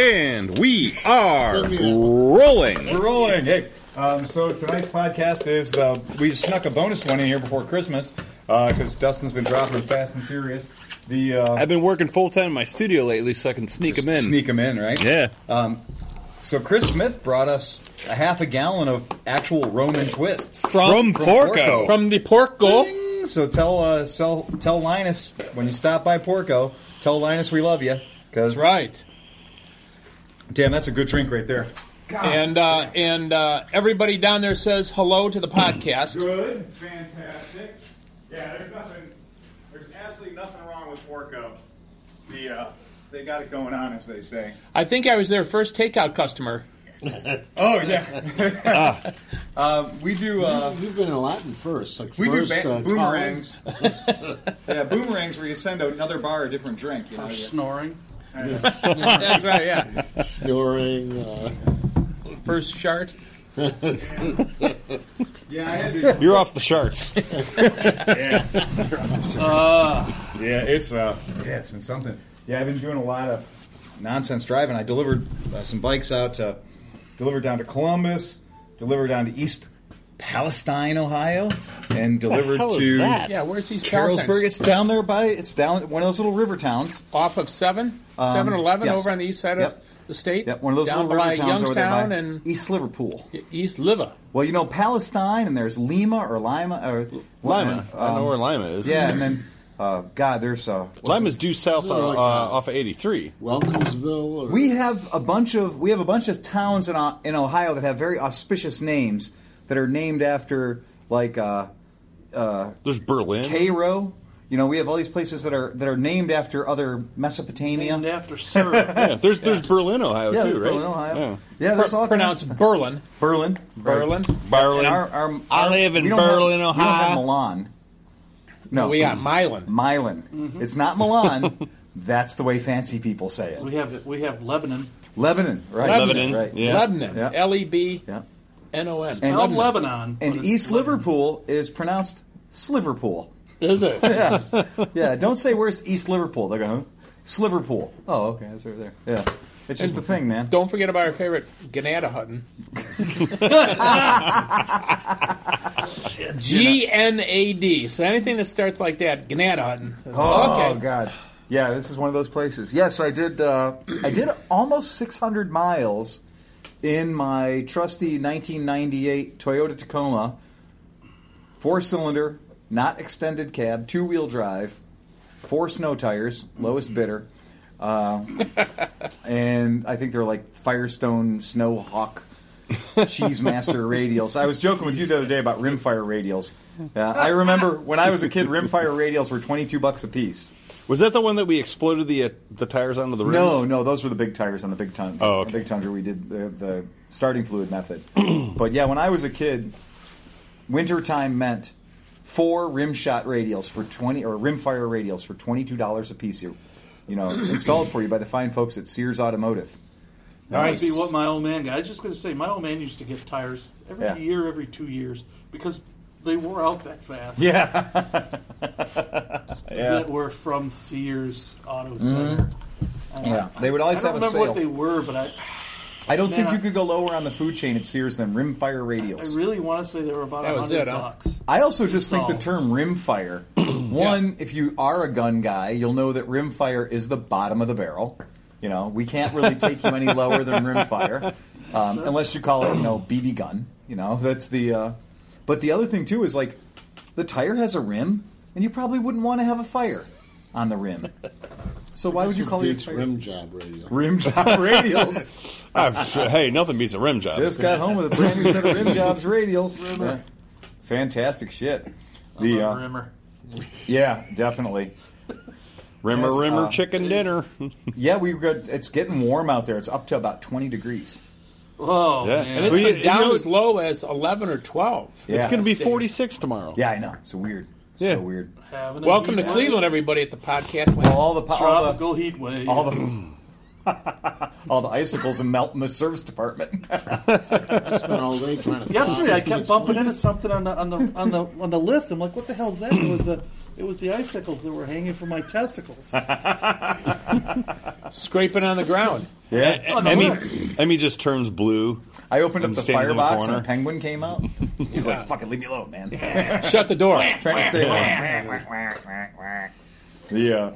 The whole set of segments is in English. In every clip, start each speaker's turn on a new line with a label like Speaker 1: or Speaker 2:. Speaker 1: And we are rolling.
Speaker 2: We're rolling. Hey, um, so tonight's podcast is the we snuck a bonus one in here before Christmas because Dustin's been dropping Fast and Furious. The uh,
Speaker 1: I've been working full time in my studio lately so I can sneak them in.
Speaker 2: sneak them in, right?
Speaker 1: Yeah.
Speaker 2: So Chris Smith brought us a half a gallon of actual Roman twists.
Speaker 1: From, Porco.
Speaker 3: From the Porco.
Speaker 2: So tell uh, sell, tell Linus when you stop by Porco, tell Linus we love you. Because
Speaker 3: That's right.
Speaker 2: damn, that's a good drink right there.
Speaker 3: And uh, and uh, everybody down there says hello to the podcast.
Speaker 4: Good, fantastic. Yeah, there's nothing, there's absolutely nothing wrong with Porco. The uh,
Speaker 2: They got it going on, as they say.
Speaker 3: I think I was their first takeout customer.
Speaker 2: Oh yeah. uh, we do. Uh,
Speaker 5: You've been a lot in first, like
Speaker 2: we
Speaker 5: first
Speaker 2: do ba-
Speaker 5: uh,
Speaker 2: boomerangs. yeah, boomerangs where you send to another bar a different drink. You know,
Speaker 5: Collins,
Speaker 2: you-
Speaker 5: snoring,
Speaker 3: That's right, yeah.
Speaker 5: snoring. Uh,
Speaker 3: First shart.
Speaker 2: Yeah, I had to.
Speaker 1: You're off the charts.
Speaker 2: yeah, it's uh, yeah, it's been something. Yeah, I've been doing a lot of nonsense driving. I delivered uh, some bikes out to, delivered down to Columbus, delivered down to East Palestine, Ohio, and delivered
Speaker 1: hell is
Speaker 2: to
Speaker 1: that?
Speaker 3: Yeah, where's these
Speaker 2: Carrollsburg.
Speaker 3: Carlsberg?
Speaker 2: It's down there by. It's down one of those little river towns.
Speaker 3: Off of 7?
Speaker 2: Um,
Speaker 3: 7 Eleven
Speaker 2: yes.
Speaker 3: over on the east side of
Speaker 2: Yep.
Speaker 3: the state?
Speaker 2: Yep, one of those
Speaker 3: down
Speaker 2: little
Speaker 3: by
Speaker 2: river towns over there by
Speaker 3: Youngstown and
Speaker 2: East Liverpool.
Speaker 3: East Liva.
Speaker 2: Well, you know Palestine, and there's Lima or Lima or
Speaker 1: Lima. I know
Speaker 2: um,
Speaker 1: where Lima is.
Speaker 2: Yeah, and then uh, God, there's uh, what's
Speaker 1: Lima's due south uh,
Speaker 5: Isn't it like
Speaker 1: uh,
Speaker 5: that?
Speaker 1: off of 83.
Speaker 5: Welcomesville. Or,
Speaker 2: We have a bunch of we have a bunch of towns in O- in Ohio that have very auspicious names that are named after like uh, uh,
Speaker 1: There's Berlin.
Speaker 2: Cairo. You know, we have all these places that are that are named after other Mesopotamia.
Speaker 6: named after Sir.
Speaker 1: yeah, there's there's Berlin, Ohio
Speaker 2: yeah,
Speaker 1: too,
Speaker 2: there's
Speaker 1: right?
Speaker 2: Berlin, Ohio. Yeah,
Speaker 1: Yeah.
Speaker 2: there's all kinds
Speaker 3: Pronounced
Speaker 2: of-
Speaker 3: Berlin.
Speaker 2: Berlin.
Speaker 3: Berlin.
Speaker 1: Berlin.
Speaker 2: And our- our-
Speaker 1: I
Speaker 2: our-
Speaker 1: live in
Speaker 2: we don't have-
Speaker 1: Berlin,
Speaker 2: We don't have
Speaker 1: Ohio.
Speaker 2: Milan. No, mm,
Speaker 3: We got Milan.
Speaker 2: Milan.
Speaker 1: Mm-hmm.
Speaker 2: It's not Milan. That's the way fancy people say it.
Speaker 6: we have we have Lebanon.
Speaker 2: Lebanon, right?
Speaker 1: Lebanon,
Speaker 2: right?
Speaker 1: yeah.
Speaker 3: Lebanon.
Speaker 2: Yeah.
Speaker 3: L E B
Speaker 2: yeah.
Speaker 3: N O N.
Speaker 2: And-
Speaker 6: Not
Speaker 3: Lebanon.
Speaker 6: Lebanon. but
Speaker 2: And
Speaker 6: it's
Speaker 2: East
Speaker 6: Lebanon.
Speaker 2: Liverpool is pronounced Sliverpool.
Speaker 3: Is it?
Speaker 2: Yeah, don't say where's East Liverpool. They're going, huh? Sliverpool. Oh, okay, that's over there. Yeah. It's just the thing, man.
Speaker 3: Don't forget about our favorite Ganada Hutton. G N A D. So anything that starts like that, Ganada Hutton.
Speaker 2: Oh,
Speaker 3: okay.
Speaker 2: God. Yeah, this is one of those places. Yes, I did. Uh, I did almost 600 miles in my trusty 1998 Toyota Tacoma, four cylinder, not extended cab, two wheel drive, four snow tires, lowest bidder, uh, and I think they're like Firestone Snow Hawk. Cheese Master radials. I was joking with you the other day about rimfire radials. Uh, I remember when I was a kid, rimfire radials were twenty-two bucks a piece.
Speaker 1: Was that the one that we exploded the uh, the tires onto the rims?
Speaker 2: No, no, those were the big tires on the big tundra.
Speaker 1: Oh, okay.
Speaker 2: the big tundra. We did the, the starting fluid method. but yeah, when I was a kid, wintertime meant four rim shot radials for twenty or rim fire radials for twenty two dollars a piece. You, you know, installed for you by the fine folks at Sears Automotive.
Speaker 6: That might be what my old man got. I was just going to say, my old man used to get tires every
Speaker 2: Yeah.
Speaker 6: year, every two years, because they wore out that fast.
Speaker 2: Yeah,
Speaker 6: That were from Sears Auto Center.
Speaker 2: yeah. Mm-hmm. They would always
Speaker 6: I don't
Speaker 2: have a
Speaker 6: remember
Speaker 2: sale.
Speaker 6: what they were, but I,
Speaker 2: I don't think
Speaker 6: Man,
Speaker 2: you
Speaker 6: I-
Speaker 2: could go lower on the food chain at Sears than rim fire
Speaker 6: I
Speaker 2: radials.
Speaker 6: really want to say they were about
Speaker 3: That
Speaker 6: a
Speaker 3: was
Speaker 6: 100
Speaker 3: it, huh?
Speaker 6: bucks.
Speaker 2: I also just think the
Speaker 6: Install.
Speaker 2: term rimfire. One, if you are a gun guy, you'll know that rimfire is the bottom of the barrel. You know, we can't really take you any lower than rimfire, um, unless you call it, you know, BB gun. You know, that's the. Uh, but the other thing too is like, the tire has a rim, and you probably wouldn't want to have a fire on the rim. So why would you call it
Speaker 5: beats
Speaker 2: a fire?
Speaker 5: rim job radio.
Speaker 2: rim job radials?
Speaker 1: I've- Ah, hey, nothing beats a rim job.
Speaker 2: Just got home with a brand new set of rim jobs radials. Yeah. Fantastic shit. The
Speaker 6: Not
Speaker 2: uh,
Speaker 6: Rimmer.
Speaker 2: yeah, definitely.
Speaker 1: rimmer,
Speaker 2: Yes,
Speaker 1: rimmer,
Speaker 2: uh,
Speaker 1: chicken dinner.
Speaker 2: Yeah, we got. It's getting warm out there. It's up to about twenty degrees.
Speaker 6: Oh,
Speaker 1: Yeah.
Speaker 6: man.
Speaker 3: And it's
Speaker 1: Well, you-
Speaker 3: been down
Speaker 1: you know-
Speaker 3: as low as 11 or 12.
Speaker 2: Yeah.
Speaker 1: It's going to be 46 tomorrow.
Speaker 2: Yeah, I know. It's weird.
Speaker 1: Yeah.
Speaker 2: So weird.
Speaker 6: Having a
Speaker 3: Welcome to
Speaker 6: heat wave.
Speaker 3: Cleveland, everybody, at the podcast. land.
Speaker 2: All the po- all the
Speaker 6: Tropical heat wave.
Speaker 2: all the all the icicles and melt in the service department.
Speaker 5: I spent all day trying to.
Speaker 6: Yesterday, I
Speaker 5: find-
Speaker 6: kept bumping into something on the on the on the on the lift. I'm like, "What the hell's that?" It was the it was the
Speaker 7: Oh,
Speaker 6: icicles that were hanging from my testicles.
Speaker 3: Scraping on the ground.
Speaker 2: Yeah.
Speaker 7: E- Emmy, Emmy just turns blue.
Speaker 2: Oh, I opened up
Speaker 7: And
Speaker 2: the
Speaker 7: stands in the
Speaker 2: firebox
Speaker 7: corner.
Speaker 2: and a penguin came out. He's like, fucking leave me alone, man.
Speaker 3: Shut the door.
Speaker 2: Trying to stay away. Yeah.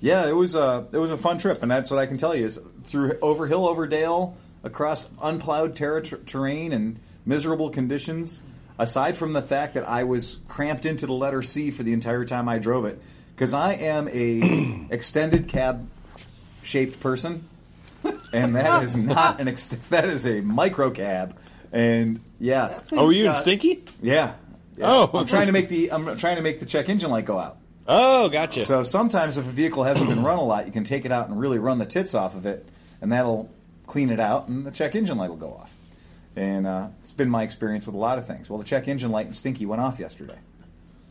Speaker 2: Yeah, it was a it was a fun trip, and that's what I can tell you is through over hill over dale, across unplowed terra- ter- terrain and miserable conditions. Aside from the fact that I was cramped into the letter C for the entire time I drove it, because I am a extended cab shaped person, and that is not an ext- that is a micro cab, and yeah,
Speaker 7: Oh, were you in
Speaker 8: Scott.
Speaker 7: Stinky?
Speaker 2: yeah. yeah.
Speaker 7: Oh.
Speaker 2: I'm trying to make the I'm trying to make the check engine light go out.
Speaker 7: Oh, gotcha.
Speaker 2: So sometimes if a vehicle hasn't been run a lot, you can take it out and really run the tits off of it, and that'll clean it out, and the check engine light will go off. And uh, it's been my experience with a lot of things. Well, the check engine light and stinky went off yesterday,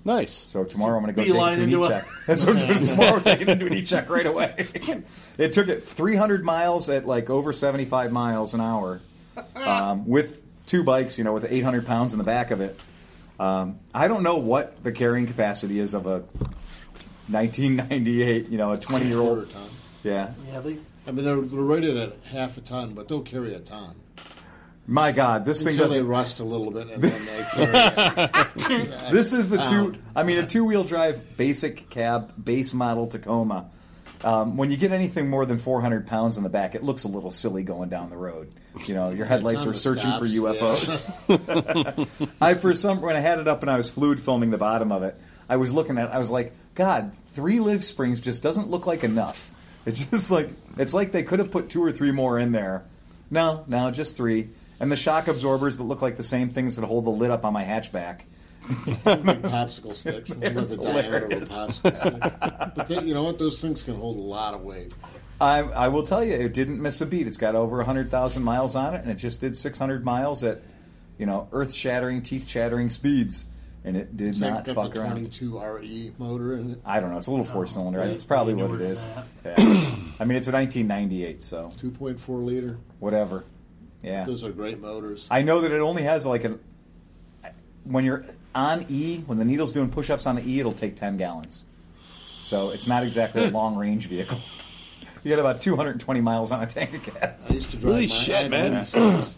Speaker 7: nice.
Speaker 2: so tomorrow I'm going to go
Speaker 8: Beeline
Speaker 2: take it to an
Speaker 8: into a-
Speaker 2: e-check. And so tomorrow I'm taking it to an e-check right away. it took it 300 miles at like over 75 miles an hour, um, with two bikes, you know, with 800 pounds in the back of it. Um, I don't know what the carrying capacity is of a 1998, you know, a 20 year
Speaker 9: Quarter
Speaker 2: old.
Speaker 9: ton.
Speaker 2: Yeah.
Speaker 8: Yeah, they,
Speaker 9: I mean, they're, they're rated at half a ton, but they'll carry a ton.
Speaker 2: My God, this thing
Speaker 9: Until they
Speaker 2: doesn't.
Speaker 9: rust a little bit, and then they carry it.
Speaker 2: This is the two. I mean, a two wheel drive basic cab base model Tacoma. Um, when you get anything more than 400 pounds in the back, it looks a little silly going down the road. You know, your headlights
Speaker 9: on
Speaker 2: are
Speaker 9: the
Speaker 2: searching for
Speaker 9: stops,
Speaker 2: UFOs. I for some when I had it up and I was fluid filming the bottom of it, I was looking at. it, I was like, God, three live springs just doesn't look like enough. It's just like it's like they could have put two or three more in there. No, no, just three. And the shock absorbers that look like the same things that hold the lid up on my hatchback.
Speaker 9: popsicle sticks. Remember the diameter of a
Speaker 2: hilarious.
Speaker 9: popsicle stick. But they, you know what? Those things can hold a lot of weight.
Speaker 2: I, I will tell you, it didn't miss a beat. It's got over 100,000 miles on it, and it just did 600 miles at, you know, earth shattering, teeth chattering speeds, and it did
Speaker 9: It's
Speaker 2: not
Speaker 9: like got
Speaker 2: fuck
Speaker 9: the
Speaker 2: around.
Speaker 9: 22 RE motor in it.
Speaker 2: I don't know. It's a little four cylinder.
Speaker 9: Oh, Yeah,
Speaker 2: It's probably
Speaker 8: way
Speaker 2: what it
Speaker 8: newer
Speaker 2: is. Yeah. I mean, it's a 1998, so
Speaker 9: 2.4 liter.
Speaker 2: whatever. Yeah.
Speaker 9: Those are great motors.
Speaker 2: I know that it only has like an. When you're on E, when the needle's doing push ups on the E, it'll take 10 gallons. So it's not exactly a
Speaker 9: Hmm.
Speaker 2: long range vehicle. You got about 220 miles on a tank of
Speaker 9: I
Speaker 2: gas.
Speaker 9: used to drive
Speaker 7: Holy
Speaker 9: my
Speaker 7: shit,
Speaker 9: I had
Speaker 7: man.
Speaker 9: 96,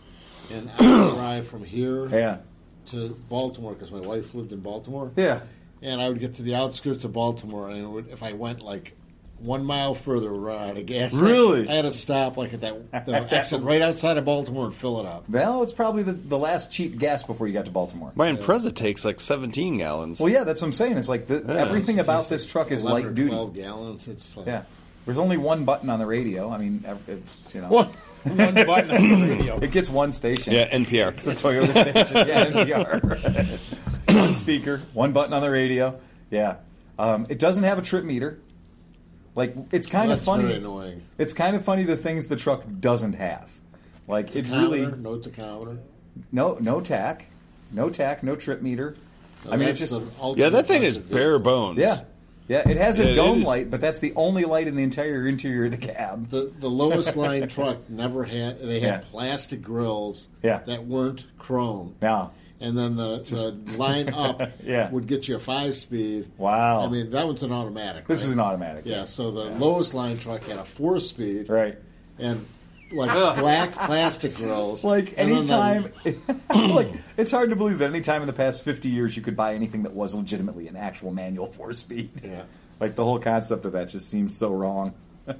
Speaker 9: and I would drive from here
Speaker 2: Yeah.
Speaker 9: to Baltimore because my wife lived in Baltimore.
Speaker 2: Yeah.
Speaker 9: And I would get to the outskirts of Baltimore, and it would, if I went like one mile further, we'd run out of gas.
Speaker 2: Really?
Speaker 9: I, had to stop like at that the exit right outside of Baltimore and fill it up.
Speaker 2: Well, it's probably the, the last cheap gas before you got to Baltimore.
Speaker 7: My Impreza takes like 17 gallons.
Speaker 2: Well, yeah, that's what I'm saying. It's like the, everything about this truck is
Speaker 9: 11
Speaker 2: light
Speaker 9: or
Speaker 2: duty.
Speaker 9: 12 gallons. It's uh, like,
Speaker 2: Yeah. There's only one button on the radio. I mean, ev- it's, you know,
Speaker 3: One, one button on the radio.
Speaker 2: it gets one station.
Speaker 7: yeah, NPR.
Speaker 2: It's the Toyota station. Yeah, NPR. one speaker, one button on the radio. Yeah. Um, it doesn't have a trip meter. Like, it's kind
Speaker 9: that's
Speaker 2: of funny.
Speaker 9: very annoying.
Speaker 2: It's kind of funny the things the truck doesn't have. Like, it really.
Speaker 9: Tachometer, no tachometer.
Speaker 2: No, no tack. No tack, no trip meter. I mean, it
Speaker 9: That's
Speaker 2: just.
Speaker 9: the ultimate
Speaker 7: Yeah, that thing is
Speaker 9: budget vehicle.
Speaker 7: bare bones.
Speaker 2: Yeah. Yeah, it has a
Speaker 7: Yeah, it
Speaker 2: dome
Speaker 7: is.
Speaker 2: light, but that's the only light in the entire interior of the cab.
Speaker 9: The, the lowest line truck never had. They had
Speaker 2: Yeah.
Speaker 9: plastic grills
Speaker 2: Yeah.
Speaker 9: that weren't chrome.
Speaker 2: No.
Speaker 9: And then the, the line up
Speaker 2: Yeah.
Speaker 9: would get you a five speed.
Speaker 2: Wow.
Speaker 9: I mean, that one's an automatic.
Speaker 2: This
Speaker 9: right?
Speaker 2: is an automatic.
Speaker 9: Yeah, so the lowest line truck had a four speed.
Speaker 2: Right.
Speaker 9: And like black plastic grills.
Speaker 2: Like
Speaker 9: And then the-
Speaker 2: anytime like it's hard to believe that any time in the past 50 years you could buy anything that was legitimately an actual manual 4-speed.
Speaker 9: Yeah.
Speaker 2: Like the whole concept of that just seems so wrong.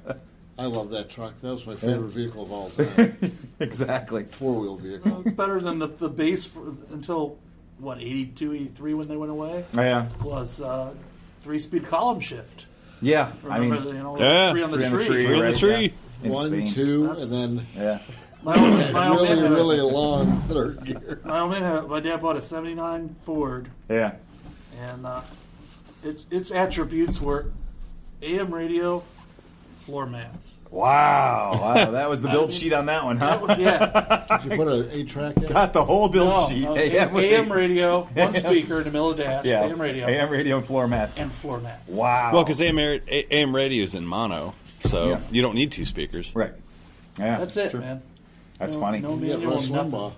Speaker 9: I love that truck. That was my favorite vehicle of all time.
Speaker 2: exactly.
Speaker 9: Four
Speaker 8: well,
Speaker 9: wheel vehicle.
Speaker 8: it's better than the, the base for, until, what, 82, 83 when they went away?
Speaker 2: Yeah.
Speaker 8: Was uh, three speed column shift.
Speaker 2: Yeah. I mean
Speaker 8: Remember, the, you know,
Speaker 7: yeah,
Speaker 8: three on the
Speaker 2: three on the
Speaker 8: tree.
Speaker 2: tree,
Speaker 7: We're in
Speaker 2: Right,
Speaker 7: the tree.
Speaker 9: One,
Speaker 2: insane.
Speaker 9: two,
Speaker 8: That's-
Speaker 9: and then
Speaker 2: Yeah.
Speaker 8: My old, my old man
Speaker 9: really,
Speaker 8: had a-
Speaker 9: really long third gear.
Speaker 8: my old man had a- my dad bought a 79 Ford,
Speaker 2: Yeah.
Speaker 8: and uh, its its attributes were AM radio, floor mats.
Speaker 2: Wow. Wow, that was the build sheet on that one, huh?
Speaker 8: That was, yeah.
Speaker 9: Did you put an eight track in?
Speaker 2: Got the whole build
Speaker 8: No,
Speaker 2: sheet.
Speaker 8: no,
Speaker 2: AM,
Speaker 8: AM radio, one speaker in the middle of the dash,
Speaker 2: Yeah.
Speaker 8: AM radio,
Speaker 2: AM radio and floor mats.
Speaker 8: and floor mats.
Speaker 2: Wow.
Speaker 7: Well, because AM, ra- A- AM radio is in mono, so
Speaker 2: Yeah.
Speaker 7: you don't need two speakers.
Speaker 2: right. Yeah.
Speaker 8: That's
Speaker 2: it's
Speaker 8: it,
Speaker 2: true.
Speaker 8: man.
Speaker 2: That's
Speaker 8: no,
Speaker 2: funny.
Speaker 8: No
Speaker 9: You got
Speaker 8: manual,
Speaker 9: Rush
Speaker 8: nothing.
Speaker 9: Limbaugh.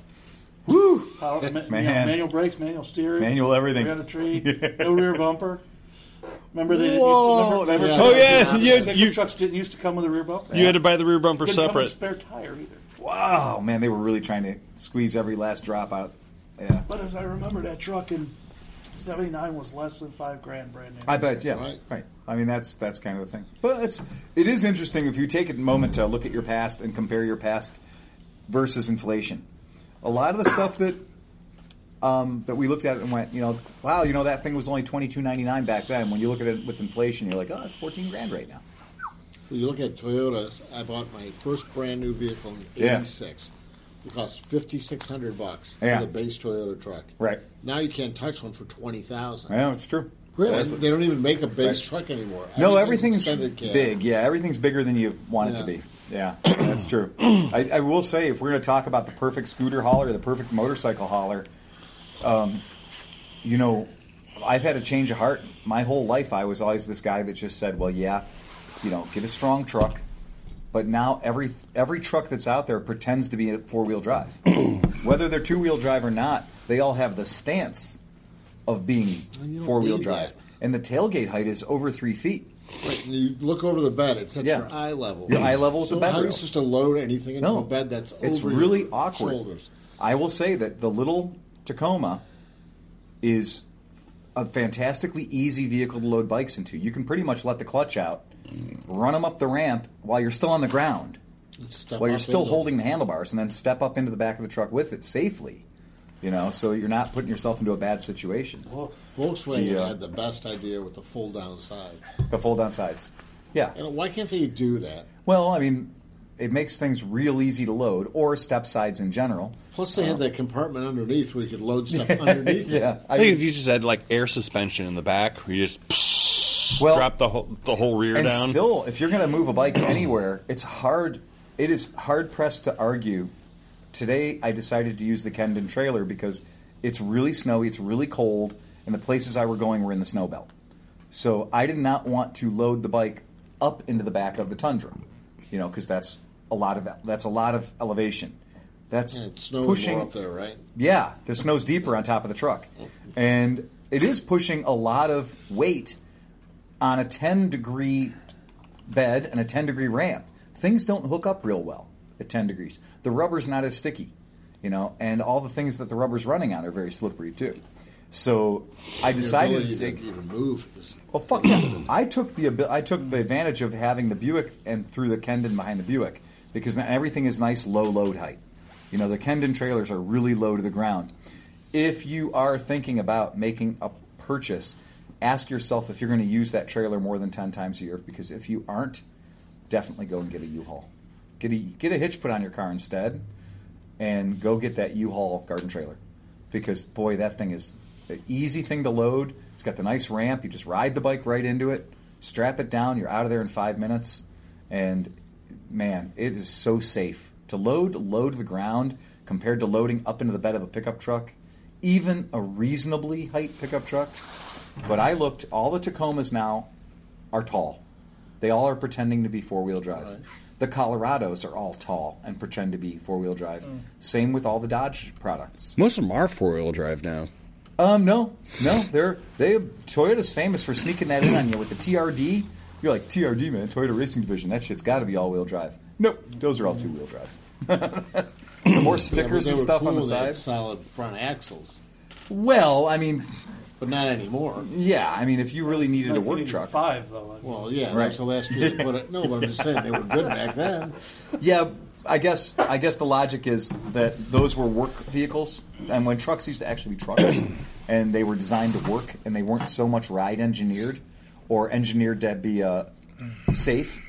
Speaker 2: Woo!
Speaker 8: Power, ma- you know,
Speaker 2: Man.
Speaker 8: manual brakes, manual steering,
Speaker 2: Manual everything.
Speaker 8: Three on a tree, no rear bumper. Remember they didn't
Speaker 7: Whoa,
Speaker 8: used to, remember,
Speaker 7: that's-
Speaker 8: remember
Speaker 7: oh, yeah,
Speaker 8: pickup
Speaker 7: yeah,
Speaker 8: Pickup
Speaker 7: you-
Speaker 8: trucks didn't used to come with a rear bumper.
Speaker 7: You had to buy the rear bumper
Speaker 8: Didn't come with a
Speaker 7: separate.
Speaker 8: spare tire either.
Speaker 2: Wow, man, they were really trying to squeeze every last drop out. Yeah,
Speaker 8: But as I remember, that truck in '79 was less than five grand brand new.
Speaker 2: I bet. Yeah, right.
Speaker 9: Right.
Speaker 2: I mean, that's that's kind of the thing. But it's it is interesting if you take a moment to look at your past and compare your past versus inflation. A lot of the stuff that um, that we looked at and went, you know, wow, you know that thing was only twenty two ninety nine back then. When you look at it with inflation, you're like, oh, it's fourteen grand right now.
Speaker 9: When you look at Toyotas, I bought my first brand new vehicle in
Speaker 2: Yeah.
Speaker 9: '86. It cost fifty six hundred bucks
Speaker 2: Yeah.
Speaker 9: for the base Toyota truck.
Speaker 2: Right.
Speaker 9: Now you can't touch one for twenty thousand.
Speaker 2: Yeah, it's true.
Speaker 9: Really?
Speaker 2: It's-
Speaker 9: They don't even make a base
Speaker 2: Right.
Speaker 9: truck anymore.
Speaker 2: No, everything's
Speaker 9: extended cab.
Speaker 2: big. Yeah, everything's bigger than you want it to
Speaker 9: Yeah.
Speaker 2: be. Yeah, that's true. I, I will say, if we're going to talk about the perfect scooter hauler, the perfect motorcycle hauler, um, you know, I've had a change of heart. My whole life, I was always this guy that just said, "Well, yeah, you know, get a strong truck." But now every every truck that's out there pretends to be a four wheel drive, whether they're two wheel drive or not. They all have the stance of being
Speaker 9: And you don't
Speaker 2: four wheel
Speaker 9: need
Speaker 2: drive,
Speaker 9: that.
Speaker 2: and the tailgate height is over three feet.
Speaker 9: Right, and you look over the bed; it's at
Speaker 2: Yeah.
Speaker 9: your eye level.
Speaker 2: Your eye level is
Speaker 9: so
Speaker 2: the bed
Speaker 9: How are you
Speaker 2: rail.
Speaker 9: supposed to load anything into
Speaker 2: No,
Speaker 9: a bed that's
Speaker 2: it's
Speaker 9: over
Speaker 2: really
Speaker 9: your
Speaker 2: awkward.
Speaker 9: Shoulders.
Speaker 2: I will say that the little Tacoma is a fantastically easy vehicle to load bikes into. You can pretty much let the clutch out, run them up the ramp while you're still on the ground,
Speaker 9: And step
Speaker 2: while you're
Speaker 9: up
Speaker 2: still
Speaker 9: into
Speaker 2: holding
Speaker 9: it.
Speaker 2: the handlebars, and then step up into the back of the truck with it safely. You know, so you're not putting yourself into a bad situation.
Speaker 8: Woof.
Speaker 9: Volkswagen
Speaker 2: the, uh,
Speaker 9: had the best idea with the fold down sides.
Speaker 2: The fold down sides. Yeah.
Speaker 9: And why can't they do that?
Speaker 2: Well, I mean, it makes things real easy to load, or step sides in general.
Speaker 9: Plus, they had that compartment underneath where you could load stuff underneath. it.
Speaker 2: Yeah.
Speaker 7: I think if you just had like air suspension in the back, where you just
Speaker 2: Well-
Speaker 7: drop the whole the whole rear
Speaker 2: and
Speaker 7: down.
Speaker 2: still, if you're going to move a bike anywhere, it's hard. It is hard pressed to argue. Today, I decided to use the Kendon trailer because it's really snowy, it's really cold, and the places I were going were in the snow belt. So I did not want to load the bike up into the back of the Tundra, you know, because that's a lot of that's a lot of elevation. That's
Speaker 9: Yeah, it's snowing
Speaker 2: pushing
Speaker 9: more up there, right?
Speaker 2: yeah, the snow's deeper on top of the truck. And it is pushing a lot of weight on a 10 degree bed and a 10 degree ramp. Things don't hook up real well at 10 degrees. The rubber's not as sticky, you know, and all the things that the rubber's running on are very slippery too. So I
Speaker 9: Your
Speaker 2: decided
Speaker 9: ability
Speaker 2: to take.
Speaker 9: to even move. Is,
Speaker 2: Well, fuck yeah. I took the abi- I took the advantage of having the Buick and threw the Kendon behind the Buick because then everything is nice low load height. You know, the Kendon trailers are really low to the ground. If you are thinking about making a purchase, ask yourself if you're going to use that trailer more than 10 times a year because if you aren't, definitely go and get a U-Haul. Get a get a hitch put on your car instead and go get that U-Haul garden trailer because boy, that thing is an easy thing to load. It's got the nice ramp. You just ride the bike right into it, strap it down. You're out of there in five minutes, and man, it is so safe to load. Load to the ground compared to loading up into the bed of a pickup truck, even a reasonably height pickup truck. But I looked. All the Tacomas now are tall. They all are pretending to be four wheel drive. The Colorados are all tall and pretend to be four wheel drive.
Speaker 9: Mm.
Speaker 2: Same with all the Dodge products.
Speaker 7: Most of them are four wheel drive now.
Speaker 2: Um, no, no, they're they Toyota's famous for sneaking that in on you with the TRD. You're like TRD, man, Toyota Racing Division. That shit's got to be all-wheel drive. Nope, those are all two-wheel drive. the more stickers
Speaker 9: Yeah, but they
Speaker 2: and
Speaker 9: were
Speaker 2: stuff
Speaker 9: cool
Speaker 2: on the
Speaker 9: when they had
Speaker 2: side.
Speaker 9: Solid front axles,
Speaker 2: Well, I mean,
Speaker 9: but not anymore.
Speaker 2: yeah, I mean, if you really needed a work truck,
Speaker 8: Five though. Oh, Well,
Speaker 9: Well, yeah,
Speaker 2: Right.
Speaker 9: that's the last year they put it. No, but I'm just saying they were good back then.
Speaker 2: yeah, I guess I guess the logic is that those were work vehicles, and when trucks used to actually be trucks, and they were designed to work, and they weren't so much ride engineered or engineered to be uh, safe,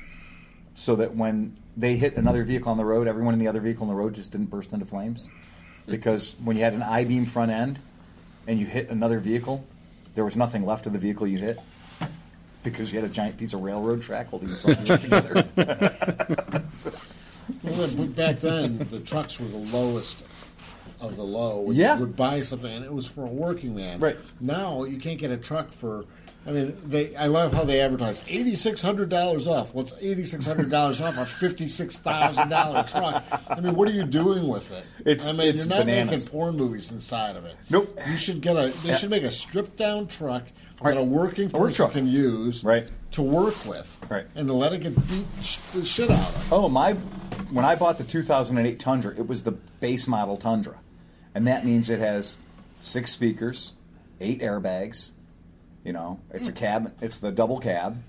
Speaker 2: so that when they hit another vehicle on the road, everyone in the other vehicle on the road just didn't burst into flames, because when you had an I beam front end and you hit another vehicle, there was nothing left of the vehicle you hit. Because you had a giant piece of railroad track holding the front wheels together.
Speaker 9: Well, then, back then, the trucks were the lowest of the low. When
Speaker 2: Yeah.
Speaker 9: You would buy something, and it was for a working man.
Speaker 2: Right.
Speaker 9: Now, you can't get a truck for. I mean, they. I love how they advertise eighty six hundred dollars off. What's eighty six hundred dollars off a fifty six thousand dollar truck? I mean, what are you doing with it?
Speaker 2: It's-
Speaker 9: I mean,
Speaker 2: it's
Speaker 9: you're not
Speaker 2: bananas.
Speaker 9: making porn movies inside of it.
Speaker 2: Nope.
Speaker 9: You should get a. They should make a stripped down truck that a working
Speaker 2: work
Speaker 9: person
Speaker 2: truck.
Speaker 9: can use
Speaker 2: Right.
Speaker 9: to work with,
Speaker 2: Right.
Speaker 9: and to let it get beat sh- the shit out of.
Speaker 2: Oh, my! When I bought the 2008 Tundra, it was the base model Tundra, and that means it has six speakers, eight airbags. You know, it's a cab. It's the double cab,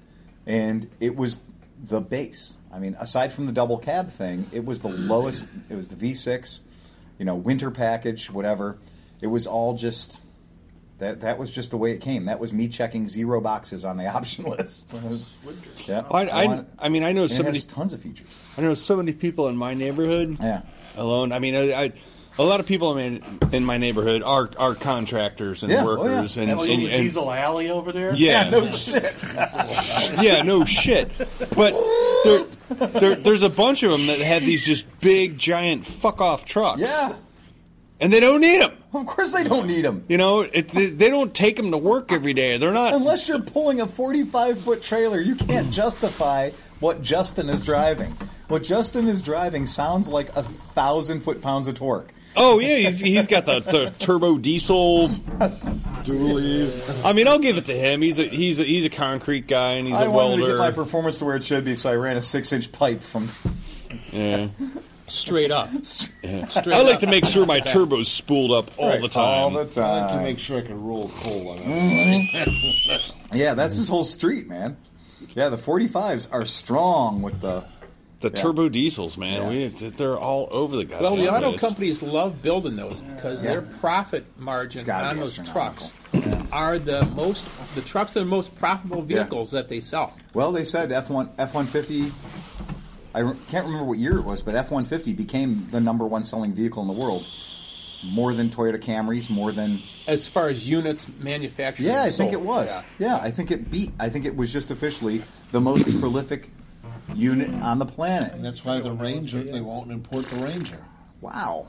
Speaker 2: and it was the base. I mean, aside from the double cab thing, it was the lowest. It was the V6, you know, winter package, whatever. It was all just that. That was just the way it came. That was me checking zero boxes on the option list. yeah,
Speaker 1: I, I,
Speaker 2: want-
Speaker 1: I mean, I know
Speaker 2: and
Speaker 1: so
Speaker 2: it
Speaker 1: many.
Speaker 2: has tons of features.
Speaker 1: I know so many people in my neighborhood.
Speaker 2: Yeah.
Speaker 1: Alone. I mean, I, I a lot of people in in my neighborhood are are contractors and
Speaker 2: Yeah, oh, yeah.
Speaker 1: workers and,
Speaker 10: Oh, you
Speaker 1: and-
Speaker 10: need
Speaker 1: and-
Speaker 10: Diesel Alley over there?
Speaker 1: yeah, yeah, no,
Speaker 2: shit.
Speaker 1: shit. But there, there, there's a bunch of them that have these just big giant fuck off trucks.
Speaker 2: Yeah.
Speaker 1: and they don't need them.
Speaker 2: Of course they don't need them.
Speaker 1: You know, it, they, they don't take them to work every day. They're not.
Speaker 2: Unless you're pulling a 45 foot trailer, you can't justify what Justin is driving. What Justin is driving sounds like a thousand foot pounds of torque.
Speaker 1: Oh yeah, he's, he's got the, the turbo diesel.
Speaker 9: Dualies.
Speaker 1: I mean, I'll give it to him. He's a he's a, he's a concrete guy and he's a
Speaker 2: I wanted
Speaker 1: welder.
Speaker 2: to get my performance to where it should be, so I ran a six inch pipe from.
Speaker 1: yeah.
Speaker 3: Straight up. Straight
Speaker 1: I like
Speaker 3: up.
Speaker 1: to make sure my turbo's spooled up all the time.
Speaker 2: All the
Speaker 9: I like to
Speaker 2: time.
Speaker 9: make sure I can roll coal on it.
Speaker 2: Yeah, that's his whole street, man. Yeah, the 45s are strong with the.
Speaker 1: The
Speaker 2: Yeah.
Speaker 1: turbo diesels, man,
Speaker 2: Yeah.
Speaker 1: we, they're all over the goddamn
Speaker 3: Well, the auto
Speaker 1: place.
Speaker 3: companies love building those because their profit margin
Speaker 2: It's gotta
Speaker 3: on
Speaker 2: be
Speaker 3: those
Speaker 2: astronomical.
Speaker 3: trucks are the most the trucks are the most profitable vehicles that they sell.
Speaker 2: Well, they said F1 F150. I re- can't remember what year it was, but F150 became the number one selling vehicle in the world, more than Toyota Camrys, more than
Speaker 3: As far as units manufactured,
Speaker 2: yeah,
Speaker 3: and
Speaker 2: I think
Speaker 3: sold.
Speaker 2: it was. Yeah. I think it beat. I think it was just officially the most prolific unit on the
Speaker 9: And
Speaker 2: planet.
Speaker 9: that's why the Ranger, they won't import the Ranger.
Speaker 2: Wow.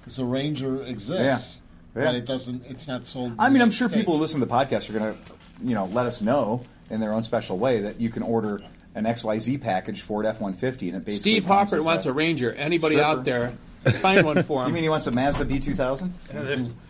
Speaker 9: Because the Ranger exists.
Speaker 2: Yeah.
Speaker 9: But it doesn't, it's not sold. in
Speaker 2: I
Speaker 9: the
Speaker 2: mean, I'm
Speaker 9: United
Speaker 2: sure people who
Speaker 9: States.
Speaker 2: listen to the podcast are going to, you know, let us know in their own special way that you can order an XYZ package for an F150 and it basically
Speaker 3: Steve
Speaker 2: comes
Speaker 3: Hoffert
Speaker 2: as
Speaker 3: wants a Ranger. Anybody out there, find one for
Speaker 2: You
Speaker 3: him.
Speaker 2: mean he wants a Mazda B2000?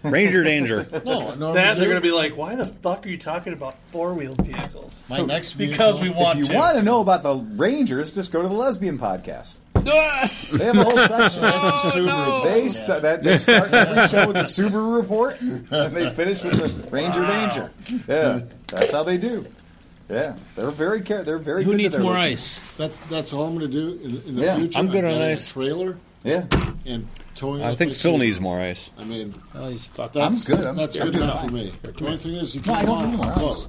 Speaker 1: Ranger danger.
Speaker 9: No, no,
Speaker 6: That
Speaker 9: no,
Speaker 6: they're going to be like, why the fuck are you talking about four wheeled vehicles?
Speaker 9: My next
Speaker 6: because
Speaker 9: vehicle-
Speaker 6: we want
Speaker 2: If
Speaker 6: to.
Speaker 2: you want to know about the Rangers, just go to the lesbian podcast. They have a whole section.
Speaker 3: Oh.
Speaker 9: Subaru.
Speaker 3: no.
Speaker 2: They, st- that, they start every show with the Subaru report, and they finish with the Ranger Danger. Yeah, that's how they do. Yeah, they're very care. They're very.
Speaker 3: Who
Speaker 2: good to
Speaker 3: needs
Speaker 2: their
Speaker 3: more
Speaker 2: listeners.
Speaker 3: ice?
Speaker 9: That's that's all I'm going to do in, in the
Speaker 2: Yeah,
Speaker 9: future.
Speaker 1: I'm good on
Speaker 9: getting a
Speaker 1: ice.
Speaker 9: Trailer
Speaker 2: Yeah,
Speaker 9: and towing.
Speaker 1: I
Speaker 9: up
Speaker 1: think
Speaker 9: my
Speaker 1: Phil
Speaker 9: Subaru.
Speaker 1: needs more ice.
Speaker 9: I mean,
Speaker 3: Oh, he's fucked up.
Speaker 9: that's
Speaker 2: good. I'm-
Speaker 9: that's
Speaker 2: I'm
Speaker 9: good
Speaker 2: doing
Speaker 9: enough
Speaker 2: fine.
Speaker 9: for me. The only thing is, you
Speaker 2: no,
Speaker 9: can't
Speaker 2: I don't need more
Speaker 9: want a
Speaker 2: ice.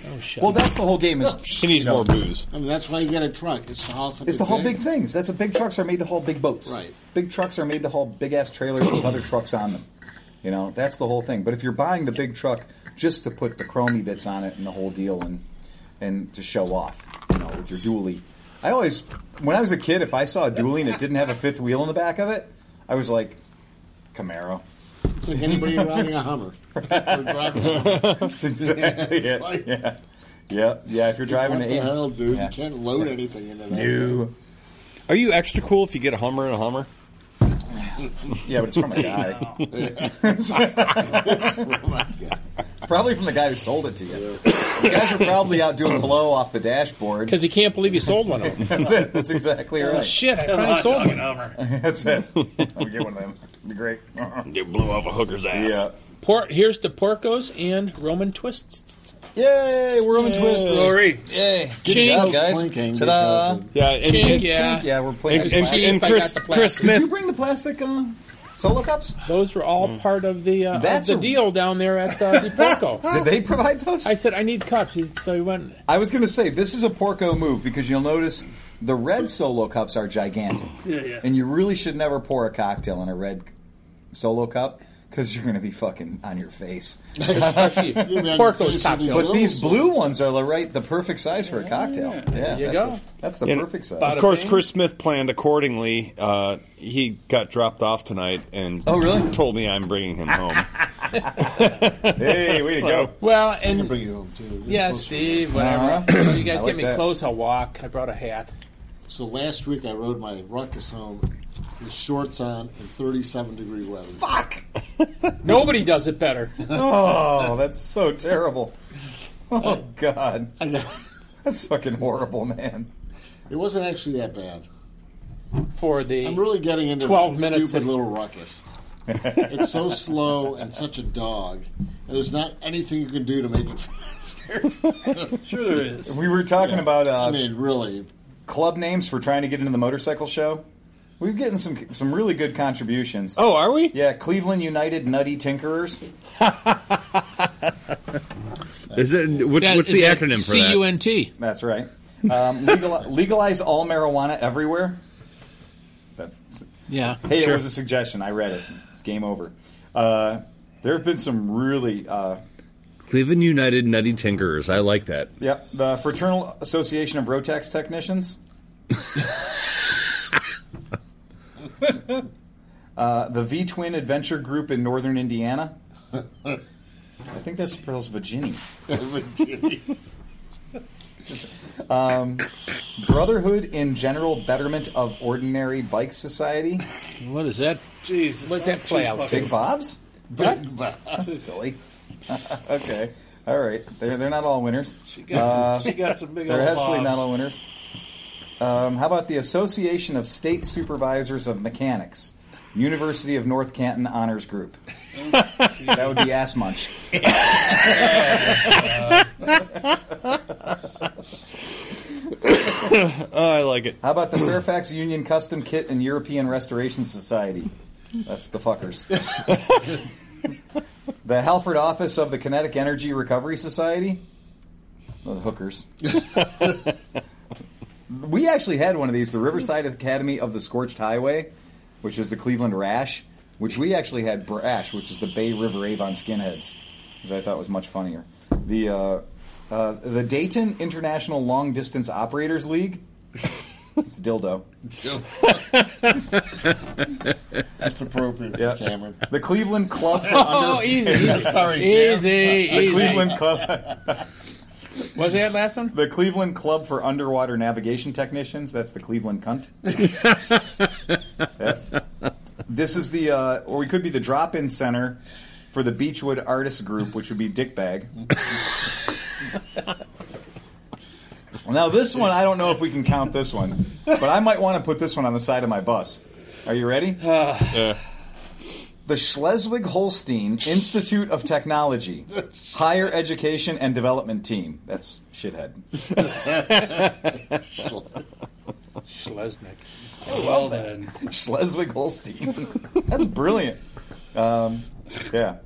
Speaker 9: boat.
Speaker 3: Oh, shit.
Speaker 2: Well, that's the whole game. Is
Speaker 1: He needs more booze.
Speaker 9: I mean, that's why you got a truck. It's the whole.
Speaker 2: it's the whole big things. That's what big trucks are made to haul big boats.
Speaker 9: Right.
Speaker 2: Big trucks are made to haul big ass trailers with other trucks on them. You know, that's the whole thing. But if you're buying the big truck just to put the chromey bits on it and the whole deal and and to show off, you know, with your dually. I always, when I was a kid, if I saw a dually and it didn't have a fifth wheel in the back of it, I was like, Camaro.
Speaker 9: It's like anybody riding a Hummer. Or driving a Hummer.
Speaker 2: That's exactly it.
Speaker 9: like-
Speaker 2: yeah. yeah, yeah. If you're driving an
Speaker 9: what the
Speaker 2: eight,
Speaker 9: hell, dude?
Speaker 2: Yeah.
Speaker 9: You can't load anything into that.
Speaker 2: Ew.
Speaker 1: Are you extra cool if you get a Hummer and a Hummer?
Speaker 2: Yeah, but it's from a guy. It's probably from the guy who sold it to you. The guys are probably out doing blow off the dashboard.
Speaker 3: Because he can't believe he sold one of them.
Speaker 2: That's it. That's exactly right.
Speaker 3: Shit, I
Speaker 6: Hot
Speaker 3: finally
Speaker 6: dog
Speaker 3: sold
Speaker 6: and
Speaker 3: one.
Speaker 6: Hummer.
Speaker 2: That's it. I'll get one of them. It'd be great.
Speaker 1: You blew off a hooker's ass.
Speaker 2: Yeah.
Speaker 3: Por- here's to Porcos and Roman Twists.
Speaker 2: Yay, we're on twist.
Speaker 6: Glory.
Speaker 2: Good
Speaker 3: Chink.
Speaker 2: job, guys.
Speaker 9: Clinking
Speaker 2: Ta-da.
Speaker 9: because
Speaker 1: Yeah, and,
Speaker 3: Chink,
Speaker 1: and-
Speaker 3: yeah.
Speaker 2: Yeah, we're playing.
Speaker 1: and, and-
Speaker 2: plastic.
Speaker 1: and
Speaker 3: If I got
Speaker 1: Chris,
Speaker 3: the plastic.
Speaker 1: Chris
Speaker 2: Did
Speaker 1: Smith.
Speaker 2: you bring the plastic uh, solo cups?
Speaker 3: Those were
Speaker 9: Mm.
Speaker 3: all part of the uh,
Speaker 2: That's
Speaker 3: of the
Speaker 2: a-
Speaker 3: deal down there at uh, the Porco.
Speaker 2: Did they provide those?
Speaker 3: I said I need cups, He- so he went.
Speaker 2: I was going to say this is a Porco move because you'll notice the red solo cups are gigantic.
Speaker 6: Yeah, yeah.
Speaker 2: And you really should never pour a cocktail in a red solo cup because you're going to be fucking on your face.
Speaker 3: Especially
Speaker 9: be on your face
Speaker 3: "Oh, Porco's
Speaker 9: with
Speaker 3: cocktail.
Speaker 9: these
Speaker 2: But these blue ones are the right, the perfect size for a cocktail. Yeah,
Speaker 3: you
Speaker 2: that's
Speaker 3: go.
Speaker 2: the- that's the
Speaker 1: And-
Speaker 2: perfect size.
Speaker 1: Of course, Chris Smith planned accordingly. Uh, he got dropped off tonight and
Speaker 2: Oh, really?
Speaker 1: told me I'm bringing him home.
Speaker 2: Hey, way to go!
Speaker 3: Well,
Speaker 9: I'll
Speaker 3: and
Speaker 9: bring you home too.
Speaker 3: yeah, Steve, whatever.
Speaker 2: Uh-huh.
Speaker 3: you guys
Speaker 2: I like
Speaker 3: get me
Speaker 2: that.
Speaker 3: clothes. I'll walk. I brought a hat.
Speaker 9: So last week I rode my ruckus home with shorts on in 37 degree weather.
Speaker 2: Fuck!
Speaker 3: Nobody does it better.
Speaker 2: Oh, that's so terrible. Oh God,
Speaker 9: I know.
Speaker 2: that's fucking horrible, man.
Speaker 9: It wasn't actually that bad.
Speaker 3: for the
Speaker 9: I'm really getting into
Speaker 3: 12
Speaker 9: that
Speaker 3: minutes
Speaker 9: stupid
Speaker 3: in.
Speaker 9: little ruckus. it's so slow and such a dog. And there's not anything you can do to make it faster.
Speaker 6: Sure there is.
Speaker 2: We were talking about uh,
Speaker 9: I mean, really.
Speaker 2: club names for trying to get into the motorcycle show. We've getting some some really good contributions.
Speaker 7: Oh, are we?
Speaker 2: Yeah, Cleveland United Nutty Tinkerers.
Speaker 1: Is it what, what's the acronym for
Speaker 3: C U
Speaker 1: that?
Speaker 3: N T.
Speaker 2: That's right. Um, legal, legalize all marijuana everywhere. That's,
Speaker 3: Yeah.
Speaker 2: hey, it was a suggestion. I read it. Game over. Uh, there have been some really. Uh,
Speaker 1: Cleveland United Nutty Tinkerers. I like that.
Speaker 2: Yep, the Fraternal Association of Rotex Technicians. uh, the V Twin Adventure Group in Northern Indiana. I think that's spells Virginia. Um, Brotherhood in General Betterment of Ordinary Bike Society.
Speaker 3: What is that?
Speaker 6: Jesus.
Speaker 3: Let that
Speaker 6: I'm
Speaker 3: play
Speaker 6: too
Speaker 3: out.
Speaker 6: fucking-
Speaker 2: Big Bob's?
Speaker 9: Big Bob.
Speaker 2: Silly. okay, all right. They're, they're not all winners.
Speaker 6: She got,
Speaker 2: Uh,
Speaker 6: some, she got some big
Speaker 2: They're
Speaker 6: old
Speaker 2: absolutely not
Speaker 6: bobs.
Speaker 2: all winners. Um, how about the Association of State Supervisors of Mechanics, University of North Canton Honors Group? that would be ass munch.
Speaker 7: Oh, I like it.
Speaker 2: How about the Fairfax Union Custom Kit and European Restoration Society? That's the fuckers. the Halford Office of the Kinetic Energy Recovery Society? The hookers. we actually had one of these, the Riverside Academy of the Scorched Highway, which is the Cleveland Rash, which we actually had Brash, which is the Bay River Avon Skinheads, which I thought was much funnier. The, uh, uh, the Dayton International Long Distance Operators League. It's dildo.
Speaker 9: That's appropriate
Speaker 2: Yeah.
Speaker 9: for Cameron.
Speaker 2: The Cleveland Club for Under.
Speaker 3: Oh, easy.
Speaker 9: Sorry, Cam.
Speaker 3: Easy, easy.
Speaker 2: Cleveland Club.
Speaker 3: Was that last one?
Speaker 2: The Cleveland Club for Underwater Navigation Technicians. That's the Cleveland Cunt. Yeah. This is the, uh, or we could be the drop-in center for the Beechwood Artist Group, which would be Dickbag. now this one, I don't know if we can count this one, but I might want to put this one on the side of my bus. Are you ready? The Schleswig Holstein Institute of Technology, Higher Education and Development Team. That's shithead.
Speaker 3: Schlesnik.
Speaker 6: Well then.
Speaker 2: Schleswig Holstein. That's brilliant. Um, yeah.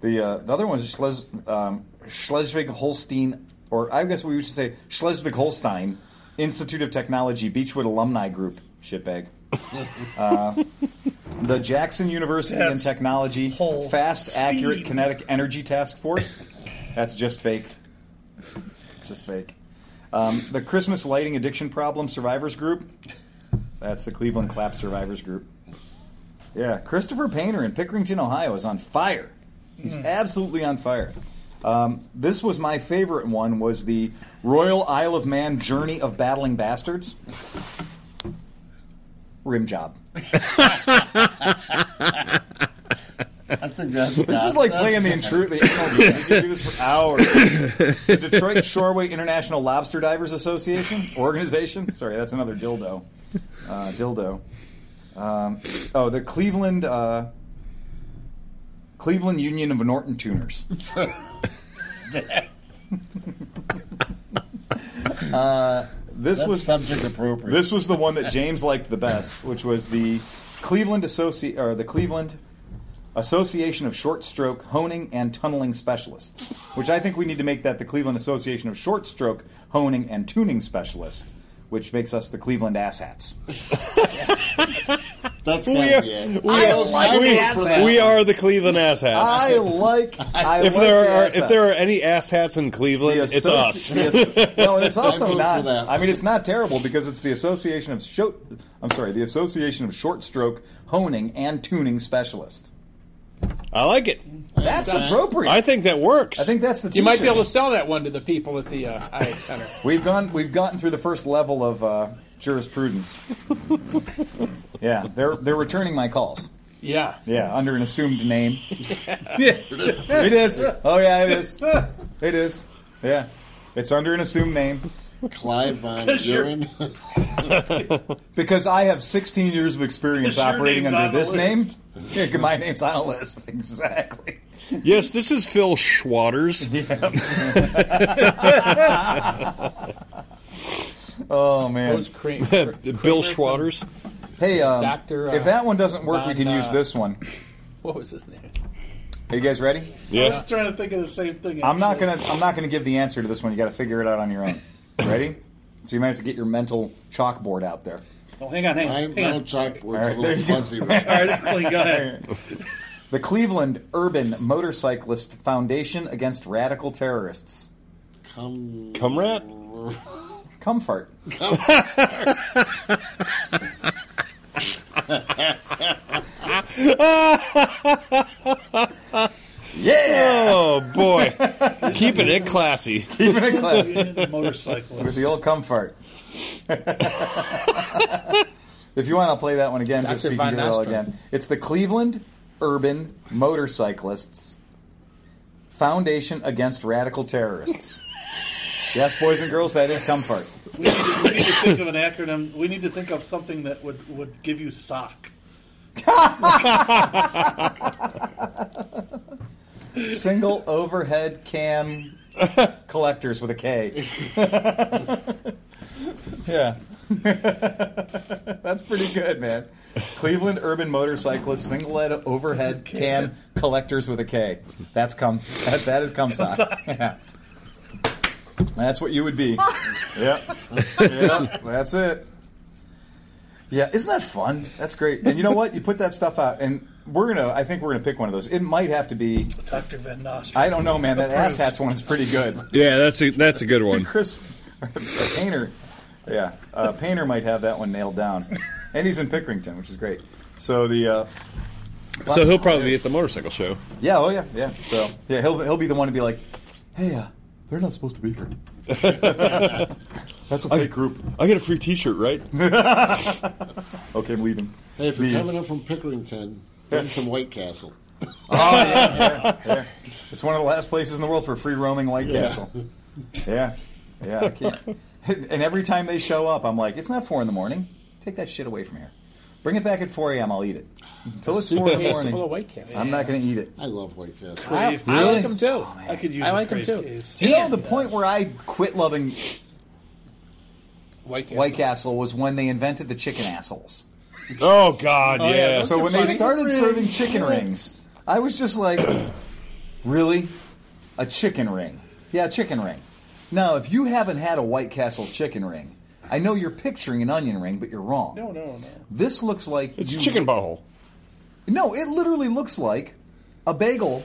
Speaker 2: The, uh, the other one is Schles- um, Schleswig Holstein, or I guess we should say Schleswig Holstein Institute of Technology Beechwood Alumni Group. Shitbag. Uh, the Jackson University
Speaker 6: That's
Speaker 2: in Technology
Speaker 6: Holstein.
Speaker 2: Fast, Accurate Kinetic Energy Task Force. That's just fake. Just fake. Um, the Christmas Lighting Addiction Problem Survivors Group. That's the Cleveland Clap Survivors Group. Yeah, Christopher Painter in Pickerington, Ohio is on fire. He's absolutely on fire. Um, this was my favorite one was the Royal Isle of Man Journey of Battling Bastards. Rim job.
Speaker 9: I think that's
Speaker 2: This is like playing the intruder. The anal- we could do this for hours. The Detroit Shoreway International Lobster Divers Association organization. Sorry, that's another dildo. Uh, dildo. Um, oh, the Cleveland uh, Cleveland Union of Norton Tuners. Uh, this
Speaker 9: That's
Speaker 2: was
Speaker 9: subject appropriate.
Speaker 2: this was the one that James liked the best, which was the Cleveland Associ- or the Cleveland Association of Short Stroke Honing and Tunneling Specialists, which I think we need to make that the Cleveland Association of Short Stroke Honing and Tuning Specialists, which makes us the Cleveland Asshats.
Speaker 9: that's gotta
Speaker 7: We are,
Speaker 9: be
Speaker 7: we,
Speaker 9: it.
Speaker 7: are,
Speaker 9: like
Speaker 7: we-
Speaker 9: the asshat.
Speaker 7: we are the Cleveland asshats.
Speaker 2: I like. I
Speaker 7: if
Speaker 2: like
Speaker 7: there
Speaker 2: the
Speaker 7: are
Speaker 2: asshats.
Speaker 7: if there are any asshats in Cleveland,
Speaker 2: The
Speaker 7: it's
Speaker 2: associ-
Speaker 7: us.
Speaker 2: the ass- no, and it's
Speaker 9: I
Speaker 2: also
Speaker 9: vote for
Speaker 2: not.
Speaker 9: that.
Speaker 2: I mean, it's not terrible because it's the association of short. I'm sorry, the association of short stroke honing and tuning specialists.
Speaker 7: I like it.
Speaker 2: That's appropriate.
Speaker 7: I think that works.
Speaker 2: I think that's the.
Speaker 3: You might be
Speaker 2: t-shirt.
Speaker 3: able to sell that one to the people at the uh, IX Center.
Speaker 2: We've gone. We've gotten through the first level of uh, jurisprudence. yeah, they're they're returning my calls.
Speaker 3: Yeah.
Speaker 2: Yeah, under an assumed name. it is. Oh yeah, it is. It is. Yeah. It's under an assumed name
Speaker 9: Clive Von Buren.
Speaker 2: because I have 16 years of experience
Speaker 6: Your
Speaker 2: operating
Speaker 6: name's on
Speaker 2: under
Speaker 6: the
Speaker 2: this name.
Speaker 6: list.
Speaker 2: Yeah, my name's on a list. Exactly.
Speaker 1: Yes, this is Phil Schwaters.
Speaker 2: Oh man.
Speaker 3: Those cream,
Speaker 1: Bill Schwaters.
Speaker 2: Hey, um,
Speaker 3: Doctor, uh,
Speaker 2: if that one doesn't work, we
Speaker 3: Von,
Speaker 2: can
Speaker 3: uh,
Speaker 2: use this one.
Speaker 3: What was his name?
Speaker 2: Are you guys ready?
Speaker 8: I
Speaker 1: Yeah.
Speaker 8: was trying to think of the same thing.
Speaker 2: I'm not
Speaker 8: actually.
Speaker 2: gonna. I'm not gonna give the answer to this one. You got to figure it out on your own. Ready? So you might have to get your mental chalkboard out there.
Speaker 6: Oh, hang on, hang
Speaker 9: My
Speaker 6: on. Hang
Speaker 9: mental
Speaker 6: on.
Speaker 9: chalkboard's
Speaker 2: Alright,
Speaker 9: a
Speaker 2: there you
Speaker 9: little
Speaker 2: go.
Speaker 9: fuzzy right now.
Speaker 6: All right, it's clean. Go ahead.
Speaker 2: The Cleveland Urban Motorcyclist Foundation against radical terrorists.
Speaker 9: Come,
Speaker 1: Comrade?
Speaker 2: Comfort. yeah,
Speaker 1: Oh, boy. Keeping it classy.
Speaker 2: keeping it classy.
Speaker 6: Motorcyclist.
Speaker 2: With the old comfort. if you want, I'll play that one again just so
Speaker 3: Dr.
Speaker 2: you can
Speaker 3: Von
Speaker 2: get it all
Speaker 3: Nostrand.
Speaker 2: again. It's the Cleveland Urban Motorcyclists Foundation Against Radical Terrorists. yes, boys and girls, that is comfort.
Speaker 6: we, need to, we need to think of an acronym. We need to think of something that would, would give you sock.
Speaker 2: Single overhead cam collectors with a K. yeah. That's pretty good, man. Cleveland Urban Motorcyclist single head overhead cam collectors with a K. That's comes that, that is Comstock. Yeah. That's what you would be. yep. Yep. That's it. Yeah, isn't that fun? That's great. And you know what? You put that stuff out and we're gonna I think we're gonna pick one of those. It might have to be
Speaker 6: Dr. Van Nostrand.
Speaker 2: I don't know, man. That asshats one's pretty good.
Speaker 1: Yeah, that's a, that's a good one.
Speaker 2: Chris Painter, yeah, uh, Painter might have that one nailed down, and he's in Pickerington, which is great. So the uh,
Speaker 1: So he'll probably be at the motorcycle show.
Speaker 2: yeah, oh yeah, yeah. So yeah, he'll he'll be the one to be like, hey, uh, they're not supposed to be here. That's a fake group.
Speaker 1: I get a free t shirt, right?
Speaker 2: Okay, I'm leaving.
Speaker 9: Hey, if you're
Speaker 2: The-
Speaker 9: coming up from Pickerington, bring some White Castle.
Speaker 2: It's one of the last places in the world for free roaming White Castle. Yeah, yeah. I can't. And every time they show up, I'm like, it's not four in the morning. Take that shit away from here. Bring it back at 4 a.m. I'll eat it. Until it's 4 in the
Speaker 3: Castle full of
Speaker 2: morning,
Speaker 3: White Castle.
Speaker 2: I'm not going to eat it.
Speaker 9: I love White Castle.
Speaker 3: I,
Speaker 6: Crave
Speaker 3: I like
Speaker 2: Really?
Speaker 3: him too.
Speaker 6: I could use
Speaker 3: I
Speaker 6: a
Speaker 3: like him
Speaker 6: crave
Speaker 3: too.
Speaker 6: case.
Speaker 2: Do you know the point where I quit loving
Speaker 3: White Castle.
Speaker 2: White Castle was when they invented the chicken assholes.
Speaker 1: Oh, God,
Speaker 3: yeah,
Speaker 1: yeah.
Speaker 3: that's
Speaker 2: So when they started serving chicken rings, I was just like, really? A chicken ring? Yeah, a chicken ring. Now, if you haven't had a White Castle chicken ring, I know you're picturing an onion ring, but you're wrong.
Speaker 6: No, no, no.
Speaker 2: This looks like
Speaker 1: it's
Speaker 2: you-
Speaker 1: chicken butthole.
Speaker 2: No, it literally looks like a bagel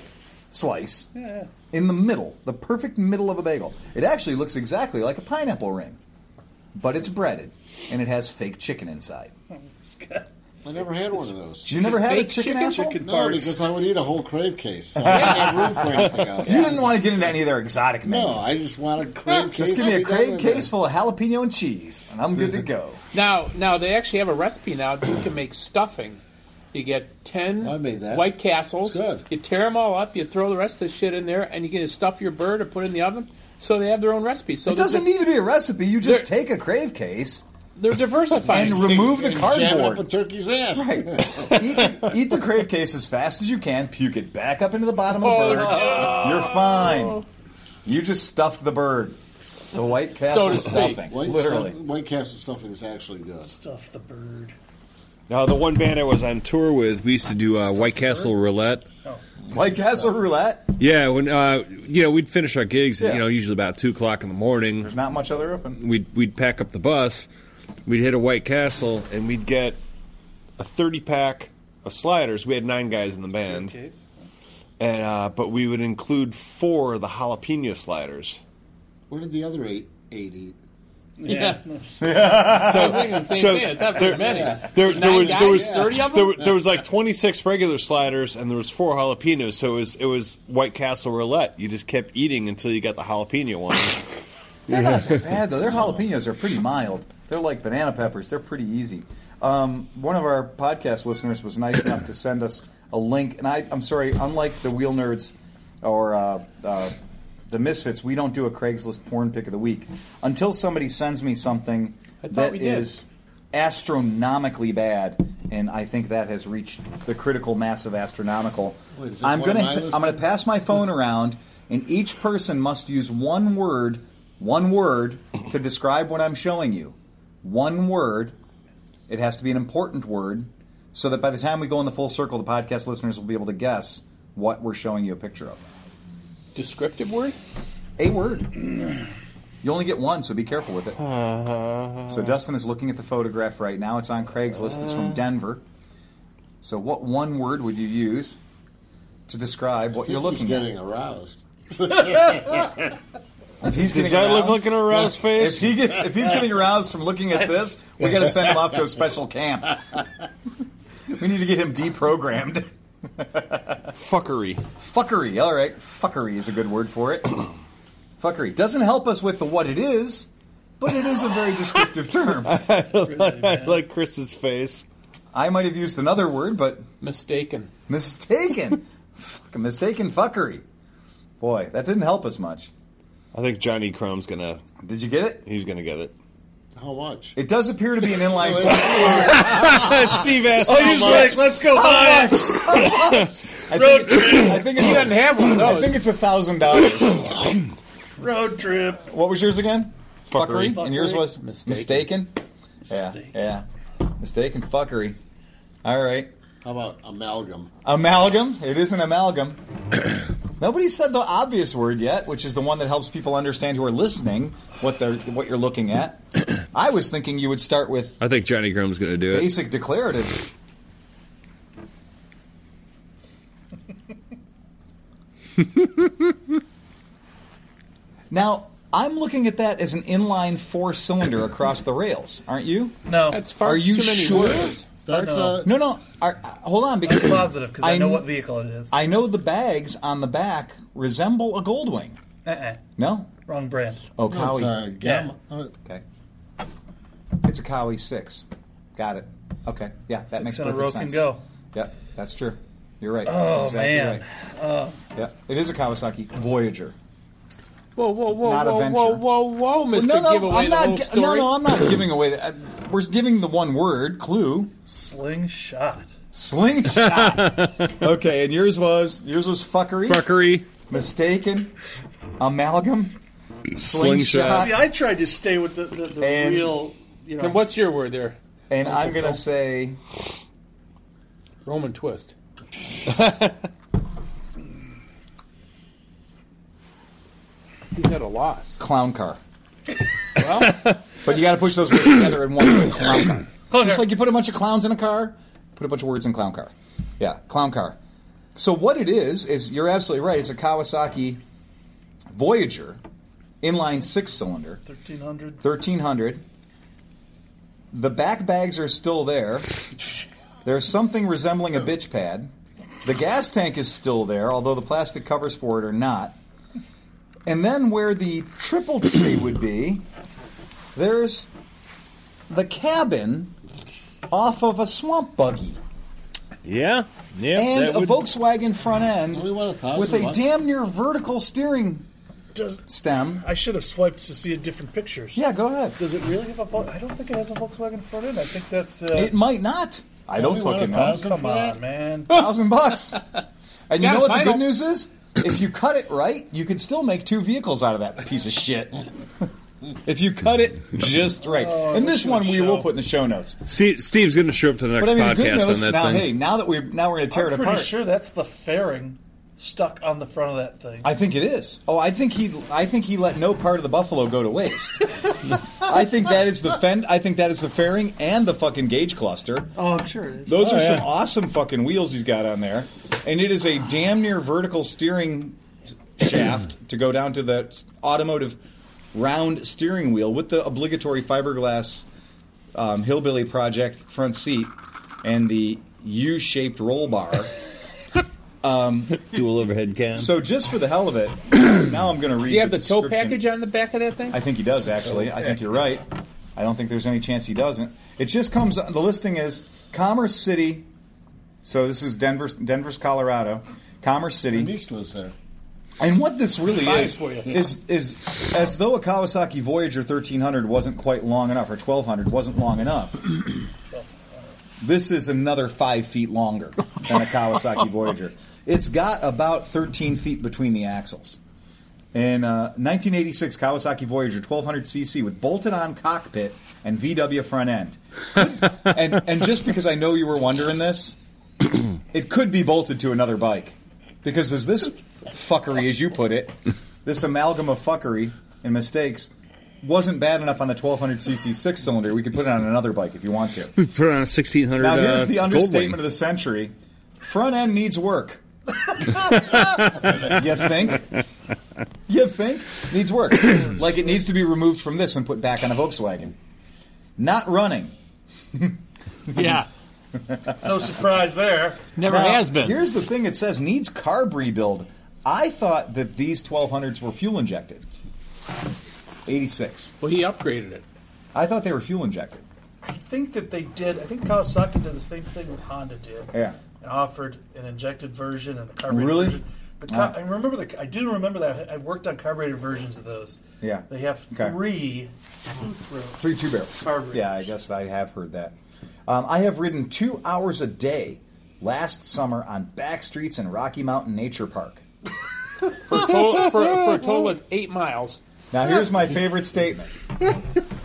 Speaker 2: slice
Speaker 6: Yeah.
Speaker 2: in the middle, the perfect middle of a bagel. It actually looks exactly like a pineapple ring, but it's breaded and it has fake chicken inside.
Speaker 6: It's got
Speaker 9: I never had one of those.
Speaker 2: You never had a
Speaker 3: fake
Speaker 2: chicken,
Speaker 3: chicken?
Speaker 2: asshole?
Speaker 6: chicken
Speaker 9: No,
Speaker 6: parts.
Speaker 9: because I would eat a whole crave case. So I didn't have room for anything else.
Speaker 2: You didn't want to get into any of their exotic menu.
Speaker 9: No, I just want a crave case.
Speaker 2: Just give me
Speaker 9: I'll
Speaker 2: a
Speaker 9: be done
Speaker 2: crate
Speaker 9: with Mm-hmm.
Speaker 2: case
Speaker 9: it.
Speaker 2: full of jalapeno and cheese, and I'm good to go.
Speaker 3: Now, now they actually have a recipe now. that You can make stuffing. You get ten
Speaker 9: I made that.
Speaker 3: White Castles.
Speaker 9: It's good.
Speaker 3: You tear them all up. You throw the rest of the shit in there, and you can stuff your bird or put it in the oven. So they have their own recipe. So
Speaker 2: It
Speaker 3: they're,
Speaker 2: doesn't
Speaker 3: di-
Speaker 2: need to be a recipe. You just
Speaker 3: There-
Speaker 2: take a crave case,
Speaker 3: they're diversifying.
Speaker 2: And remove the
Speaker 9: And Jam it up
Speaker 2: cardboard.
Speaker 9: a turkey's ass.
Speaker 2: right? eat, eat the crave case as fast as you can, puke it back up into the bottom of
Speaker 3: Oh,
Speaker 2: the bird. You're fine. You just stuffed the bird. The White Castle
Speaker 3: to speak.
Speaker 2: stuffing,
Speaker 9: White,
Speaker 2: literally.
Speaker 9: stuff, White Castle stuffing is actually good.
Speaker 6: stuff the bird.
Speaker 1: Now, the one band I was on tour with, we used to do uh, White Castle Roulette.
Speaker 2: White Castle roulette.
Speaker 1: Yeah, when uh, you know we'd finish our gigs,
Speaker 2: Yeah.
Speaker 1: you know, usually about two o'clock in the morning.
Speaker 2: There's not much other open.
Speaker 1: We'd we'd pack up the bus, we'd hit a White Castle, and we'd get a thirty pack of sliders. We had nine guys in the band,
Speaker 6: Case.
Speaker 1: and uh, but we would include four of the jalapeno sliders.
Speaker 9: What did the other eight, eight eat?
Speaker 3: Yeah.
Speaker 1: So,
Speaker 3: thinking the same thing. It's not very many.
Speaker 1: There, there
Speaker 3: Nine
Speaker 1: was
Speaker 3: guys?
Speaker 1: there was
Speaker 3: Thirty of them?
Speaker 1: There, were- there was like twenty six regular sliders, and there was four jalapenos. So it was it was White Castle roulette. You just kept eating until you got the jalapeno one.
Speaker 2: They're not that bad though. Their jalapenos are pretty mild. They're like banana peppers. They're pretty easy. Um, one of our podcast listeners was nice enough to send us a link, and I, I'm sorry. Unlike the Wheel Nerds or uh, uh, the Misfits, we don't do a Craigslist porn pick of the week until somebody sends me something
Speaker 3: I thought
Speaker 2: that
Speaker 3: we did.
Speaker 2: is astronomically bad, and I think that has reached the critical mass of astronomical.
Speaker 9: Wait, is it
Speaker 2: I'm
Speaker 9: one
Speaker 2: gonna
Speaker 9: on my list?
Speaker 2: I'm gonna pass my phone around, and each person must use one word, one word to describe what I'm showing you. One word. It has to be an important word, so that by the time we go in the full circle, the podcast listeners will be able to guess what we're showing you a picture of.
Speaker 3: Descriptive word?
Speaker 2: A word. You only get one, so be careful with it.
Speaker 1: Uh-huh. Mm.
Speaker 2: So Dustin is looking at the photograph right now. It's on Craigslist. It's from Denver. So what one word would you use to describe what you're
Speaker 9: He's
Speaker 2: looking at?
Speaker 9: getting aroused.
Speaker 2: If he's
Speaker 1: Does
Speaker 2: getting
Speaker 1: that look
Speaker 2: aroused-
Speaker 1: like an aroused
Speaker 2: if
Speaker 1: face?
Speaker 2: he gets if he's getting aroused from looking at this, we got to send him off to a special camp. we need to get him deprogrammed.
Speaker 1: Fuckery.
Speaker 2: Fuckery. All right, fuckery is a good word for it. Fuckery doesn't help us with the what it is, but it is a very descriptive term.
Speaker 1: I like Chris's face.
Speaker 2: I might have used another word, but
Speaker 3: Mistaken.
Speaker 2: mistaken. Fucking mistaken fuckery. Boy, that didn't help us much.
Speaker 1: I think Johnny Chrome's gonna.
Speaker 2: Did you get it?
Speaker 1: He's gonna get it.
Speaker 9: How much?
Speaker 2: It does appear to be an inline. four.
Speaker 1: Steve asked.
Speaker 6: Oh, he's like, let's go buy it.
Speaker 2: I think, it- I think it's, he doesn't have one. I think it's a thousand dollars.
Speaker 6: Road trip.
Speaker 2: What was yours again? Fuckery.
Speaker 1: Fuckery.
Speaker 2: And yours was mistaken.
Speaker 3: Mistaken.
Speaker 2: Yeah, yeah, mistaken fuckery. All right,
Speaker 9: How about amalgam?
Speaker 2: amalgam. It is an amalgam. Nobody said the obvious word yet, which is the one that helps people understand who are listening what they're what you're looking at. I was thinking you would start with
Speaker 1: I think Johnny Chrome's gonna do it.
Speaker 2: basic declaratives. now, I'm looking at that as an inline four cylinder across the rails, aren't you?
Speaker 6: No,
Speaker 3: That's far
Speaker 2: Are you
Speaker 3: too many
Speaker 2: sure?
Speaker 3: words.
Speaker 9: That's
Speaker 6: No.
Speaker 9: uh,
Speaker 2: No, no. Are, uh, hold on, because
Speaker 6: I'm positive because I,
Speaker 2: I
Speaker 6: know
Speaker 2: kn-
Speaker 6: what vehicle it is.
Speaker 2: I know the bags on the back resemble a Goldwing.
Speaker 6: uh-uh.
Speaker 2: No,
Speaker 6: Wrong brand.
Speaker 2: oh
Speaker 9: no,
Speaker 2: Cowie.
Speaker 9: it's, uh, gamma. Uh,
Speaker 2: Okay, it's a Cowie six. Got it. Okay, yeah, that makes
Speaker 6: Six in a
Speaker 2: perfect
Speaker 6: row
Speaker 2: sense.
Speaker 6: can go.
Speaker 2: Yep, that's true. You're right.
Speaker 6: Oh, man.
Speaker 2: Right. yeah, it is a Kawasaki Voyager.
Speaker 3: Whoa, whoa, whoa,
Speaker 2: Not a
Speaker 3: whoa,
Speaker 2: venture.
Speaker 3: whoa, whoa, whoa, Mr.
Speaker 2: no,
Speaker 3: give
Speaker 2: no,
Speaker 3: away
Speaker 2: I'm
Speaker 3: the
Speaker 2: not.
Speaker 3: whole
Speaker 2: gi-
Speaker 3: story.
Speaker 2: no, no, I'm not giving away. The, uh, we're giving the one word clue.
Speaker 6: Slingshot.
Speaker 2: Slingshot. okay, and yours was yours was fuckery,
Speaker 1: Fuckery.
Speaker 2: mistaken, amalgam, slingshot,
Speaker 1: Slingshot.
Speaker 6: Uh, See, I tried to stay with the, the, the
Speaker 2: And-
Speaker 6: real, you know.
Speaker 3: And what's your word there?
Speaker 2: and I'm gonna say
Speaker 3: Roman twist. He's at a loss.
Speaker 2: clown car. but you got to push those words together in one word. Clown car. Just like you put a bunch of clowns in a car, put a bunch of words in clown car. Yeah, clown car. So what it is is you're absolutely right. It's a Kawasaki Voyager inline six cylinder,
Speaker 6: 1300.
Speaker 2: thirteen hundred. The back bags are still there. There's something resembling a bitch pad. The gas tank is still there, although the plastic covers for it are not. And then where the triple tree would be, there's the cabin off of a swamp buggy
Speaker 1: Yeah. Yeah.
Speaker 2: and
Speaker 1: that
Speaker 2: a
Speaker 1: would-
Speaker 2: Volkswagen front end
Speaker 9: We want a thousand
Speaker 2: with a
Speaker 9: bucks.
Speaker 2: damn near vertical steering
Speaker 6: Does,
Speaker 2: stem.
Speaker 6: I should have swiped to see different pictures.
Speaker 2: Yeah, go ahead.
Speaker 6: Does it really have a Vol- I don't think it has a Volkswagen front end. I think that's. Uh,
Speaker 2: It might not. I don't
Speaker 9: we want
Speaker 2: fucking know.
Speaker 9: a thousand
Speaker 6: come
Speaker 9: for
Speaker 6: on,
Speaker 9: that?
Speaker 6: man.
Speaker 2: thousand bucks. And you
Speaker 3: Got
Speaker 2: know
Speaker 3: a
Speaker 2: what the
Speaker 3: title.
Speaker 2: good news is? If you cut it right, you could still make two vehicles out of that piece of shit. if you cut it just right. and this one we will put in the show notes.
Speaker 1: See, Steve's gonna show up to the
Speaker 2: But
Speaker 1: next
Speaker 2: I mean, the good
Speaker 1: podcast
Speaker 2: news
Speaker 1: on that
Speaker 2: now.
Speaker 1: thing.
Speaker 2: Hey, now that we're now we're gonna tear
Speaker 6: I'm
Speaker 2: it
Speaker 6: pretty
Speaker 2: apart.
Speaker 6: sure that's the fairing stuck on the front of that thing.
Speaker 2: I think it is. Oh, I think he. I think he let no part of the buffalo go to waste. I think that is the fend. I think that is the fairing and the fucking gauge cluster.
Speaker 6: oh, I'm sure. It is.
Speaker 2: Those
Speaker 9: Oh,
Speaker 2: are
Speaker 9: yeah.
Speaker 2: some awesome fucking wheels he's got on there, and it is a damn near vertical steering shaft to go down to the automotive round steering wheel with the obligatory fiberglass um, hillbilly project front seat and the U-shaped roll bar. Um,
Speaker 1: Dual overhead cam.
Speaker 2: so just for the hell of it, now I'm going to read.
Speaker 3: Does he have the tow
Speaker 2: description.
Speaker 3: package on the back of that thing?
Speaker 2: I think he does actually. I think you're right. I don't think there's any chance he doesn't. It just comes. The listing is Commerce City. So this is Denver, Denver's Colorado, Commerce City.
Speaker 9: Denise lives there.
Speaker 2: And what this really
Speaker 3: Five
Speaker 2: is
Speaker 3: for you.
Speaker 2: is is as though a Kawasaki Voyager 1300 wasn't quite long enough, or 1200 wasn't long enough. this is another five feet longer than a Kawasaki Voyager. It's got about 13 feet between the axles. In uh, 1986, Kawasaki Voyager 1200cc with bolted-on cockpit and VW front end. and and just because I know you were wondering this, it could be bolted to another bike because as this fuckery, as you put it, this amalgam of fuckery and mistakes wasn't bad enough on the 1200cc six cylinder. We could put it on another bike if you want to.
Speaker 1: Put on a sixteen hundred.
Speaker 2: Now here's
Speaker 1: uh,
Speaker 2: the understatement of the century: front end needs work. you think? You think needs work? like it needs to be removed from this and put back on a Volkswagen. Not running.
Speaker 11: Yeah.
Speaker 6: No surprise there.
Speaker 11: Never
Speaker 2: Now,
Speaker 11: has been.
Speaker 2: Here's the thing: it says needs carb rebuild. I thought that these 1200s were fuel injected. 86.
Speaker 3: Well, he upgraded it.
Speaker 2: I thought they were fuel injected.
Speaker 8: I think that they did. I think Kawasaki did the same thing that Honda did.
Speaker 2: Yeah. Oh,
Speaker 8: And offered an injected version and the carbureted
Speaker 2: Really?
Speaker 8: version. But ca- I remember the. I do remember that. I- I've worked on carbureted versions of those.
Speaker 2: Yeah.
Speaker 8: They have
Speaker 2: Okay.
Speaker 8: three two-throw
Speaker 2: Three two barrels.
Speaker 8: Carburetors.
Speaker 2: Yeah, I guess I have heard that. Um, I have ridden two hours a day last summer on back streets in Rocky Mountain Nature Park.
Speaker 3: For, a total, for, for a total of eight miles.
Speaker 2: Now, here's my favorite statement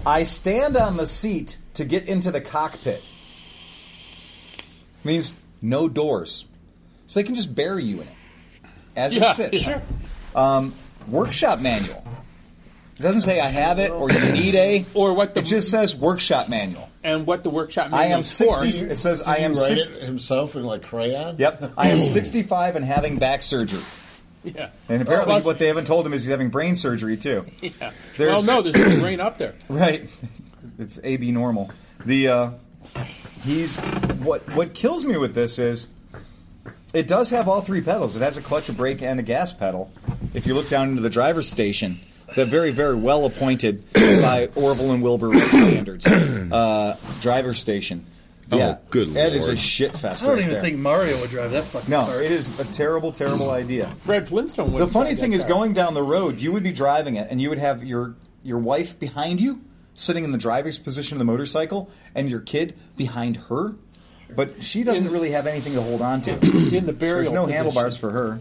Speaker 2: I stand on the seat to get into the cockpit. Means no doors. So they can just bury you in it as
Speaker 3: Yeah,
Speaker 2: it sits. Um,
Speaker 3: sure.
Speaker 2: Workshop manual. It doesn't say I have it or you need a.
Speaker 3: Or what the-
Speaker 2: It just says workshop manual.
Speaker 3: And what the workshop
Speaker 2: I am
Speaker 3: manual's for.
Speaker 2: 60. It says I
Speaker 9: Did he
Speaker 2: am
Speaker 9: write
Speaker 2: 60.
Speaker 9: it himself in like crayon.
Speaker 2: Yep. I am 65 and having back surgery.
Speaker 3: Yeah.
Speaker 2: And apparently,
Speaker 3: Well, that's-
Speaker 2: what they haven't told him is he's having brain surgery, too.
Speaker 3: Yeah.
Speaker 2: There's-
Speaker 3: well, no, there's no rain up there.
Speaker 2: Right. It's AB normal. The uh, he's what what kills me with this is it does have all three pedals. It has a clutch, a brake, and a gas pedal. If you look down into the driver's station, they're very very well appointed by Orville and Wilbur Wright standards. Uh, driver's station. yeah,
Speaker 1: Oh, good
Speaker 2: That is
Speaker 1: lord.
Speaker 2: a shit fest.
Speaker 6: I don't
Speaker 2: right
Speaker 6: even
Speaker 2: there.
Speaker 6: think Mario would drive that fucking
Speaker 2: No,
Speaker 6: car.
Speaker 2: it is a terrible, terrible idea.
Speaker 3: Fred Flintstone
Speaker 2: The
Speaker 3: would've
Speaker 2: funny
Speaker 3: tried
Speaker 2: thing
Speaker 3: that
Speaker 2: is,
Speaker 3: car.
Speaker 2: going down the road, you would be driving it, and you would have your your wife behind you, sitting in the driver's position of the motorcycle, and your kid behind her. But she doesn't really have anything to hold on to.
Speaker 3: in the burial.
Speaker 2: There's no
Speaker 3: position.
Speaker 2: handlebars for her.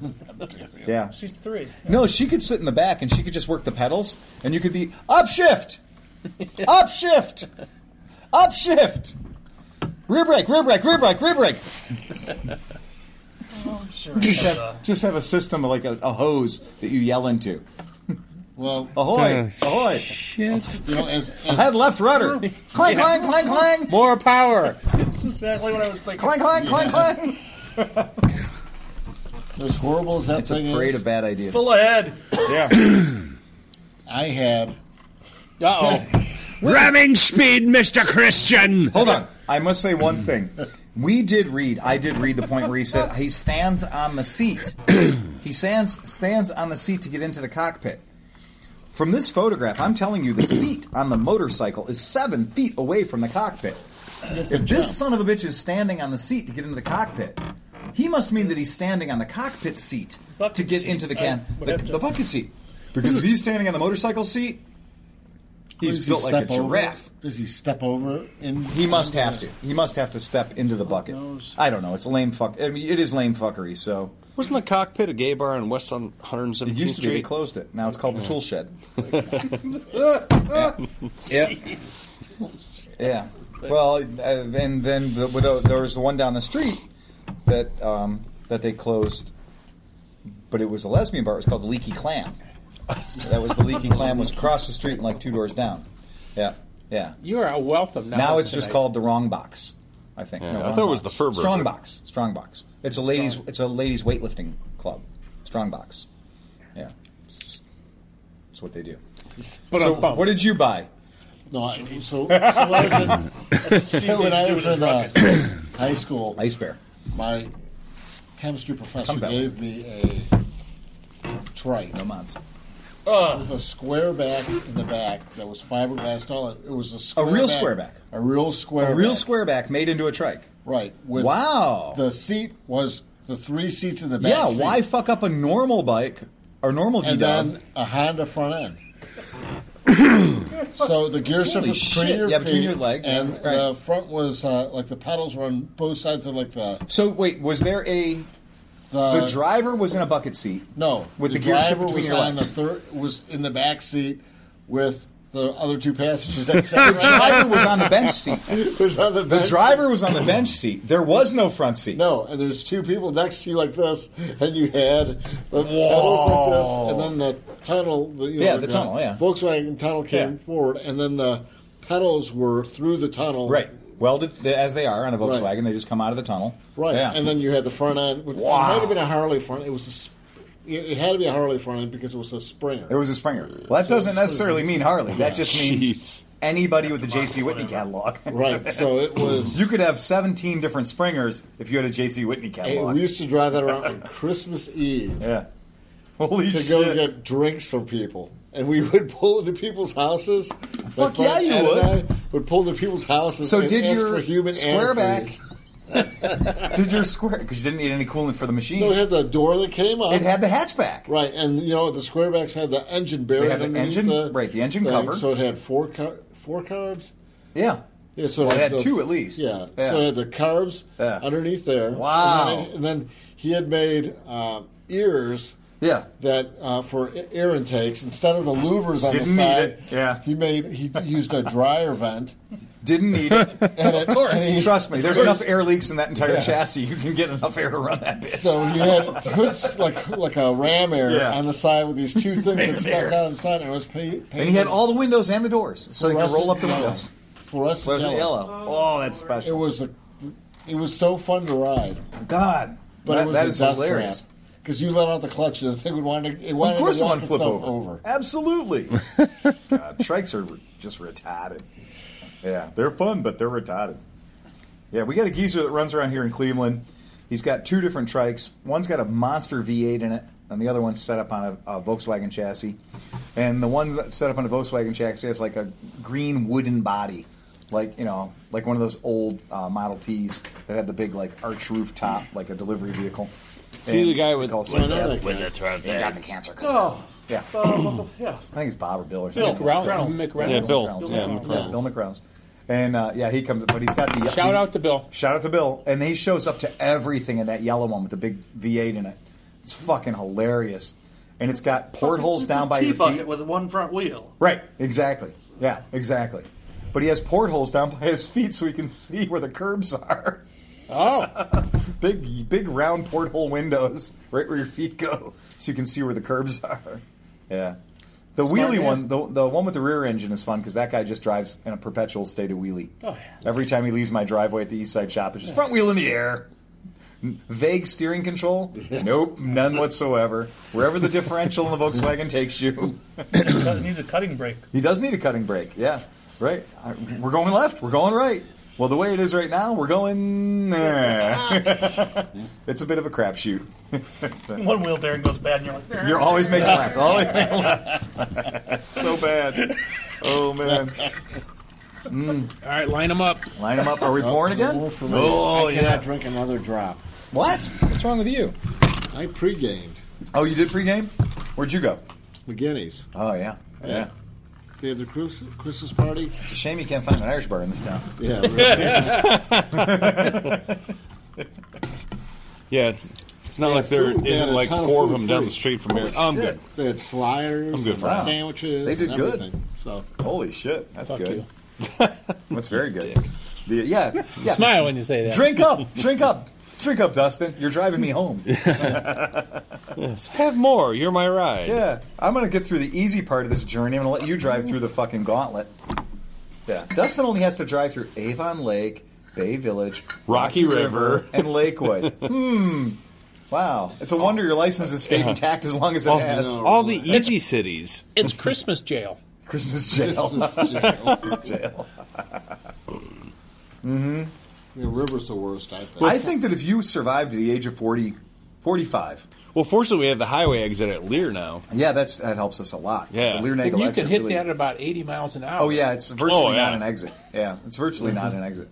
Speaker 2: Yeah.
Speaker 8: She's three.
Speaker 2: No, she could sit in the back and she could just work the pedals, and you could be upshift, upshift, upshift, rear brake, rear brake, rear brake, rear brake.
Speaker 8: Sure.
Speaker 2: Just
Speaker 8: Uh,
Speaker 2: have, just have a system like a, a hose that you yell into.
Speaker 9: Well,
Speaker 2: Ahoy! ahoy!
Speaker 9: you know, as, as
Speaker 2: Head left rudder. Clang, clang, clang, clang.
Speaker 3: More power.
Speaker 8: That's exactly what I was thinking.
Speaker 2: Clang, clang, clang, clang.
Speaker 9: as horrible as that
Speaker 2: It's
Speaker 9: thing
Speaker 2: a parade
Speaker 9: is,
Speaker 2: of bad ideas.
Speaker 8: Full ahead.
Speaker 9: I had
Speaker 3: Uh oh.
Speaker 1: Ramming speed, Mister Christian.
Speaker 2: Hold on. I must say one thing. We did read. I did read the point where he said he stands on the seat. he stands stands on the seat to get into the cockpit. From this photograph, I'm telling you, the seat on the motorcycle is seven feet away from the cockpit. If this son of a bitch is standing on the seat to get into the cockpit, he must mean that he's standing on the cockpit seat to
Speaker 6: Bucket
Speaker 2: get
Speaker 6: seat.
Speaker 2: into the
Speaker 6: I
Speaker 2: can
Speaker 6: would
Speaker 2: the,
Speaker 6: have to-
Speaker 2: the bucket seat. Because if he's standing on the motorcycle seat, he's
Speaker 9: does he
Speaker 2: built like a
Speaker 9: step over it?
Speaker 2: giraffe.
Speaker 9: Does he step over? In
Speaker 2: He must have to. He must have to step into the bucket. I don't know. It's lame fuck. I mean, it is lame fuckery. So
Speaker 1: Wasn't the cockpit a gay bar on West on
Speaker 2: it
Speaker 1: 117th
Speaker 2: used to be. They
Speaker 1: Street?
Speaker 2: closed it. Now it's called the tool shed. yeah. yeah. Yeah. Well, uh, and then the, with the- there was the one down the street that um, that they closed, but it was a lesbian bar. It was called the Leaky Clam. That was the Leaky Clam. Was across the street and like two doors down. Yeah. Yeah.
Speaker 3: You are a wealth of knowledge.
Speaker 2: Now it's just
Speaker 3: tonight.
Speaker 2: called the wrong box. I think.
Speaker 1: Yeah,
Speaker 2: No,
Speaker 1: I
Speaker 2: Wrong
Speaker 1: thought it was
Speaker 2: Box.
Speaker 1: the Ferber.
Speaker 2: Strong box. Strong box. It's a ladies. It's a ladies weightlifting club. Strong box. Yeah, it's, just- it's what they do.
Speaker 3: But
Speaker 2: So,
Speaker 3: I'm bummed.
Speaker 2: what did you buy?
Speaker 9: No, I, so, so I was in,
Speaker 6: See what
Speaker 9: when I
Speaker 6: he's doing
Speaker 9: was
Speaker 6: is
Speaker 9: in uh,
Speaker 6: ruckus.
Speaker 9: high school,
Speaker 2: Ice bear.
Speaker 9: my chemistry professor
Speaker 2: Comes that
Speaker 9: gave me a trike
Speaker 2: No mods.
Speaker 9: with a square back in the back that was fiberglass. and All it It was a square
Speaker 2: real square back.
Speaker 9: a real square,
Speaker 2: A real
Speaker 9: back.
Speaker 2: square back made into a trike.
Speaker 9: right? With
Speaker 2: Wow.
Speaker 9: The seat was the three seats in the back.
Speaker 2: Oh. yeah.
Speaker 9: seat.
Speaker 2: Why fuck up a normal bike Our normal V
Speaker 9: and
Speaker 2: Dub.
Speaker 9: then a Honda front end. so the gear shift
Speaker 2: Holy
Speaker 9: was between
Speaker 2: shit.
Speaker 9: your
Speaker 2: Yeah,
Speaker 9: feet,
Speaker 2: between your leg,
Speaker 9: and
Speaker 2: right.
Speaker 9: the front was uh, like the pedals were on both sides of like the
Speaker 2: So wait, was there a
Speaker 9: the,
Speaker 2: the driver was in a bucket seat?
Speaker 9: no
Speaker 2: with the, gear shift
Speaker 9: driver
Speaker 2: between
Speaker 9: was
Speaker 2: your
Speaker 9: on
Speaker 2: legs.
Speaker 9: the third was in the back seat with the other two passengers that sat
Speaker 2: The
Speaker 9: right
Speaker 2: driver was on the bench seat.
Speaker 9: was on the,
Speaker 2: The
Speaker 9: bench.
Speaker 2: driver was on the bench seat. There was no front seat.
Speaker 9: No, and there's two people next to you like this, and you had the
Speaker 2: Whoa.
Speaker 9: pedals like this, and then the tunnel. The, you know,
Speaker 2: Yeah, the
Speaker 9: uh,
Speaker 2: tunnel, yeah.
Speaker 9: Volkswagen tunnel came
Speaker 2: Yeah.
Speaker 9: forward, and then the pedals were through the tunnel.
Speaker 2: Right. Welded th- as they are on a Volkswagen,
Speaker 9: Right.
Speaker 2: they just come out of the tunnel.
Speaker 9: Right.
Speaker 2: Yeah.
Speaker 9: And then you had the front end. Which
Speaker 2: Wow.
Speaker 9: It might have been a Harley front. It was. A, sp- it it had to be a Harley front end because it was a Springer.
Speaker 2: it was a Springer. Well, that doesn't necessarily mean Harley. That just means anybody with a J.C. Whitney catalog.
Speaker 9: right. So it was.
Speaker 2: You could have 17 different Springers if you had a J.C. Whitney
Speaker 9: Hey,
Speaker 2: catalog.
Speaker 9: we used to drive that around on Christmas Eve
Speaker 2: yeah. Holy
Speaker 9: to
Speaker 2: shit.
Speaker 9: go get drinks from people. And we would pull into people's houses. My
Speaker 2: Fuck yeah,
Speaker 9: friend
Speaker 2: you
Speaker 9: Ed
Speaker 2: would.
Speaker 9: and I would pull into people's houses
Speaker 2: So
Speaker 9: and
Speaker 2: did
Speaker 9: ask
Speaker 2: your
Speaker 9: for human
Speaker 2: square back-
Speaker 9: antifreeze.
Speaker 2: Did your square because you didn't need any coolant for the machine.
Speaker 9: No, it had the door that came up.
Speaker 2: it had the hatchback.
Speaker 9: Right, and you know the squarebacks had the engine buried
Speaker 2: had the
Speaker 9: underneath
Speaker 2: engine- right, the engine cover.
Speaker 9: So it had four car- four carbs.
Speaker 2: Yeah.
Speaker 9: Yeah, so
Speaker 2: Well, it had
Speaker 9: the-
Speaker 2: two at least.
Speaker 9: Yeah,
Speaker 2: Yeah.
Speaker 9: so it had the carbs
Speaker 2: Yeah.
Speaker 9: underneath there.
Speaker 2: Wow.
Speaker 9: and then, and then he had made uh, ears
Speaker 2: Yeah.
Speaker 9: that uh, for i- air intakes instead of the louvers on
Speaker 2: Didn't
Speaker 9: the
Speaker 2: need
Speaker 9: side.
Speaker 2: it, yeah.
Speaker 9: he made he used a dryer vent.
Speaker 2: Didn't need it.
Speaker 9: And of course,
Speaker 2: Trust me, there's enough air leaks in that entire chassis. You can get enough air to run that bitch.
Speaker 9: So you had hoods like like a ram air
Speaker 2: Yeah.
Speaker 9: on the side with these two things that stuck
Speaker 2: air.
Speaker 9: out inside, and it was painted.
Speaker 2: and he had all the windows and the doors, so they could roll up the
Speaker 9: Fluorescent
Speaker 2: windows.
Speaker 9: fluorescent
Speaker 2: Fluorescent
Speaker 9: yellow.
Speaker 2: yellow. Oh, that's
Speaker 9: It
Speaker 2: special.
Speaker 9: was a, it was so fun to ride,
Speaker 2: God,
Speaker 9: but
Speaker 2: that,
Speaker 9: it was
Speaker 2: that
Speaker 9: a
Speaker 2: is
Speaker 9: death
Speaker 2: hilarious.
Speaker 9: because you let out the clutch and the thing would want to. It wanted
Speaker 2: Of course,
Speaker 9: to
Speaker 2: it
Speaker 9: walk
Speaker 2: won flip
Speaker 9: itself
Speaker 2: over. Absolutely. God, trikes are just retarded. Yeah, they're fun, but they're retarded. Yeah, we got a geezer that runs around here in Cleveland. He's got two different trikes. One's got a monster V8 in it, and the other one's set up on a, a Volkswagen chassis. And the one that's set up on a Volkswagen chassis has like a green wooden body, like you know, like one of those old uh, Model Ts that had the big like arch roof top, like a delivery vehicle.
Speaker 3: See the guy with-
Speaker 2: Call it-
Speaker 9: I know that guy.
Speaker 2: He's got the cancer. 'cause-
Speaker 6: Oh,
Speaker 2: Yeah.
Speaker 6: uh, yeah.
Speaker 2: I think it's Bob or Bill or
Speaker 6: Bill
Speaker 2: something.
Speaker 3: McReynolds.
Speaker 6: Reynolds.
Speaker 3: McReynolds.
Speaker 1: Yeah, Bill.
Speaker 2: McReynolds.
Speaker 1: Yeah,
Speaker 2: Yeah, Bill McReynolds. And uh, yeah, he comes, but he's got the
Speaker 3: Shout
Speaker 2: the-
Speaker 3: out to Bill.
Speaker 2: Shout out to Bill, and he shows up to everything in that yellow one with the big V8 in it. It's fucking hilarious, and it's got portholes
Speaker 6: It's a
Speaker 2: down by your
Speaker 6: T-bucket
Speaker 2: feet.
Speaker 6: with one front wheel.
Speaker 2: Right, exactly. Yeah, exactly. But he has portholes down by his feet so he can see where the curbs are.
Speaker 3: Oh,
Speaker 2: Big, big round porthole windows right where your feet go, so you can see where the curbs are. Yeah, the wheelie one,
Speaker 6: man.
Speaker 2: the, the one with the rear engine is fun because that guy just drives in a perpetual state of wheelie.
Speaker 6: Oh, yeah.
Speaker 2: Every time he leaves my driveway at the East Side Shop, it's just front wheel in the air. Vague steering control? Nope, none whatsoever. Wherever the differential in the Volkswagen takes you,
Speaker 6: It needs a cutting brake.
Speaker 2: he does need a cutting brake. Yeah, right. I- We're going left. We're going right. Well, the way it is right now, we're going there. it's a bit of a crapshoot. It's a-
Speaker 6: One wheel bearing goes bad, and you're like, "Nah."
Speaker 2: You're always making left. Always making left. so bad. Oh man,
Speaker 3: all right, line them up.
Speaker 2: line them up. Are we pouring
Speaker 9: More
Speaker 2: again?
Speaker 9: for me.
Speaker 2: Oh,
Speaker 9: I cannot
Speaker 2: yeah.
Speaker 9: drink another drop.
Speaker 2: What? What's wrong with you?
Speaker 9: I pre-gamed
Speaker 2: Oh, you did pregame? Where'd you go?
Speaker 9: McGinnis.
Speaker 2: Oh yeah, yeah.
Speaker 9: They had the Chris- Christmas party.
Speaker 2: It's a shame you can't find an Irish bar in this town.
Speaker 9: Yeah, really.
Speaker 1: Yeah, it's not like there
Speaker 9: food. They had
Speaker 1: isn't
Speaker 9: a
Speaker 1: like
Speaker 9: ton of
Speaker 1: four of
Speaker 9: food
Speaker 1: them down
Speaker 9: free.
Speaker 1: the street from here. I'm good.
Speaker 9: they had sliders,
Speaker 1: I'm good for
Speaker 9: and
Speaker 2: that.
Speaker 9: sandwiches.
Speaker 2: They did
Speaker 9: and
Speaker 2: good.
Speaker 9: everything. So
Speaker 2: Holy shit, that's
Speaker 3: Fuck
Speaker 2: good.
Speaker 3: you.
Speaker 2: That's very good. The- yeah, yeah.
Speaker 3: Smile when you say that.
Speaker 2: Drink up, drink up, drink up, Dustin. You're driving me home.
Speaker 1: Yes. Have more. You're my ride.
Speaker 2: Yeah, I'm gonna get through the easy part of this journey. I'm gonna let you drive through the fucking gauntlet. Yeah, Dustin only has to drive through Avon Lake, Bay Village,
Speaker 1: Rocky River.
Speaker 2: and Lakewood. hmm. Wow, it's a wonder your license is stayed intact as long as it has.
Speaker 1: All the easy cities.
Speaker 3: It's Christmas jail.
Speaker 2: Christmas jail.
Speaker 9: Christmas jail.
Speaker 2: jail.
Speaker 9: The river's the worst, I think.
Speaker 2: I think that if you survive to the age of 40, 45,
Speaker 1: Well, fortunately, we have the highway exit at Lear now.
Speaker 2: yeah, that's that helps us a lot.
Speaker 1: Yeah.
Speaker 2: the Learnagel
Speaker 3: And you
Speaker 2: exit
Speaker 3: can hit
Speaker 2: really-
Speaker 3: that at about 80 miles an hour.
Speaker 2: Oh yeah, Mm-hmm. it's virtually
Speaker 1: Oh, yeah.
Speaker 2: not an exit. Yeah, it's virtually not an exit.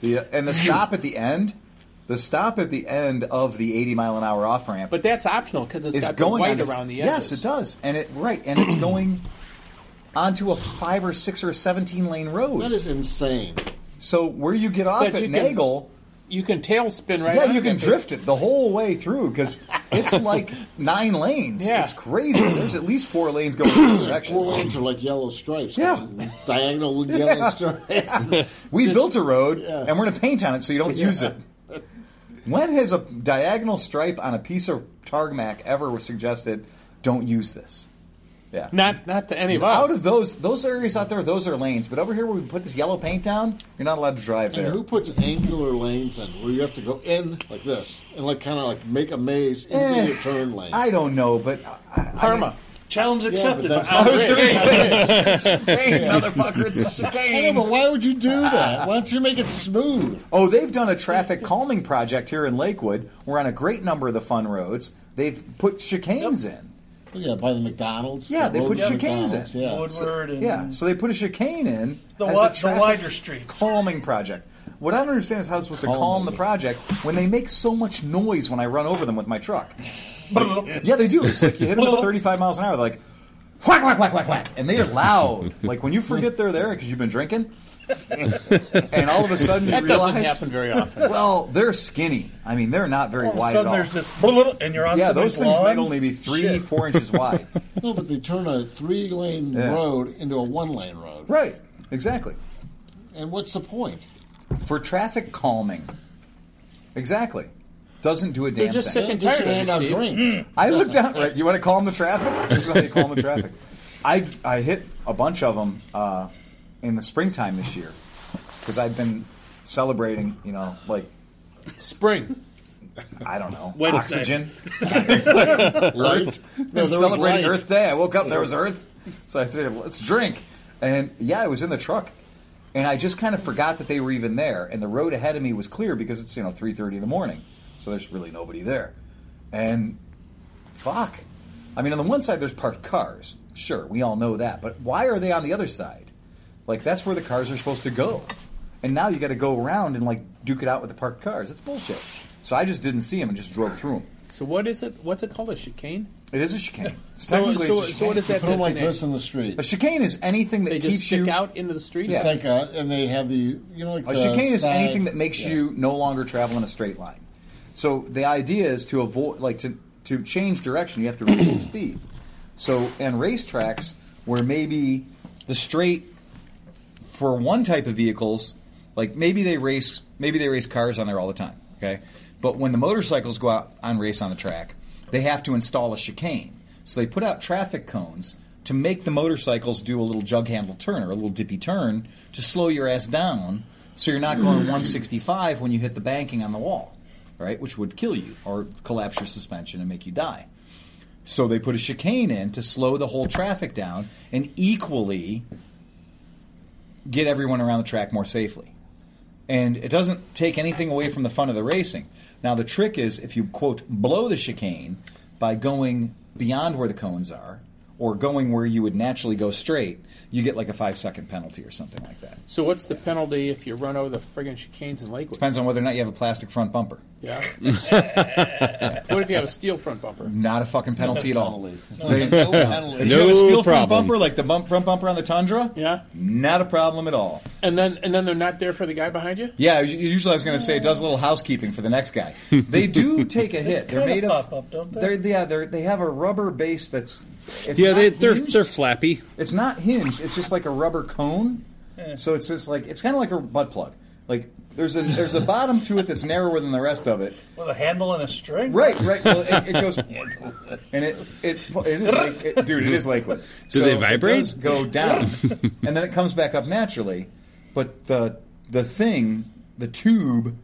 Speaker 2: The uh, and the stop at the end The stop at the end of the 80 mile an hour off ramp
Speaker 3: But that's optional because it's
Speaker 2: is
Speaker 3: got the
Speaker 2: going
Speaker 3: white
Speaker 2: on a-
Speaker 3: around the edges.
Speaker 2: yes, it does, and it right, and it's going onto a five or six or seventeen lane road.
Speaker 9: That is insane.
Speaker 2: So where you get off
Speaker 3: That
Speaker 2: at
Speaker 3: you can-
Speaker 2: Nagel,
Speaker 3: You can tailspin right.
Speaker 2: yeah,
Speaker 3: on
Speaker 2: you can
Speaker 3: that
Speaker 2: drift it the whole way through because it's like nine lanes.
Speaker 3: Yeah.
Speaker 2: It's crazy. There's at least four lanes going in this
Speaker 9: Four
Speaker 2: direction.
Speaker 9: lanes are like yellow stripes.
Speaker 2: Yeah.
Speaker 9: Diagonal yellow stripes.
Speaker 2: We built a road
Speaker 9: Yeah.
Speaker 2: and we're going to paint on it so you don't use it. When has a diagonal stripe on a piece of tarmac ever suggested don't use this? Yeah.
Speaker 3: Not not to any of us.
Speaker 2: out of those those areas out there, those are lanes. But over here where we put this yellow paint down, you're not allowed to drive
Speaker 9: And
Speaker 2: there.
Speaker 9: who puts angular lanes in where you have to go in like this and like kind of like make a maze into
Speaker 2: Eh,
Speaker 9: your turn lane?
Speaker 2: I don't know, but I,
Speaker 3: Karma.
Speaker 6: Challenge accepted.
Speaker 9: that's
Speaker 6: but
Speaker 9: not
Speaker 6: I'll
Speaker 9: great.
Speaker 6: agree.
Speaker 2: chicane, motherfucker, it's a chicane.
Speaker 9: Yeah, but why would you do that? Why don't you make it smooth?
Speaker 2: Oh, they've done a traffic calming project here in Lakewood. We're on a great number of the fun roads. They've put chicanes in.
Speaker 9: Yeah, by the McDonald's.
Speaker 2: Yeah,
Speaker 9: the
Speaker 2: they
Speaker 9: road
Speaker 2: put
Speaker 9: to
Speaker 2: chicanes in.
Speaker 9: McDonald's, Yeah.
Speaker 6: Woodward and
Speaker 2: Yeah, so they put a chicane in
Speaker 6: the,
Speaker 2: as
Speaker 6: wi-
Speaker 2: a
Speaker 6: the
Speaker 2: traffic
Speaker 6: wider streets.
Speaker 2: calming project. What I don't understand is how it's supposed to calm the project when they make so much noise when I run over them with my truck. yeah, they do. It's like you hit them at 35 miles an hour, they're like whack whack whack whack whack, and they are loud. Like when you forget they're there because you've been drinking, and all of a sudden you
Speaker 3: That
Speaker 2: realize
Speaker 3: doesn't happen very often.
Speaker 2: Well, they're skinny. I mean, they're not very
Speaker 6: All of a
Speaker 2: wide at
Speaker 6: sudden,
Speaker 2: all.
Speaker 6: there's this, and you're on
Speaker 2: yeah,
Speaker 6: somebody's
Speaker 2: those things
Speaker 6: lawn.
Speaker 2: might only be three,
Speaker 6: Shit.
Speaker 2: four inches wide.
Speaker 9: No, but they turn a three lane
Speaker 2: Yeah.
Speaker 9: road into a one lane road.
Speaker 2: right. Exactly.
Speaker 9: And what's the point?
Speaker 2: For traffic calming. Exactly. Doesn't do a damn
Speaker 3: They're just
Speaker 2: thing.
Speaker 3: sick and
Speaker 9: They
Speaker 3: tired
Speaker 9: should
Speaker 3: of it,
Speaker 9: hand out
Speaker 3: Steve.
Speaker 9: drinks.
Speaker 2: I looked out. Right, you want to calm the traffic? This is how you calm the traffic. I I hit a bunch of them uh, in the springtime this year because I've been celebrating. You know, like
Speaker 3: Spring.
Speaker 2: I don't know,
Speaker 6: Wednesday.
Speaker 2: oxygen.
Speaker 9: Light. No,
Speaker 2: Been
Speaker 9: there was
Speaker 2: celebrating
Speaker 9: light.
Speaker 2: Earth Day. I woke up, there was Earth, so I said, "Let's drink." And yeah, I was in the truck, and I just kind of forgot that they were even there. And the road ahead of me was clear because it's you know three thirty in the morning, so there's really nobody there. And fuck, I mean, on the one side there's parked cars. Sure, we all know that, but why are they on the other side? Like that's where the cars are supposed to go. And now you got to go around and like duke it out with the parked cars. It's bullshit. So I just didn't see him and just drove through him.
Speaker 3: So what is it? What's it called? A chicane?
Speaker 2: It is a chicane. Technically,
Speaker 3: so,
Speaker 2: it's a
Speaker 3: so what
Speaker 2: chicane.
Speaker 3: is that?
Speaker 9: Put them
Speaker 3: That's
Speaker 9: like
Speaker 3: in it?
Speaker 9: this in the street.
Speaker 2: A chicane is anything that
Speaker 3: They
Speaker 2: keeps
Speaker 3: just stick
Speaker 2: you.
Speaker 3: out into the street.
Speaker 2: Yeah. Oh,
Speaker 9: It's like a, and they have the you know like
Speaker 2: A
Speaker 9: the
Speaker 2: chicane is
Speaker 9: side-
Speaker 2: anything that makes
Speaker 9: yeah.
Speaker 2: you no longer travel in a straight line. So the idea is to avoid, like to to change direction, you have to reduce the speed. So and racetracks where maybe the straight for one type of vehicles, like maybe they race, maybe they race cars on there all the time. Okay, but when the motorcycles go out on race on the track, they have to install a chicane. So they put out traffic cones to make the motorcycles do a little jug handle turn or a little dippy turn to slow your ass down, so you're not going 165 when you hit the banking on the wall, right? Which would kill you or collapse your suspension and make you die. So they put a chicane in to slow the whole traffic down and equally get everyone around the track more safely. And it doesn't take anything away from the fun of the racing. Now, the trick is if you, quote, blow the chicane by going beyond where the cones are or going where you would naturally go straight, you get like a five second penalty or something like that.
Speaker 3: So what's the penalty if you run over the friggin' chicanes in Lakewood?
Speaker 2: Depends on whether or not you have a plastic front bumper.
Speaker 3: Yeah. what if you have a steel front bumper?
Speaker 2: Not a fucking penalty at all.
Speaker 9: No penalty.
Speaker 2: If you have a steel front
Speaker 1: problem.
Speaker 2: bumper, like the bump, front bumper on the Tundra,
Speaker 3: Yeah.
Speaker 2: not a problem at all.
Speaker 3: And then and then they're not there for the guy behind you.
Speaker 2: Yeah, u- usually I was going to say it does a little housekeeping for the next guy. They do take a hit. They're
Speaker 6: kinda
Speaker 2: made of.
Speaker 6: pop up, don't they?
Speaker 2: They're, yeah, they're, they have a rubber base that's. It's
Speaker 1: Yeah,
Speaker 2: not
Speaker 1: they, they're
Speaker 2: hinged.
Speaker 1: they're flappy.
Speaker 2: It's not hinged. It's just like a rubber cone. So it's just like it's kind of like a butt plug. Like there's a there's a bottom to it that's narrower than the rest of it.
Speaker 6: With a handle and a string?
Speaker 2: Right, right. Well, it, it goes, and it it, it is like, it- dude, it is Lakewood.
Speaker 1: Do they vibrate?
Speaker 2: It does go down, and then it comes back up naturally. But the the thing, the tube,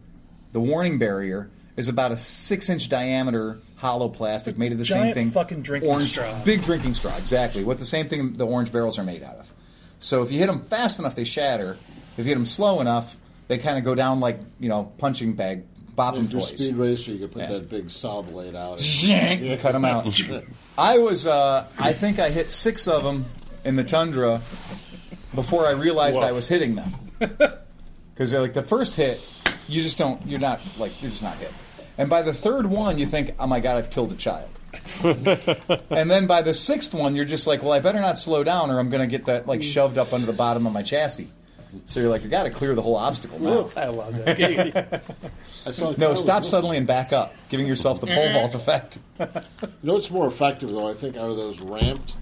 Speaker 2: the warning barrier is about a six inch diameter hollow plastic made of the same
Speaker 6: Giant
Speaker 2: thing.
Speaker 6: fucking drinking
Speaker 2: orange,
Speaker 6: straw.
Speaker 2: Big drinking straw, exactly. What the same thing the orange barrels are made out of. So if you hit them fast enough, they shatter. If you hit them slow enough, they kind of go down like you know punching bag bopping
Speaker 9: If you're a
Speaker 2: toys.
Speaker 9: speed racer, you could put
Speaker 2: Yeah.
Speaker 9: that big saw blade out.
Speaker 2: Zhank, cut them out. I was, uh, I think I hit six of them in the tundra before I realized I was hitting them. Because like the first hit, You just don't. You're not like you're just not hit. And by the third one, you think, "Oh my god, I've killed a child." and then by the sixth one, you're just like, "Well, I better not slow down, or I'm going to get that like shoved up under the bottom of my chassis." So you're like, "I got to clear the whole obstacle." Now.
Speaker 11: I love that.
Speaker 9: I saw a car
Speaker 2: No,
Speaker 9: was
Speaker 2: stop
Speaker 9: looking-
Speaker 2: suddenly and back up, giving yourself the pole vault effect.
Speaker 9: You know what's more effective though? I think are those ramped,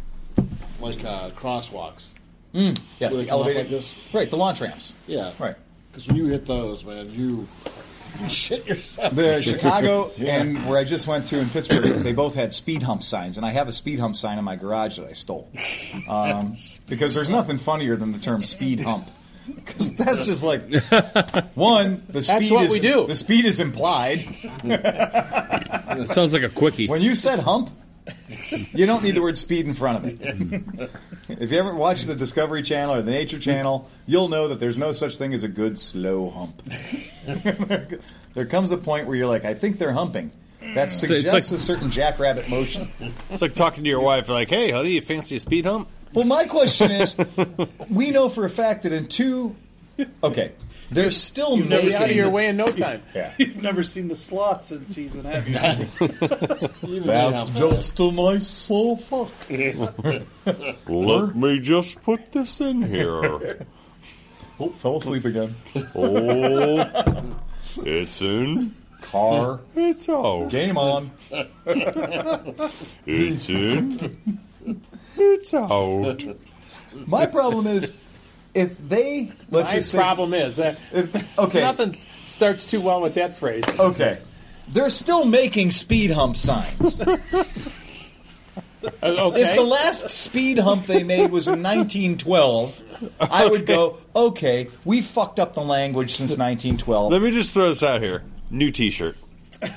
Speaker 9: like uh, crosswalks.
Speaker 2: Yes,
Speaker 9: Where
Speaker 2: the
Speaker 9: they come up like
Speaker 2: elevated.
Speaker 9: this?
Speaker 2: Right, the launch ramps.
Speaker 9: Yeah,
Speaker 2: Right.
Speaker 9: Because when you hit those, man, you you shit yourself.
Speaker 2: The Chicago and where I just went to in Pittsburgh, they both had speed hump signs, and I have a speed hump sign in my garage that I stole. Um, because there's nothing funnier than the term speed hump. Because that's just like one, the speed
Speaker 3: what
Speaker 2: is
Speaker 3: we do.
Speaker 2: the speed is implied.
Speaker 1: That sounds like a quickie.
Speaker 2: When you said hump, you don't need the word speed in front of it. if you ever watch the Discovery Channel or the Nature Channel, you'll know that there's no such thing as a good slow hump. there comes a point where you're like, I think they're humping. That
Speaker 1: Mm. it's
Speaker 2: suggests
Speaker 1: like-
Speaker 2: a certain jackrabbit motion.
Speaker 1: It's like talking to your wife, like, "Hey, honey, you fancy a speed hump?"
Speaker 2: Well, my question is, we know for a fact that in two, okay, they're still
Speaker 6: never
Speaker 3: Be out of
Speaker 2: making
Speaker 3: your way in no time.
Speaker 2: Yeah.
Speaker 6: You've never seen the sloth in season, have you?
Speaker 9: Even
Speaker 2: That's
Speaker 9: they have-
Speaker 2: just a nice slow fuck.
Speaker 1: Let me just put this in here.
Speaker 2: Oh, fell asleep again.
Speaker 1: Oh, it's in.
Speaker 2: Car.
Speaker 1: It's out.
Speaker 2: Game on.
Speaker 1: It's in. It's out.
Speaker 2: My problem is if they let's
Speaker 3: My
Speaker 2: just say
Speaker 3: problem is that
Speaker 2: if okay
Speaker 3: nothing s- starts too well with that phrase.
Speaker 2: okay they're still making speed hump signs.
Speaker 3: Uh,
Speaker 2: If
Speaker 3: Okay.
Speaker 2: the last speed hump they made was in 1912, I would go, okay, we fucked up the language since 1912.
Speaker 1: Let me just throw this out here. New T-shirt.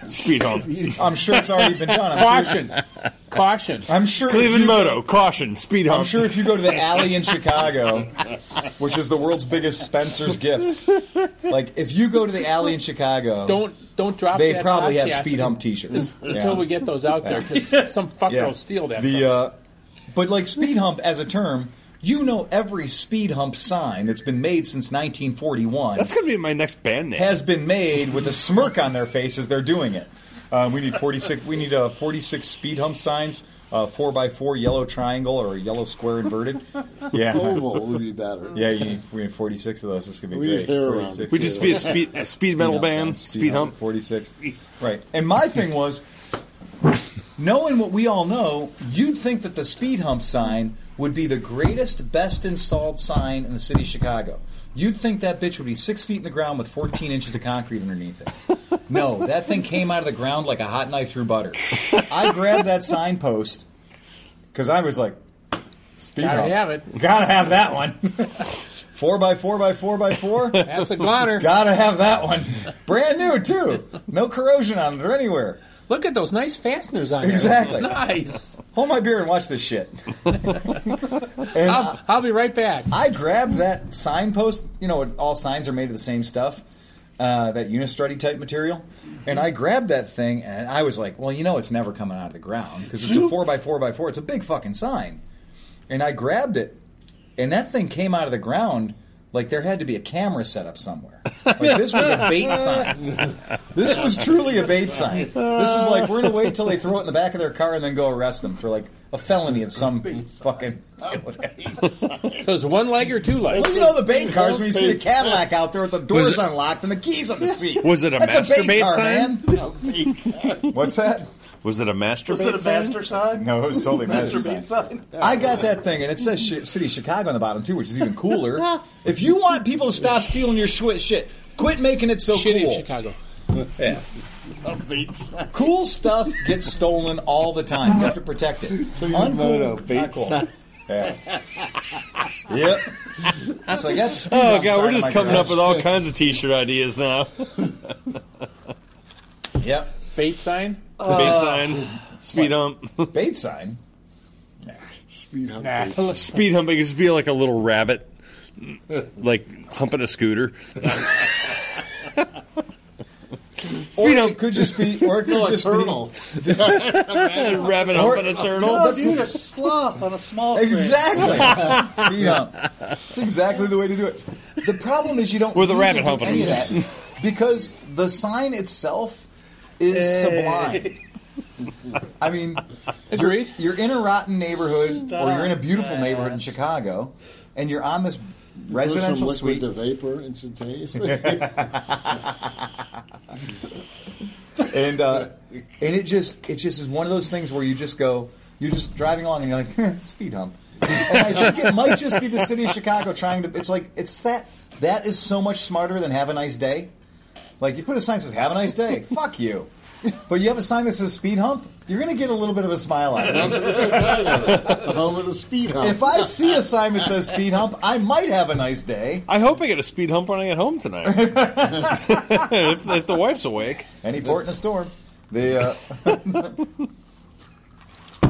Speaker 1: Speed hump.
Speaker 2: I'm sure it's already been done. I'm sure,
Speaker 3: Caution. Caution.
Speaker 2: I'm sure if
Speaker 1: Cleveland
Speaker 2: you-
Speaker 1: Moto. Caution. Speed hump.
Speaker 2: I'm sure if you go to the alley in Chicago, which is the world's biggest Spencer's Gifts, like if you go to the alley in Chicago,
Speaker 3: Don't don't drop.
Speaker 2: they
Speaker 3: that
Speaker 2: probably have
Speaker 3: podcast
Speaker 2: speed hump T-shirts
Speaker 3: until we get those out there because some fucker will steal that.
Speaker 2: The
Speaker 3: from us.
Speaker 2: uh, but like speed hump as a term, you know every speed hump sign that's been made since 1941
Speaker 1: That's gonna be my next band name.
Speaker 2: has been made with a smirk on their face as they're doing it. Uh, we need 46. We need uh, 46 speed hump signs, uh, four by four yellow triangle or a yellow square inverted. Yeah,
Speaker 9: oval would be better.
Speaker 2: yeah. You need, we need 46 of those. This could be
Speaker 9: We
Speaker 2: great.
Speaker 9: need hair around.
Speaker 2: 46
Speaker 1: We just be a speed, a speed metal
Speaker 2: hump
Speaker 1: band.
Speaker 2: signs,
Speaker 1: Speed hump.
Speaker 2: 46. Right. And my thing was, knowing what we all know, you'd think that the speed hump sign would be the greatest, best installed sign in the city of Chicago. You'd think that bitch would be six feet in the ground with 14 inches of concrete underneath it. No, that thing came out of the ground like a hot knife through butter. I grabbed that signpost because I was like, speed
Speaker 3: Gotta
Speaker 2: hump.
Speaker 3: have it.
Speaker 2: Gotta have that one. four by four by four by four.
Speaker 3: That's a goner.
Speaker 2: Gotta have that one. Brand new too. No corrosion on it or anywhere.
Speaker 3: Look at those nice fasteners on there.
Speaker 2: Exactly.
Speaker 3: Nice.
Speaker 2: Hold my beer and watch this shit. and I,
Speaker 3: I'll, I'll be right back.
Speaker 2: I grabbed that signpost. You know, all signs are made of the same stuff. Uh, that Unistrutty type material, and I grabbed that thing, and I was like, "Well, you know, it's never coming out of the ground because it's a four by four by four. It's a big fucking sign." And I grabbed it, and that thing came out of the ground like there had to be a camera set up somewhere. Like this was a bait sign. This was truly a bait sign. This was like we're gonna wait till they throw it in the back of their car and then go arrest them for like a felony of some fucking.
Speaker 3: So it's one leg or two legs.
Speaker 2: Well, you know the bait cars when you see the Cadillac out there with the doors unlocked and the keys on the seat.
Speaker 1: Was it a
Speaker 2: That's a
Speaker 1: masturbate
Speaker 2: bait car,
Speaker 1: sign?
Speaker 2: man. What's that?
Speaker 1: Was it a master?
Speaker 6: Was it a master sign?
Speaker 2: No, it was totally
Speaker 6: Master beat sign?
Speaker 2: I got that thing, and it says Chi- City of Chicago on the bottom too, which is even cooler. if you want people to stop stealing your shit, shit, quit making it so
Speaker 3: Shitty
Speaker 2: cool.
Speaker 3: in Chicago.
Speaker 2: Yeah.
Speaker 1: Oh,
Speaker 2: Cool stuff gets stolen all the time. You have to protect it. Uncool,
Speaker 9: Moto, bait
Speaker 2: not cool.
Speaker 9: sign.
Speaker 2: Yeah. yep. So I got the speed
Speaker 1: Oh
Speaker 2: bump
Speaker 1: god,
Speaker 2: sign
Speaker 1: we're
Speaker 2: in
Speaker 1: just
Speaker 2: my
Speaker 1: coming
Speaker 2: garage.
Speaker 1: up with all kinds of T-shirt ideas now.
Speaker 2: Yep.
Speaker 3: Bait sign.
Speaker 2: Uh,
Speaker 1: Bait sign, speed hump,
Speaker 2: Bait sign.
Speaker 9: Speed hump.
Speaker 1: speed humping. Just be like a little rabbit, like humping a scooter.
Speaker 2: Speed or it could just be, or it could
Speaker 9: No, a
Speaker 2: just
Speaker 9: turtle.
Speaker 1: A rabbit
Speaker 2: Or-
Speaker 1: humping a
Speaker 6: Oh,
Speaker 1: turtle.
Speaker 6: dude, a sloth on a small
Speaker 2: be
Speaker 6: print.
Speaker 2: exactly speed hump. That's exactly the way to do it. The problem is you don't
Speaker 1: With a
Speaker 2: need
Speaker 1: rabbit
Speaker 2: to do
Speaker 1: humping
Speaker 2: any of
Speaker 1: them.
Speaker 2: that because the sign itself is sublime. I mean,
Speaker 3: Agreed.
Speaker 2: You're, you're in a rotten neighborhood, or you're in a beautiful
Speaker 6: Stop.
Speaker 2: neighborhood in Chicago, and you're on this residential
Speaker 9: Goes from liquid
Speaker 2: suite.
Speaker 9: to vapor instantaneously.
Speaker 2: and uh, and it just it just is one of those things where you just go you're just driving along and you're like "Huh, speed hump and i think it might just be the city of chicago trying to it's like it's that that is so much smarter than have a nice day like you put a sign that says have a nice day fuck you but you have a sign that says speed hump you're gonna get a little bit of a smile out of it.
Speaker 9: Home of the speed hump.
Speaker 2: If I see a sign that says speed hump, I might have a nice day.
Speaker 1: I hope I get a speed hump when I get home tonight. if, if the wife's awake,
Speaker 2: Any port in a storm. The uh,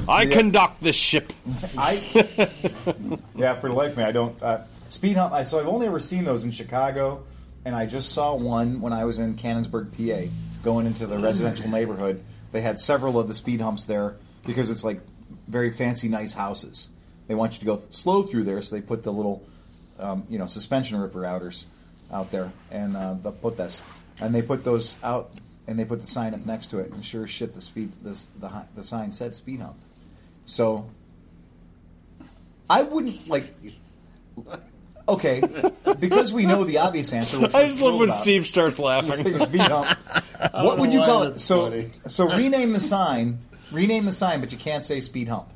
Speaker 1: I conduct this ship.
Speaker 2: I yeah, for the life of me, I don't uh, speed hump. I, so I've only ever seen those in Chicago, and I just saw one when I was in Cannonsburg, PA, going into the residential neighborhood. They had several of the speed humps there because it's like very fancy, nice houses. They want you to go slow through there, so they put the little um, you know suspension ripper outers out there and uh, the putas, and they put those out. And they put the sign up next to it, and sure as shit, the speed this the hi- the sign said speed hump. So I wouldn't like. Okay, because we know the obvious answer. Which
Speaker 1: I just
Speaker 2: we're
Speaker 1: love when
Speaker 2: thrilled
Speaker 1: Steve starts
Speaker 2: about,
Speaker 1: laughing.
Speaker 2: is beat up. What would you
Speaker 9: why
Speaker 2: call it?
Speaker 9: that's
Speaker 2: So,
Speaker 9: funny.
Speaker 2: so rename the sign. Rename the sign, but you can't say speed hump.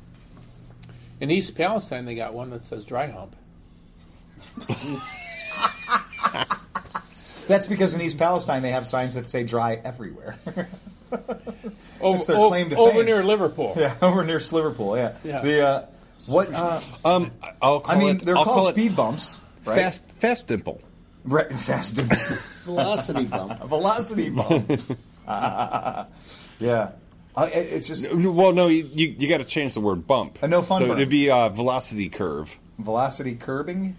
Speaker 3: In East Palestine, they got one that says dry hump.
Speaker 2: That's because in East Palestine they have signs that say dry everywhere.
Speaker 3: Over,
Speaker 2: That's their
Speaker 3: o-
Speaker 2: claim to
Speaker 3: over
Speaker 2: fame.
Speaker 3: near Liverpool.
Speaker 2: yeah, over near Liverpool. Yeah.
Speaker 3: Yeah.
Speaker 2: The uh, what? Uh,
Speaker 1: Um, I'll call
Speaker 2: I mean,
Speaker 1: it,
Speaker 2: they're
Speaker 1: I'll
Speaker 2: called
Speaker 1: call it
Speaker 2: speed bumps, right?
Speaker 1: fast, fast dimple.
Speaker 2: right, fast and-
Speaker 9: Velocity bump.
Speaker 2: a velocity bump. yeah, I, it- it's just
Speaker 1: Uh, Well, no, you you, you got to change the word bump.
Speaker 2: A no fun
Speaker 1: So
Speaker 2: burn.
Speaker 1: it'd be uh, velocity curve,
Speaker 2: velocity curbing.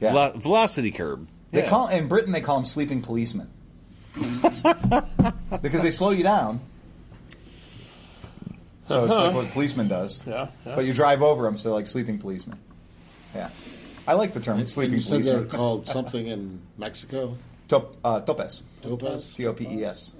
Speaker 2: Yeah.
Speaker 1: Velo- velocity curve.
Speaker 2: They
Speaker 1: Yeah.
Speaker 2: call in Britain they call them sleeping policemen because they slow you down. So it's like what a policeman does.
Speaker 3: Yeah, yeah.
Speaker 2: But you drive over them, so they're like sleeping policemen. Yeah, I like the term sleeping
Speaker 9: You said they're
Speaker 2: policeman.
Speaker 9: called something in Mexico.
Speaker 2: Top, uh, topes,
Speaker 9: Topaz.
Speaker 2: T O P E S.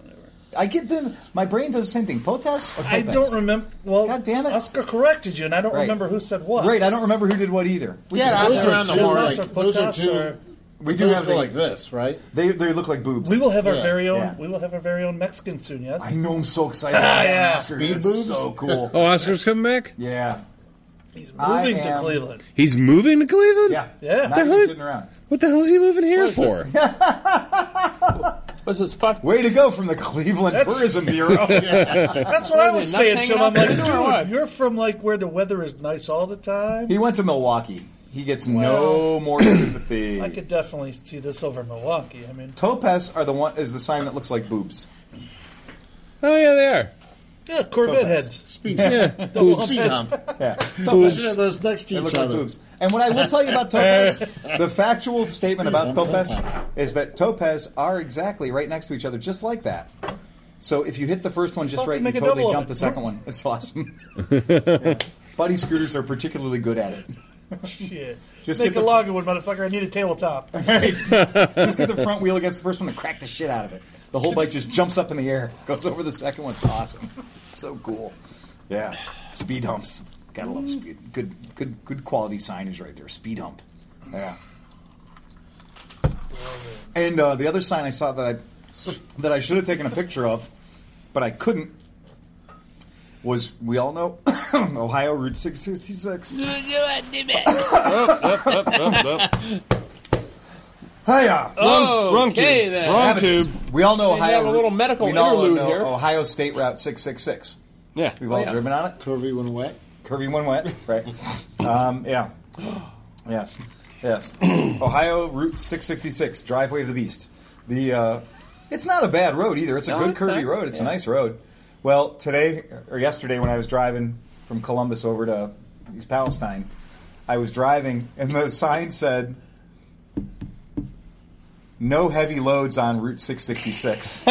Speaker 2: I get them. My brain does the same thing. Potas or topes?
Speaker 6: I don't remember. Well,
Speaker 2: God damn it.
Speaker 6: Oscar corrected you, and I don't
Speaker 2: Right.
Speaker 6: remember who said what.
Speaker 2: Great, I don't remember who did what either. We,
Speaker 9: Yeah,
Speaker 3: Those
Speaker 9: those
Speaker 3: are
Speaker 9: are
Speaker 3: on the
Speaker 9: two.
Speaker 3: horn.
Speaker 9: Like, those are
Speaker 6: Potas
Speaker 9: two.
Speaker 6: or-
Speaker 2: we do
Speaker 9: Those
Speaker 2: have
Speaker 9: go
Speaker 2: the,
Speaker 9: like this, right?
Speaker 2: they. They look like boobs.
Speaker 6: We will have our
Speaker 9: Yeah.
Speaker 6: very own.
Speaker 2: Yeah.
Speaker 6: We will have our very own Mexican soon. Yes.
Speaker 2: I know. I'm so excited.
Speaker 6: yeah.
Speaker 2: Speed boobs. So cool.
Speaker 1: Oh, Oscar's coming back.
Speaker 2: Yeah.
Speaker 6: He's
Speaker 2: I
Speaker 6: moving to
Speaker 2: am-
Speaker 6: Cleveland.
Speaker 1: He's moving to Cleveland.
Speaker 2: Yeah.
Speaker 6: Yeah.
Speaker 2: Not even
Speaker 1: hell-
Speaker 2: sitting around.
Speaker 1: What the hell is he moving here
Speaker 3: What is
Speaker 1: for?
Speaker 3: What's this fuck?
Speaker 2: Way to go from the Cleveland
Speaker 6: That's-
Speaker 2: Tourism Bureau.
Speaker 6: That's what I was
Speaker 3: Not
Speaker 6: saying
Speaker 3: hanging
Speaker 6: to him.
Speaker 3: out
Speaker 6: I'm like,
Speaker 3: with you or what?
Speaker 6: dude, you're from like where the weather is nice all the time.
Speaker 2: he went to Milwaukee. He gets no more sympathy.
Speaker 6: I could definitely see this over Milwaukee. I mean,
Speaker 2: Topes are the one is the sign that looks like boobs.
Speaker 1: Oh yeah, they are.
Speaker 6: yeah, Corvette heads.
Speaker 9: Speed hump.
Speaker 1: Yeah.
Speaker 9: Double speed hump.
Speaker 2: Yeah,
Speaker 9: Those
Speaker 2: topes.
Speaker 9: are those next
Speaker 2: They
Speaker 9: to
Speaker 2: look
Speaker 9: each
Speaker 2: like
Speaker 9: other.
Speaker 2: boobs. And what I will tell you about Topes, the factual statement about Topes is that Topes are exactly right next to each other, just like that. So if you hit the first one just
Speaker 6: Fucking
Speaker 2: right, you
Speaker 6: make a
Speaker 2: totally
Speaker 6: double
Speaker 2: jump
Speaker 6: of it.
Speaker 2: the second one. It's awesome. Yeah. Buddy scooters are particularly good at it.
Speaker 6: Shit.
Speaker 2: Just
Speaker 6: Make
Speaker 2: get
Speaker 6: a
Speaker 2: the-
Speaker 6: longer one, motherfucker. I need a tabletop.
Speaker 2: Just get the front wheel against the first one and crack the shit out of it. The whole bike just jumps up in the air, goes over the second one. It's awesome. so cool. Yeah, speed humps. Gotta love speed. Good, good, good quality signage right there. Speed hump. Yeah. And uh, the other sign I saw that I that I should have taken a picture of, but I couldn't, was we all know Ohio Route 666.
Speaker 1: Up, up, up, up.
Speaker 2: Hiya.
Speaker 3: Oh,
Speaker 1: Wrong
Speaker 3: okay
Speaker 1: tube.
Speaker 3: then.
Speaker 1: Wrong
Speaker 2: Savages.
Speaker 1: tube.
Speaker 2: We all know
Speaker 3: We
Speaker 2: Ohio.
Speaker 3: have a little medical
Speaker 2: we all
Speaker 3: interlude
Speaker 2: know
Speaker 3: here. Oh,
Speaker 2: Ohio State Route 666.
Speaker 1: Yeah.
Speaker 2: We've all
Speaker 3: yeah.
Speaker 2: driven on it.
Speaker 9: Curvy when wet.
Speaker 2: Curvy one wet, right? um, yeah. Yes. Yes. Ohio Route 666, Driveway of the Beast. The uh, it's not a bad road either. It's a
Speaker 3: No,
Speaker 2: good
Speaker 3: it's
Speaker 2: curvy
Speaker 3: not.
Speaker 2: road. It's a nice road. Well, today or yesterday when I was driving from Columbus over to East Palestine, I was driving and the sign said no heavy loads on Route 666.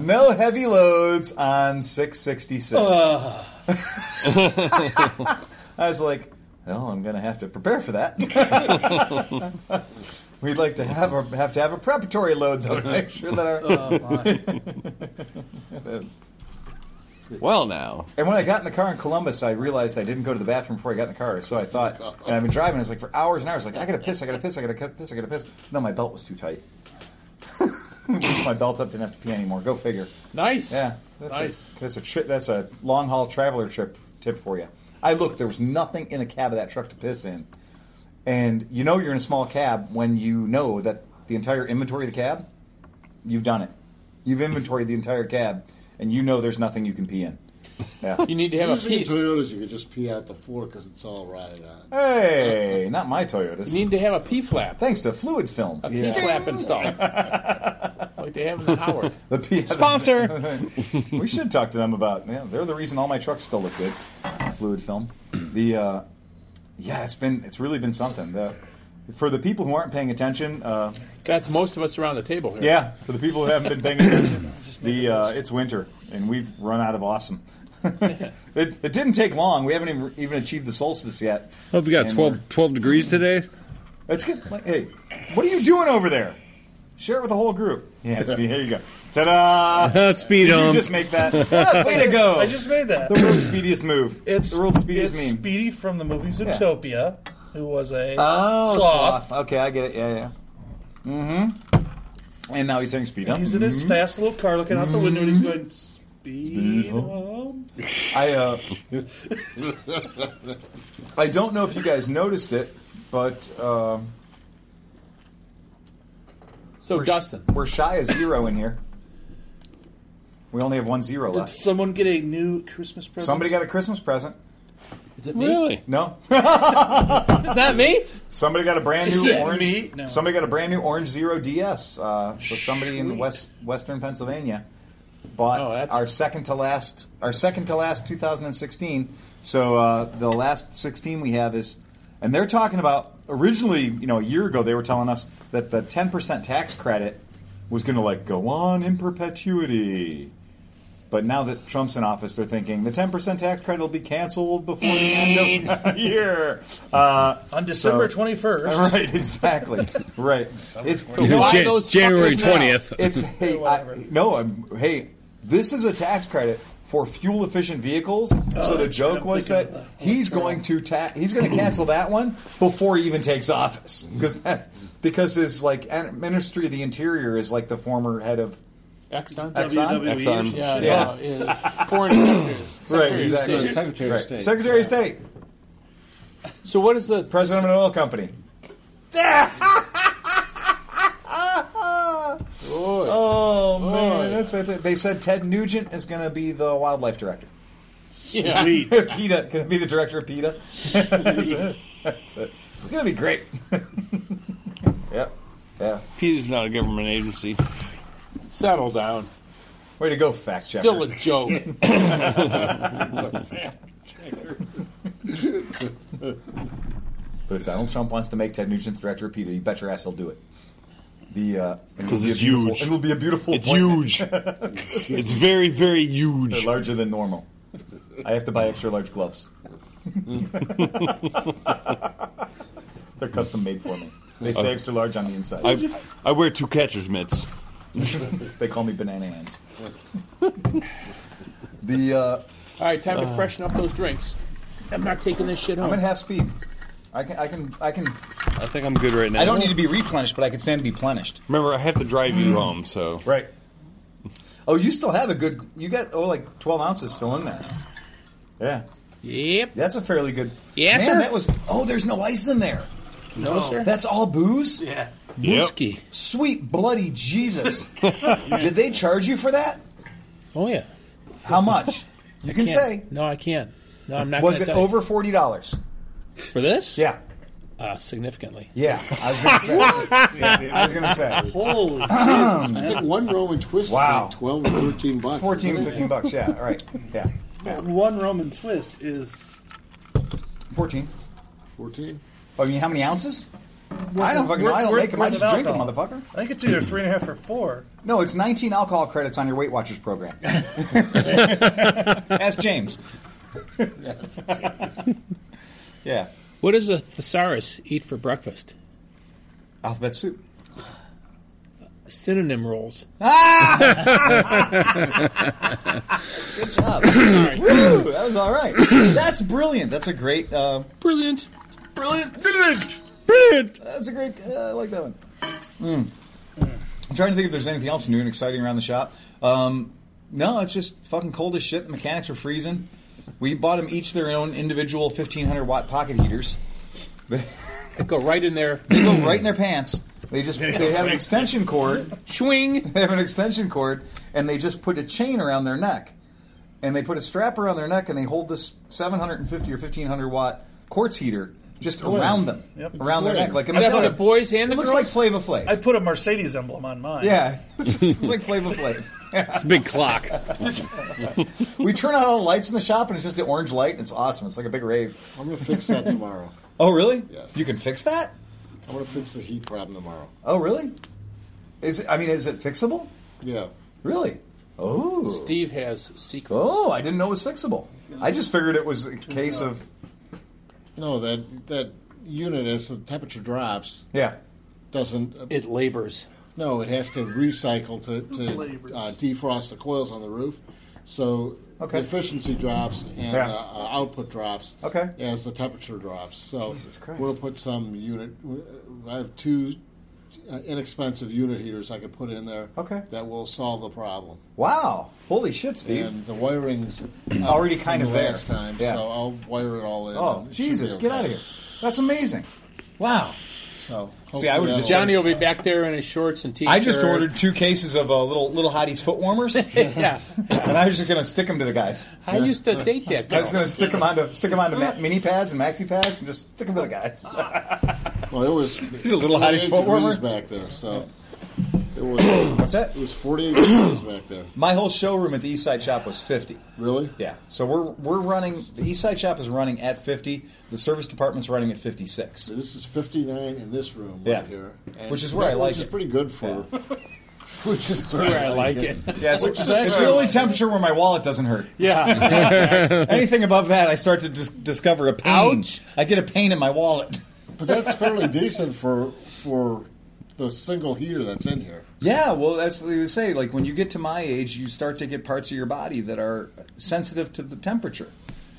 Speaker 2: no heavy loads on 666. I was like, Well, I'm going to have to prepare for that. We'd like to have our, have to have a preparatory load though to make sure that our.
Speaker 8: Oh, my.
Speaker 2: That's-
Speaker 1: Well, now
Speaker 2: And when I got in the car in Columbus, I realized I didn't go to the bathroom before I got in the car. So I thought, and I've been driving. I was like for hours and hours, like I gotta piss, I gotta piss, I gotta piss, I gotta piss. No, my belt was too tight. Loosed my belt up, didn't have to pee anymore. Go figure.
Speaker 3: Nice.
Speaker 2: Yeah, that's
Speaker 3: Nice.
Speaker 2: a that's a tri- that's a long haul traveler trip tip for you. I looked, there was nothing in the cab of that truck to piss in, and you know you're in a small cab when you know that the entire inventory of the cab, you've done it. You've inventoried the entire cab, and you know there's nothing you can pee in. Yeah.
Speaker 3: You need to have a
Speaker 9: Usually
Speaker 3: pee.
Speaker 9: in Toyotas, you could just pee out the floor because it's all rotted out.
Speaker 2: Hey, not my
Speaker 3: You
Speaker 2: Toyotas.
Speaker 3: need to have a pee flap.
Speaker 2: Thanks to Fluid Film.
Speaker 3: A pee flap installed, like they have in the Howard.
Speaker 2: The P-
Speaker 1: sponsor.
Speaker 2: we should talk to them about. Yeah, they're the reason all my trucks still look good. Fluid film. The uh, yeah, it's been it's really been something. The, for the people who aren't paying attention, uh,
Speaker 3: That's most of us around the table here.
Speaker 2: yeah, for the people who haven't been paying attention, the uh, it's winter and we've run out of awesome. it, it didn't take long. We haven't even, even achieved the solstice yet.
Speaker 1: Hope we got
Speaker 2: And
Speaker 1: 12, 12 degrees today.
Speaker 2: That's good. Like, hey, what are you doing over there? Share it with the whole group. Yeah, it's, here you go. Ta-da!
Speaker 1: Speed
Speaker 2: Did you
Speaker 1: home.
Speaker 2: just make that? Yes, way to go!
Speaker 6: I just made that.
Speaker 2: the world's speediest move.
Speaker 6: It's
Speaker 2: the world's speediest
Speaker 6: it's
Speaker 2: meme.
Speaker 6: Speedy from the movie Zootopia, who was a
Speaker 2: oh,
Speaker 6: sloth.
Speaker 2: sloth. Okay, I get it. Yeah, yeah. Mm-hmm. And now he's saying speed up.
Speaker 6: He's in his fast little car looking out the window and he's going, Speed home.
Speaker 2: I uh, I don't know if you guys noticed it, but um,
Speaker 3: So Dustin,
Speaker 2: we're shy of zero in here. We only have one zero
Speaker 6: Did
Speaker 2: left.
Speaker 6: someone get a new Christmas present?
Speaker 2: Somebody got a Christmas present.
Speaker 3: is it me?
Speaker 1: Really?
Speaker 2: No,
Speaker 3: It's not me.
Speaker 2: somebody got a brand new
Speaker 6: it
Speaker 2: orange.
Speaker 6: me? No.
Speaker 2: Somebody got a brand new orange zero DS. Uh, so somebody in west western Pennsylvania bought
Speaker 3: Oh, that's-
Speaker 2: our second to last our second to last 2016. So uh, the last 16 we have is, and they're talking about originally. You know, a year ago they were telling us that the 10% tax credit was going to like go on in perpetuity. But now that Trump's in office, they're thinking the 10% tax credit will be canceled before the end of the year. Uh,
Speaker 6: On December
Speaker 2: So-
Speaker 6: 21st.
Speaker 2: Right, exactly. right. It-
Speaker 3: So why
Speaker 1: Jan-
Speaker 3: those
Speaker 1: January
Speaker 3: fuckers now?
Speaker 1: 20th.
Speaker 2: it's hey, I, no, I'm, hey, this is a tax credit for fuel efficient vehicles.
Speaker 9: Oh,
Speaker 2: so the joke was that
Speaker 9: uh,
Speaker 2: he's going to ta- he's going to cancel that one before he even takes office
Speaker 9: Mm-hmm.
Speaker 2: because that's because his like an- Ministry of the Interior is like the former head of
Speaker 3: Exxon.
Speaker 2: Exxon.
Speaker 6: WWE or
Speaker 1: Exxon.
Speaker 6: some
Speaker 3: Yeah,
Speaker 6: shit.
Speaker 3: No, uh, foreign secretary. Secretary of
Speaker 2: exactly.
Speaker 9: The
Speaker 3: State.
Speaker 9: Secretary
Speaker 2: Right.
Speaker 9: of State.
Speaker 2: Secretary of State,
Speaker 3: So what is the
Speaker 2: president of an oil company.
Speaker 3: Boy.
Speaker 2: Oh
Speaker 3: Boy.
Speaker 2: man, that's fantastic. They said Ted Nugent is going to be the wildlife director.
Speaker 3: Yeah.
Speaker 6: Sweet.
Speaker 2: PETA. Can it be the director of PETA? That's it. That's it. It's going to be great. yep. Yeah.
Speaker 1: He's not a government agency.
Speaker 3: Settle down.
Speaker 2: Way to go, fact checker.
Speaker 3: Still a joke.
Speaker 2: but if Donald Trump wants to make Ted Nugent the director of PETA, you bet your ass he'll do it. The uh, it'll be
Speaker 1: it's
Speaker 2: a beautiful-
Speaker 1: huge.
Speaker 2: It'll be a beautiful.
Speaker 1: It's
Speaker 2: appointment.
Speaker 1: huge. it's very, very huge.
Speaker 2: They're larger than normal. I have to buy extra large gloves. They're custom made for me. They say extra large on the inside.
Speaker 1: I, I wear two catcher's mitts.
Speaker 2: They call me banana hands. the uh,
Speaker 3: All right, time to freshen up those drinks. I'm not taking this shit
Speaker 2: I'm
Speaker 3: home.
Speaker 2: at half speed. I can I can I can
Speaker 1: I think I'm good right now.
Speaker 2: I don't need to be replenished, but I can stand to be plenished.
Speaker 1: Remember, I have to drive you home, so.
Speaker 2: Right. Oh, you still have a good. You got oh like twelve ounces still in there. Yeah,
Speaker 3: Yep.
Speaker 2: that's a fairly good.
Speaker 3: Yes,
Speaker 2: man,
Speaker 3: sir.
Speaker 2: that was. Oh, there's no ice in there.
Speaker 3: No, sir.
Speaker 2: That's all booze.
Speaker 8: yeah.
Speaker 1: Yep.
Speaker 3: Whiskey.
Speaker 2: Sweet bloody Jesus! Did they charge you for that?
Speaker 3: Oh yeah.
Speaker 2: How much? You can say.
Speaker 3: No, I can't. No, I'm not.
Speaker 2: Was
Speaker 3: gonna
Speaker 2: it
Speaker 3: tell you.
Speaker 2: over forty dollars?
Speaker 3: for this?
Speaker 2: Yeah.
Speaker 3: Uh, significantly.
Speaker 2: Yeah, I was gonna say. I was gonna say
Speaker 8: Holy.
Speaker 9: I think one Roman twist
Speaker 2: Wow.
Speaker 9: is like 12 or 13 bucks.
Speaker 2: 14
Speaker 9: isn't it?
Speaker 2: 15 bucks. Yeah, all right. Yeah,
Speaker 6: One Roman twist is
Speaker 2: fourteen.
Speaker 9: 14?
Speaker 2: Oh, you mean how many ounces? I don't fucking know. I don't
Speaker 6: Worth-
Speaker 2: make them. I
Speaker 6: worth
Speaker 2: just
Speaker 6: of
Speaker 2: drink them,
Speaker 6: alcohol.
Speaker 2: motherfucker.
Speaker 6: I think it's either three and a half or four.
Speaker 2: No, it's 19 alcohol credits on your Weight Watchers program. Ask James.
Speaker 9: Yes.
Speaker 2: Yeah.
Speaker 3: What does a thesaurus eat for breakfast?
Speaker 2: Alphabet soup.
Speaker 3: Synonym rolls.
Speaker 2: Good job. Woo, that was all right. That's brilliant. That's a great. Uh,
Speaker 3: Brilliant.
Speaker 2: brilliant.
Speaker 1: Brilliant! Brilliant!
Speaker 2: That's a great. Uh, I like that one. Mm. I'm trying to think if there's anything else new and exciting around the shop. Um, no, it's just fucking cold as shit. The mechanics were freezing. We bought them each their own individual 1500 watt pocket heaters. They
Speaker 3: Go right in there.
Speaker 2: go right in their pants. They just they have an extension cord.
Speaker 3: Swing.
Speaker 2: They have an extension cord, and they just put a chain around their neck, and they put a strap around their neck, and they hold this 750 or 1500 watt quartz heater just around them,
Speaker 6: Yep. It's
Speaker 2: around their
Speaker 9: glowing.
Speaker 2: neck, like a
Speaker 3: That's for the
Speaker 2: Metallica.
Speaker 3: boys and
Speaker 2: It
Speaker 3: the
Speaker 2: looks like
Speaker 3: girls.
Speaker 2: Flava Flav.
Speaker 6: I put a Mercedes emblem on mine.
Speaker 2: yeah, it's like Flava Flav.
Speaker 1: It's a big clock.
Speaker 2: we turn out all the lights in the shop, and it's just the orange light, and it's awesome. It's like a big rave.
Speaker 9: I'm going to fix that tomorrow.
Speaker 2: Oh, really?
Speaker 9: Yes.
Speaker 2: You can fix that?
Speaker 9: I'm going to fix the heat problem tomorrow.
Speaker 2: Oh, really? Is it, I mean, is it fixable?
Speaker 9: Yeah.
Speaker 2: Really? Oh.
Speaker 3: Steve has secrets.
Speaker 2: Oh, I didn't know it was fixable. I just figured it was a case of
Speaker 9: No, that that unit as the temperature drops
Speaker 2: yeah.
Speaker 9: doesn't.
Speaker 3: It labors.
Speaker 9: No, it has to recycle to, to uh, defrost the coils on the roof. So
Speaker 2: Okay.
Speaker 9: the efficiency drops and
Speaker 2: Yeah.
Speaker 9: uh, uh, output drops
Speaker 2: Okay.
Speaker 9: as the temperature drops. So
Speaker 2: Jesus Christ.
Speaker 9: we'll put some unit. I have two uh, inexpensive unit heaters I could put in there.
Speaker 2: Okay.
Speaker 9: That will solve the problem.
Speaker 2: Wow. Holy shit, Steve.
Speaker 9: And the wiring's
Speaker 2: Already
Speaker 9: up
Speaker 2: kind
Speaker 9: from
Speaker 2: of
Speaker 9: the
Speaker 2: there.
Speaker 9: last time,
Speaker 2: Yeah.
Speaker 9: so I'll wire it all in.
Speaker 2: oh,
Speaker 9: and it should be
Speaker 2: Jesus, get
Speaker 9: okay.
Speaker 2: out of here. That's amazing. Wow.
Speaker 9: So
Speaker 2: See, I would've
Speaker 9: hopefully
Speaker 2: just-
Speaker 9: that'll-
Speaker 3: Johnny will be back there in his shorts and t-shirt.
Speaker 2: Oh. I just ordered two cases of uh, little little hotties foot warmers, and
Speaker 3: yeah,
Speaker 2: I was just gonna stick them to the guys.
Speaker 3: I used to date that
Speaker 2: I was
Speaker 3: girl.
Speaker 2: gonna stick them onto stick them onto ma- mini pads and maxi pads, and just stick them to the guys.
Speaker 9: Well, it was.
Speaker 2: a little hot as
Speaker 9: 48
Speaker 2: foot warmer.
Speaker 9: degrees back there, so it was. it
Speaker 2: What's that?
Speaker 9: was 48 degrees back there.
Speaker 2: My whole showroom at the East Side Shop was fifty.
Speaker 9: Really?
Speaker 2: Yeah. So we're we're running. The East Side Shop is running at fifty. The service department's running at fifty six.
Speaker 9: So this is 59 in this room
Speaker 2: Yeah.
Speaker 9: right here,
Speaker 2: Which is where I like
Speaker 9: Which is
Speaker 2: it.
Speaker 9: pretty good for. Which is where,
Speaker 3: I like it.
Speaker 2: Yeah, it's,
Speaker 9: Which is
Speaker 2: it's
Speaker 9: actually-
Speaker 2: the only temperature where my wallet doesn't hurt.
Speaker 3: Yeah,
Speaker 2: Anything above that, I start to dis- discover a pain.
Speaker 3: Ouch.
Speaker 2: I get a pain in my wallet.
Speaker 9: But that's fairly decent for for the single heater that's in here.
Speaker 2: Yeah, well, that's what they would say. Like when you get to my age, you start to get parts of your body that are sensitive to the temperature.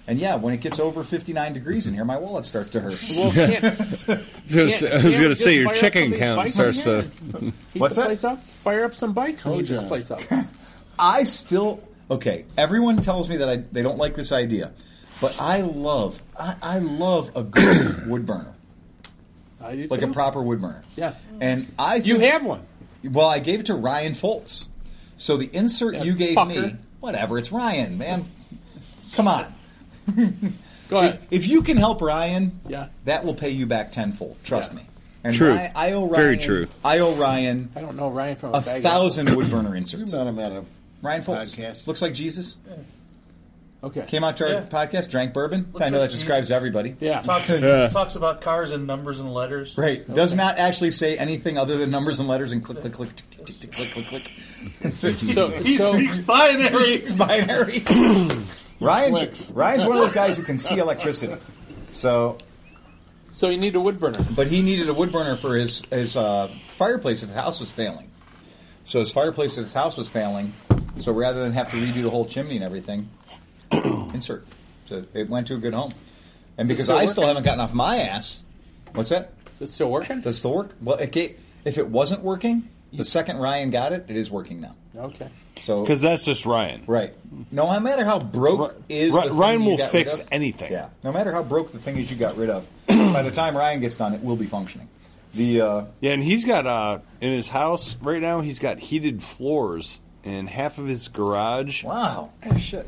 Speaker 2: And yeah, when it gets over 59 degrees in here, my wallet starts to hurt.
Speaker 3: well, can't,
Speaker 1: I was,
Speaker 3: Can't-
Speaker 1: I was
Speaker 3: can't
Speaker 1: gonna
Speaker 3: just
Speaker 1: say your
Speaker 3: fire up
Speaker 1: chicken
Speaker 3: somebody's
Speaker 1: count
Speaker 3: bike
Speaker 1: starts
Speaker 3: in
Speaker 1: to.
Speaker 3: heat
Speaker 2: What's
Speaker 3: the
Speaker 2: that?
Speaker 3: place up. Fire up some bikes and
Speaker 9: Told
Speaker 3: heat this
Speaker 9: ya.
Speaker 3: place up.
Speaker 2: I still okay. Everyone tells me that I, they don't like this idea, but I love I, I love a good wood burner,
Speaker 3: I do
Speaker 2: like a
Speaker 3: too.
Speaker 2: proper wood burner.
Speaker 3: Yeah.
Speaker 2: and I think,
Speaker 3: You have one.
Speaker 2: Well, I gave it to Ryan Foltz. So the insert
Speaker 3: Yeah,
Speaker 2: you gave me,
Speaker 3: fucker.
Speaker 2: whatever, it's Ryan, man. Come on.
Speaker 3: Go ahead.
Speaker 2: If you can help Ryan,
Speaker 3: Yeah.
Speaker 2: that will pay you back tenfold. Trust me. And
Speaker 1: True.
Speaker 2: Ry- I, owe Ryan,
Speaker 1: Very true.
Speaker 2: I owe Ryan
Speaker 3: I don't know Ryan from a,
Speaker 2: a
Speaker 3: bag of-
Speaker 2: thousand wood burner
Speaker 9: You
Speaker 2: inserts.
Speaker 9: met him at a
Speaker 2: Ryan Foltz
Speaker 9: Podcast.
Speaker 2: looks like Jesus.
Speaker 3: Okay.
Speaker 2: Came out to our
Speaker 6: Yeah.
Speaker 2: podcast, drank bourbon.
Speaker 6: Looks
Speaker 2: I know
Speaker 6: like
Speaker 2: that describes
Speaker 6: Jesus.
Speaker 2: everybody.
Speaker 3: yeah.
Speaker 6: Talks, talks about cars and numbers and letters.
Speaker 2: Right. Does not actually say anything other than numbers and letters and click, click, click, tick, tick, tick, tick, click, click, click.
Speaker 3: So,
Speaker 6: He
Speaker 3: so
Speaker 6: speaks binary.
Speaker 2: It's binary. Ryan,
Speaker 9: Flicks.
Speaker 2: Ryan's one of those guys who can see electricity. So,
Speaker 3: so you need a wood burner.
Speaker 2: but he needed a wood burner for his his uh, fireplace at the house was failing. So his fireplace at his house was failing. So rather than have to redo the whole chimney and everything, insert. So it went to a good home. And
Speaker 3: Does it
Speaker 2: because
Speaker 3: still
Speaker 2: I
Speaker 3: work?
Speaker 2: still haven't gotten off my ass, what's that?
Speaker 3: Is it still working?
Speaker 2: Does it still work? Well, it ga- if it wasn't working, the second Ryan got it, it is working now.
Speaker 3: Okay.
Speaker 2: So
Speaker 1: Because that's just Ryan.
Speaker 2: Right. No matter how broke
Speaker 1: Ri-
Speaker 2: is
Speaker 1: Ri-
Speaker 2: the thing
Speaker 1: Ryan
Speaker 2: you
Speaker 1: will
Speaker 2: got
Speaker 1: fix
Speaker 2: rid of-
Speaker 1: anything.
Speaker 2: Yeah. No matter how broke the thing is you got rid of, by the time Ryan gets done, it will be functioning. The uh,
Speaker 1: Yeah, and he's got uh in his house right now. He's got heated floors in half of his garage
Speaker 2: wow, oh, shit.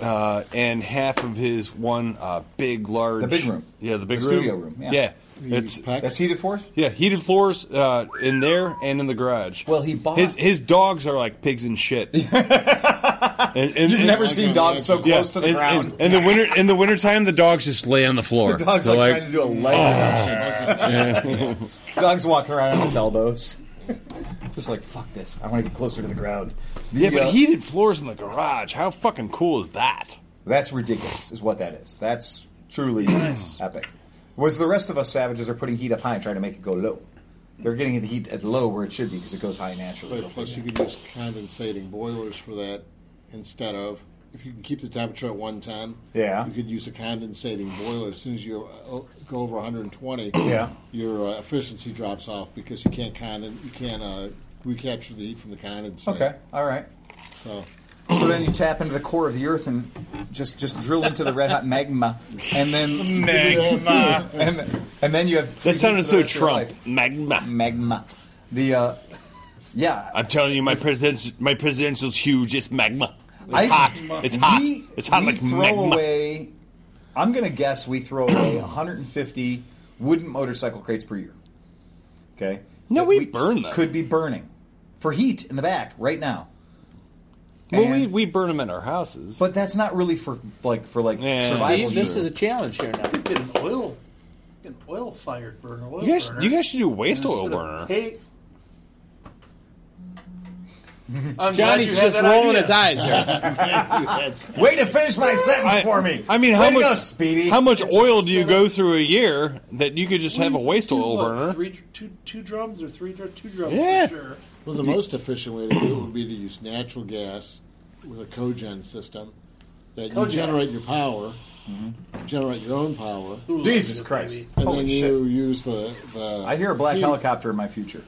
Speaker 1: uh, and half of his one uh, big large
Speaker 2: The big room.
Speaker 1: Yeah, the big
Speaker 2: The
Speaker 1: room.
Speaker 2: studio room, yeah.
Speaker 1: It's
Speaker 9: pack.
Speaker 2: That's heated force.
Speaker 1: yeah heated floors uh, in there and in the garage.
Speaker 2: Well, he bought.
Speaker 1: his his dogs are like pigs and shit. and, and,
Speaker 2: You've
Speaker 1: and-
Speaker 2: never seen dogs so
Speaker 1: yeah,
Speaker 2: close to the
Speaker 1: and-
Speaker 2: ground.
Speaker 1: and- In the winter, in the wintertime, the dogs just lay on the floor.
Speaker 2: the dog's
Speaker 1: They're
Speaker 2: like, trying to do a leg reduction. dog's walking around on its elbows, just like fuck this. I want to get closer to the ground. The,
Speaker 1: yeah, but
Speaker 2: uh,
Speaker 1: heated floors in the garage. How fucking cool is that?
Speaker 2: That's ridiculous, is what that is. That's truly epic. Was the rest of us savages are putting heat up high and trying to make it go low. They're getting the heat at low where it should be because it goes high naturally.
Speaker 9: But plus, you could use condensating boilers for that instead of if you can keep the temperature at 110.
Speaker 2: Yeah.
Speaker 9: You could use a condensating boiler. As soon as you uh, go over 120,
Speaker 2: Yeah.
Speaker 9: your uh, efficiency drops off because you can't conden- you can't uh, recapture the heat from the condensate.
Speaker 2: Okay, all right.
Speaker 9: So
Speaker 2: So then you tap into the core of the earth and just just drill into the red hot magma, and then
Speaker 9: Magma.
Speaker 2: and, and then you have
Speaker 1: That sounded so
Speaker 2: rest of your
Speaker 1: Trump.
Speaker 2: life.
Speaker 1: Magma.
Speaker 2: magma. The uh, yeah,
Speaker 1: I'm telling you, my president's my presidential's huge. It's magma. It's
Speaker 2: I-
Speaker 1: hot. It's hot.
Speaker 2: we-
Speaker 1: it's hot
Speaker 2: we
Speaker 1: like
Speaker 2: throw
Speaker 1: magma.
Speaker 2: away. I'm going to guess we throw away 150 wooden motorcycle crates per year. Okay.
Speaker 1: No,
Speaker 2: That
Speaker 1: we burn them.
Speaker 2: Could be burning for heat in the back right now.
Speaker 1: Well,
Speaker 2: And-
Speaker 1: we, we burn them in our houses.
Speaker 2: But that's not really for like for like
Speaker 1: Yeah.
Speaker 2: survival.
Speaker 3: Steve, this
Speaker 2: shit.
Speaker 3: is a challenge here now.
Speaker 8: Get an oil, get an oil fired burner. Oil
Speaker 1: you guys,
Speaker 8: burner.
Speaker 1: you guys should do a waste oil
Speaker 8: Instead of
Speaker 1: burner.
Speaker 8: hay- I'm glad you
Speaker 3: Johnny's
Speaker 8: had
Speaker 3: just
Speaker 8: that
Speaker 3: rolling
Speaker 8: idea.
Speaker 3: his eyes here.
Speaker 2: Way to finish my sentence
Speaker 1: I-
Speaker 2: for me.
Speaker 1: I mean,
Speaker 2: Way
Speaker 1: how
Speaker 2: to
Speaker 1: much
Speaker 2: go, Speedy?
Speaker 1: How much
Speaker 8: It's
Speaker 1: oil do you
Speaker 8: still-
Speaker 1: go through a year that you could just have a waste
Speaker 8: Two,
Speaker 1: oil
Speaker 8: what,
Speaker 1: burner?
Speaker 8: Three, two, two drums or three dru- two drums
Speaker 1: Yeah.
Speaker 8: for sure.
Speaker 9: Well, the most efficient way to do it would be to use natural gas with a cogen system that you
Speaker 8: Cogen.
Speaker 9: generate your power, generate your own power,
Speaker 8: Who loves
Speaker 2: Jesus
Speaker 8: it,
Speaker 2: Christ!
Speaker 8: baby?
Speaker 9: and
Speaker 2: Mm-hmm. Holy
Speaker 9: then
Speaker 2: shit!
Speaker 9: you use the, the.
Speaker 2: I hear a black
Speaker 9: heat.
Speaker 2: helicopter in my future.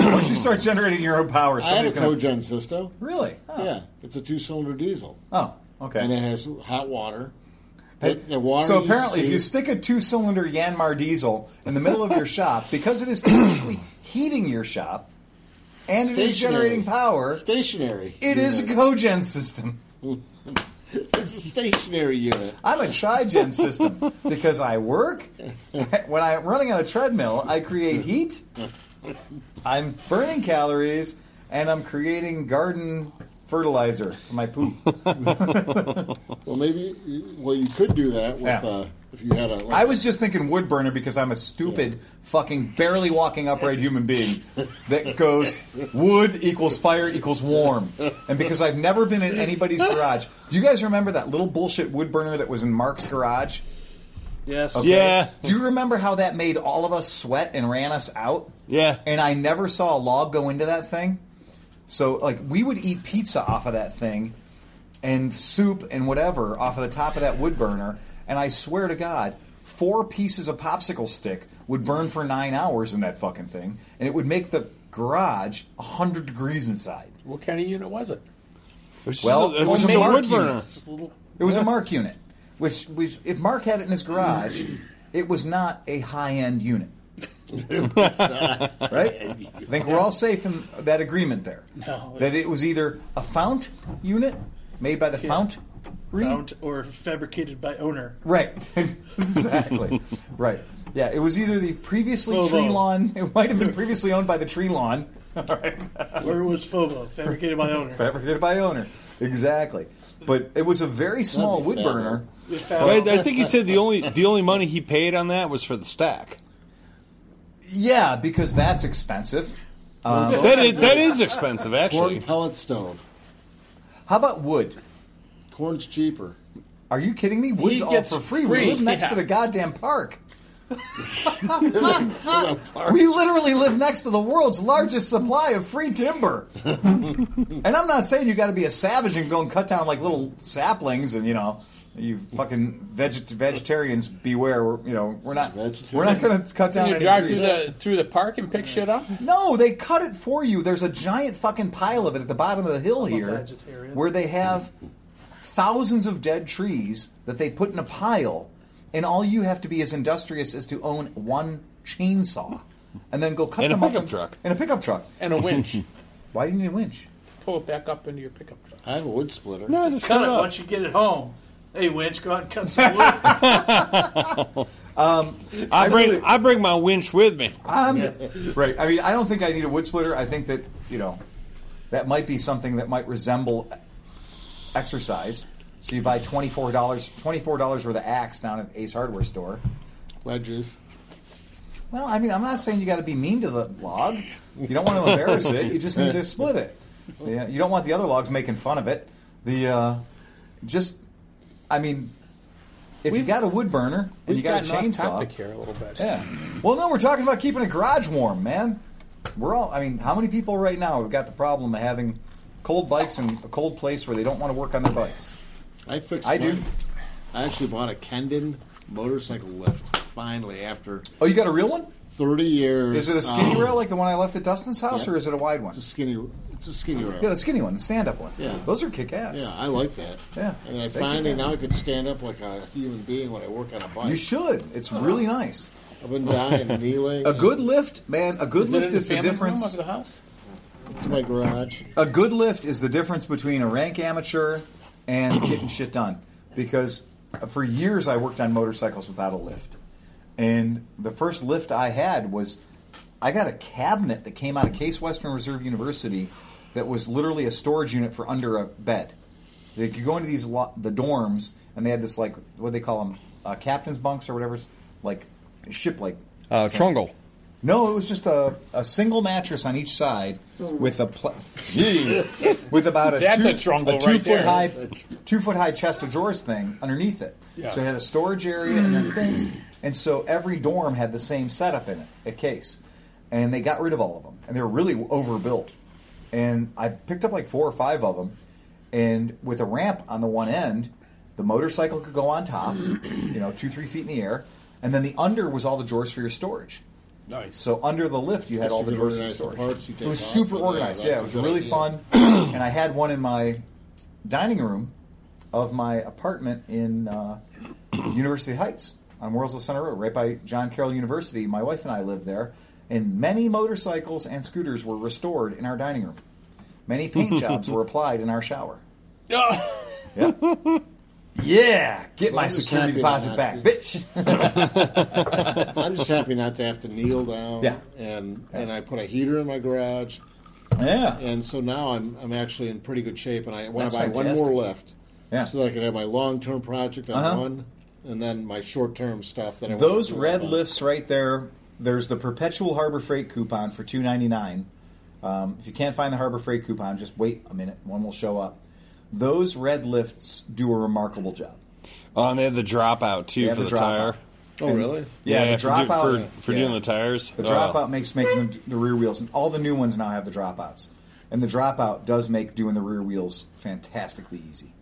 Speaker 2: Once you start generating your own power,
Speaker 9: I had a
Speaker 2: somebody's going to
Speaker 9: cogen system.
Speaker 2: really. Oh.
Speaker 9: Yeah, it's a two-cylinder diesel,
Speaker 2: Oh, okay.
Speaker 9: and it has hot water. It- the water
Speaker 2: so
Speaker 9: uses
Speaker 2: apparently, if you
Speaker 9: heat.
Speaker 2: stick a two-cylinder Yanmar diesel in the middle of your shop, because it is technically heating your shop, and it is
Speaker 9: Stationary.
Speaker 2: generating power,
Speaker 9: stationary,
Speaker 2: it is a
Speaker 9: unit.
Speaker 2: cogen system.
Speaker 9: it's a stationary unit.
Speaker 2: I'm a trigen system because I work. When I'm running on a treadmill, I create heat. I'm burning calories, and I'm creating garden fertilizer for my poop.
Speaker 9: Well, maybe. Well, you could do that with
Speaker 2: Yeah.
Speaker 9: uh, if you had a. like,
Speaker 2: I was just thinking wood burner because I'm a stupid, fucking, barely walking upright human being that goes wood equals fire equals warm. And because I've never been in anybody's garage, do you guys remember that little bullshit wood burner that was in Mark's garage?
Speaker 6: Yes.
Speaker 1: Yeah,
Speaker 2: Do you remember how that made all of us sweat and ran us out?
Speaker 1: yeah.
Speaker 2: And I never saw a log go into that thing. So, like, we would eat pizza off of that thing and soup and whatever off of the top of that wood burner. And I swear to God, four pieces of popsicle stick would burn for nine hours in that fucking thing. And it would make the garage 100 degrees inside.
Speaker 3: What kind of unit was it?
Speaker 1: It was just
Speaker 2: Well,
Speaker 1: a- it was
Speaker 2: one
Speaker 1: just a
Speaker 2: made
Speaker 1: wood
Speaker 2: Mark
Speaker 1: burner.
Speaker 2: units. It was a Mark unit, which, which, if Mark had it in his garage, it was not a high end unit. right? I think we're all safe in that agreement there. that it was either a fount unit made by the fount.
Speaker 6: Found or fabricated by owner.
Speaker 2: Right. exactly. right. Yeah, it was either the previously
Speaker 6: Full
Speaker 2: tree
Speaker 6: loan.
Speaker 2: lawn, it might have been previously owned by the tree lawn,
Speaker 6: Where was Fobo? Fabricated by owner.
Speaker 2: fabricated by owner. Exactly. But it was a very small
Speaker 9: be
Speaker 2: wood
Speaker 9: fat,
Speaker 2: burner.
Speaker 6: It found-
Speaker 1: I, I think he said the only the only money he paid on that was for the stack.
Speaker 2: Yeah, because that's expensive. Uh,
Speaker 1: That is, that is expensive,
Speaker 9: corn
Speaker 1: actually.
Speaker 9: pellet stove.
Speaker 2: How about wood?
Speaker 9: Corn's cheaper.
Speaker 2: Are you kidding me? Wood's all
Speaker 3: gets
Speaker 2: for free.
Speaker 3: free,
Speaker 2: We live next
Speaker 3: yeah.
Speaker 2: to the goddamn park. we literally live next to the world's largest supply of free timber. and I'm not saying you got to be a savage and go and cut down like little saplings and you know you fucking veget- vegetarians beware. We're, you know we're not we're not going to cut down
Speaker 3: You
Speaker 2: any
Speaker 3: drive through
Speaker 2: trees.
Speaker 3: the through the park and pick shit up.
Speaker 2: No, they cut it for you. There's a giant fucking pile of it at the bottom of the hill here,
Speaker 8: vegetarian.
Speaker 2: where they have thousands of dead trees that they put in a pile, and all you have to be is industrious as to own one chainsaw, and then go cut
Speaker 1: And a
Speaker 2: them up
Speaker 1: pickup
Speaker 2: in-
Speaker 1: truck.
Speaker 2: In a pickup truck.
Speaker 3: and a winch.
Speaker 2: Why do you need a winch?
Speaker 3: Pull it back up into your pickup truck.
Speaker 9: I have a wood splitter.
Speaker 1: No, just
Speaker 8: Cut
Speaker 1: cut
Speaker 8: it
Speaker 1: it up.
Speaker 8: once you get it home. Hey, Winch, go out and cut some wood.
Speaker 1: I bring I bring my winch with me.
Speaker 2: Um, Right. I mean, I don't think I need a wood splitter. I think that you know that might be something that might resemble exercise. So you buy twenty four dollars twenty four dollars worth of axe down at Ace Hardware store.
Speaker 9: Wedges.
Speaker 2: Well, I mean, I'm not saying you got to be mean to the log. You don't want to embarrass it. You just need to split it. Yeah, You don't want the other logs making fun of it. The uh, just, I mean, if you got a wood burner and you
Speaker 3: We've
Speaker 2: got a
Speaker 3: gotten off
Speaker 2: chainsaw,
Speaker 3: topic here a little bit.
Speaker 2: yeah. Well, no, we're talking about keeping a garage warm, man. We're all. I mean, how many people right now have got the problem of having cold bikes in a cold place where they don't want to work on their bikes?
Speaker 9: I fixed.
Speaker 2: I do.
Speaker 9: mine. I actually bought a Kendon motorcycle lift finally after
Speaker 2: Oh, you got a real one?
Speaker 9: thirty years.
Speaker 2: Is it a skinny
Speaker 9: um,
Speaker 2: rail like the one I left at Dustin's house,
Speaker 9: Yeah.
Speaker 2: or is it a wide one?
Speaker 9: It's a skinny. It's a skinny rail.
Speaker 2: Yeah, the skinny one, the stand-up one.
Speaker 9: Yeah.
Speaker 2: those are kick-ass.
Speaker 9: Yeah, I like that.
Speaker 2: Yeah,
Speaker 9: And I
Speaker 2: they
Speaker 9: finally
Speaker 2: kick ass.
Speaker 9: now I could stand up like a human being when I work on a bike.
Speaker 2: You should. It's really nice.
Speaker 9: Up and down and kneeling.
Speaker 2: A good lift, man. A good
Speaker 3: Is it
Speaker 2: lift
Speaker 3: in the
Speaker 2: is the
Speaker 3: family room
Speaker 2: difference.
Speaker 3: of the house?
Speaker 9: It's my garage.
Speaker 2: A good lift is the difference between a rank amateur and getting shit done. Because for years I worked on motorcycles without a lift. And the first lift I had was I got a cabinet that came out of Case Western Reserve University that was literally a storage unit for under a bed. They could go into these lo- the dorms and they had this like what do they call them uh, captain's bunks or whatever's like ship like
Speaker 7: Uh, Trungle.
Speaker 2: no, it was just a, a single mattress on each side with a pl- Jeez. with about a
Speaker 3: That's
Speaker 2: two,
Speaker 3: a trungle right
Speaker 2: two foot
Speaker 3: there.
Speaker 2: high two foot high chest of drawers thing underneath it.
Speaker 3: Yeah.
Speaker 2: So it had a storage area and then things, and so every dorm had the same setup in it, a case, and they got rid of all of them, and they were really overbuilt. And I picked up like four or five of them, and with a ramp on the one end, the motorcycle could go on top, you know, two three feet in the air, and then the under was all the drawers for your storage.
Speaker 3: Nice.
Speaker 2: So under the lift, you had
Speaker 9: Yes,
Speaker 2: all
Speaker 9: you
Speaker 2: the
Speaker 9: could
Speaker 2: drawers and
Speaker 9: organize the
Speaker 2: storage.
Speaker 9: parts you
Speaker 2: it
Speaker 9: take
Speaker 2: was
Speaker 9: off,
Speaker 2: super
Speaker 9: yeah,
Speaker 2: organized. Yeah,
Speaker 9: that's
Speaker 2: it was
Speaker 9: a good
Speaker 2: really
Speaker 9: idea.
Speaker 2: fun. and I had one in my dining room of my apartment in uh, University Heights on Worldsville Center Road, right by John Carroll University. My wife and I lived there, and many motorcycles and scooters were restored in our dining room. Many paint jobs were applied in our shower. Yeah. Yeah, get my
Speaker 9: I'm just
Speaker 2: security deposit
Speaker 9: happy to not
Speaker 2: back,
Speaker 9: be-
Speaker 2: bitch.
Speaker 9: I'm just happy not to have to kneel down.
Speaker 2: Yeah.
Speaker 9: And and I put a heater in my garage,
Speaker 2: yeah,
Speaker 9: and so now I'm I'm actually in pretty good shape, and I want
Speaker 2: That's
Speaker 9: to buy one more
Speaker 2: fantastic.
Speaker 9: lift,
Speaker 2: yeah.
Speaker 9: so that I can have my long term project on
Speaker 2: Uh-huh.
Speaker 9: one, and then my short term stuff that I wanna
Speaker 2: Those
Speaker 9: do on
Speaker 2: red
Speaker 9: one.
Speaker 2: lifts right there. There's the perpetual Harbor Freight coupon for two ninety nine. Um, if you can't find the Harbor Freight coupon, just wait a minute. One will show up. Those red lifts do a remarkable job.
Speaker 1: Oh, and they had the dropout
Speaker 2: They
Speaker 1: too
Speaker 2: have
Speaker 1: for the,
Speaker 2: dropout.
Speaker 1: tire.
Speaker 9: Oh really?
Speaker 2: Yeah, the
Speaker 1: for, do-
Speaker 2: dropout-
Speaker 1: for, for
Speaker 2: yeah.
Speaker 1: doing the tires.
Speaker 2: The
Speaker 1: Oh.
Speaker 2: dropout makes making the, the rear wheels, and all the new ones now have the dropouts. And the dropout does make doing the rear wheels fantastically easy.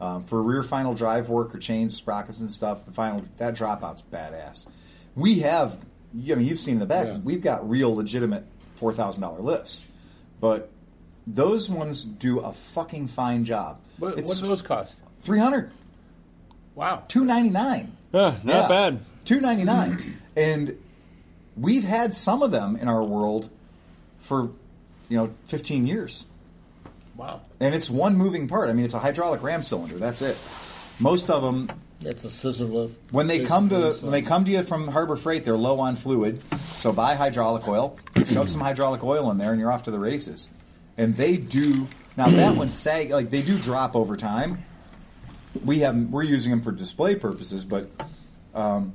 Speaker 2: Um, for rear final drive work or chains, sprockets, and stuff, the final that dropout's badass. We have, I mean, you've seen the back.
Speaker 9: Yeah.
Speaker 2: We've got real legitimate four thousand dollar lifts, but those ones do a fucking fine job.
Speaker 3: What, what
Speaker 2: it's
Speaker 3: do those cost?
Speaker 2: 300
Speaker 3: Wow.
Speaker 2: 299
Speaker 1: Oh, Yeah, not
Speaker 2: Yeah.
Speaker 1: bad.
Speaker 2: Two ninety nine, and we've had some of them in our world for you know fifteen years,
Speaker 3: Wow.
Speaker 2: and it's one moving part. I mean, it's a hydraulic ram cylinder. That's it. Most of them,
Speaker 9: That's a scissor lift.
Speaker 2: when they come to
Speaker 9: basically, so-
Speaker 2: when they come to you from Harbor Freight, they're low on fluid, so buy hydraulic oil, shove some hydraulic oil in there, and you're off to the races. And they do now that one sag like they do drop over time. We have we're using them for display purposes, but um,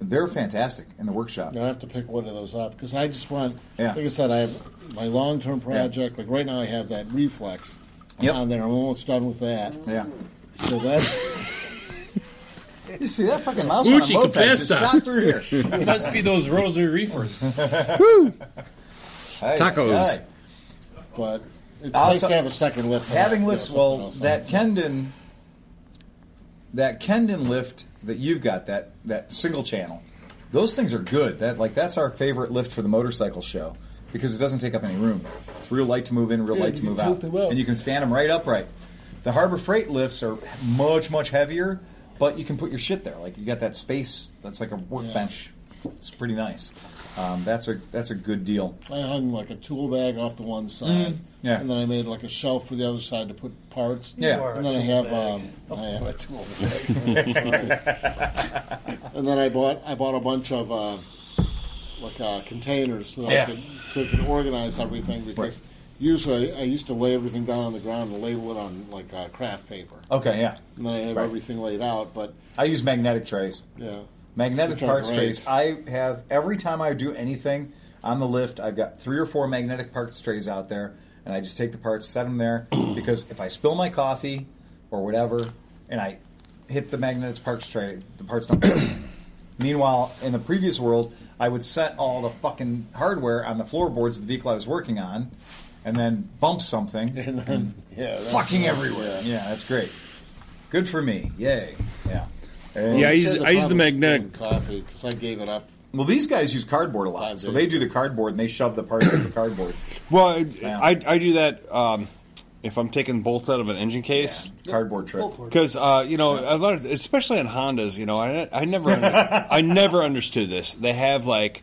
Speaker 2: they're fantastic in the workshop.
Speaker 9: I have to pick one of those up because I just want.
Speaker 2: Yeah.
Speaker 9: Like I said, I have my long term project. Like right now, I have that reflex
Speaker 2: Yep.
Speaker 9: on there. I'm almost done with that.
Speaker 2: Yeah.
Speaker 9: So that's
Speaker 2: You see that fucking mouse on a
Speaker 11: Uchi
Speaker 2: moped just
Speaker 11: Capesta.
Speaker 2: shot through here.
Speaker 3: It must be those rosary reefers.
Speaker 2: Hey,
Speaker 1: Tacos.
Speaker 2: hey.
Speaker 9: but it's
Speaker 2: I'll
Speaker 9: nice
Speaker 2: t-
Speaker 9: to have a second lift.
Speaker 2: Having
Speaker 9: Yeah,
Speaker 2: lifts,
Speaker 9: something
Speaker 2: well,
Speaker 9: else on
Speaker 2: that
Speaker 9: it.
Speaker 2: Kendon, that Kendon lift that you've got, that that single channel, those things are good. That like that's our favorite lift for the motorcycle show because it doesn't take up any room. It's real light to move in, real
Speaker 9: Yeah,
Speaker 2: light to
Speaker 9: you
Speaker 2: move
Speaker 9: can
Speaker 2: out,
Speaker 9: tilt them up.
Speaker 2: and you can stand them right upright. The Harbor Freight lifts are much much heavier, but you can put your shit there. Like you got that space. That's like a workbench. It's pretty nice. Um, that's a that's a good deal.
Speaker 9: I hung like a tool bag off the one side,
Speaker 2: Mm-hmm. yeah.
Speaker 9: and then I made like a shelf for the other side to put parts.
Speaker 2: Yeah.
Speaker 9: and then I have um, I have a tool bag. and then I bought I bought a bunch of uh, like uh, containers so that
Speaker 2: Yeah.
Speaker 9: I could so I could organize everything because usually I used to lay everything down on the ground and label it on like uh, craft paper,
Speaker 2: Okay, yeah.
Speaker 9: and then I have
Speaker 2: Right.
Speaker 9: everything laid out. But
Speaker 2: I use magnetic trays.
Speaker 9: yeah,
Speaker 2: Magnetic
Speaker 9: Which are
Speaker 2: parts
Speaker 9: great.
Speaker 2: trays. I have every time I do anything on the lift, I've got three or four magnetic parts trays out there, and I just take the parts, set them there because if I spill my coffee or whatever, and I hit the magnet its parts tray. The parts don't. Meanwhile, in the previous world, I would set all the fucking hardware on the floorboards of the vehicle I was working on, and then bump something, and then
Speaker 9: yeah, that's
Speaker 2: fucking
Speaker 9: nice,
Speaker 2: everywhere. Yeah. that's great. Good for me. Yay. Yeah. And-
Speaker 1: Yeah, I
Speaker 9: Well,
Speaker 1: use-
Speaker 9: said
Speaker 1: I use the
Speaker 9: problem is
Speaker 1: magnetic-
Speaker 9: spilling coffee because I gave it up.
Speaker 2: Well, these guys use cardboard a lot,
Speaker 9: Five
Speaker 2: so
Speaker 9: days.
Speaker 2: they do the cardboard and they shove the parts in the cardboard.
Speaker 1: Well, I,
Speaker 2: Yeah.
Speaker 1: I, I do that um, if I'm taking bolts out of an engine case.
Speaker 2: Cardboard trick.
Speaker 1: Because uh, you know, a lot of, especially on Hondas, you know, I, I never, under, I never understood this. They have like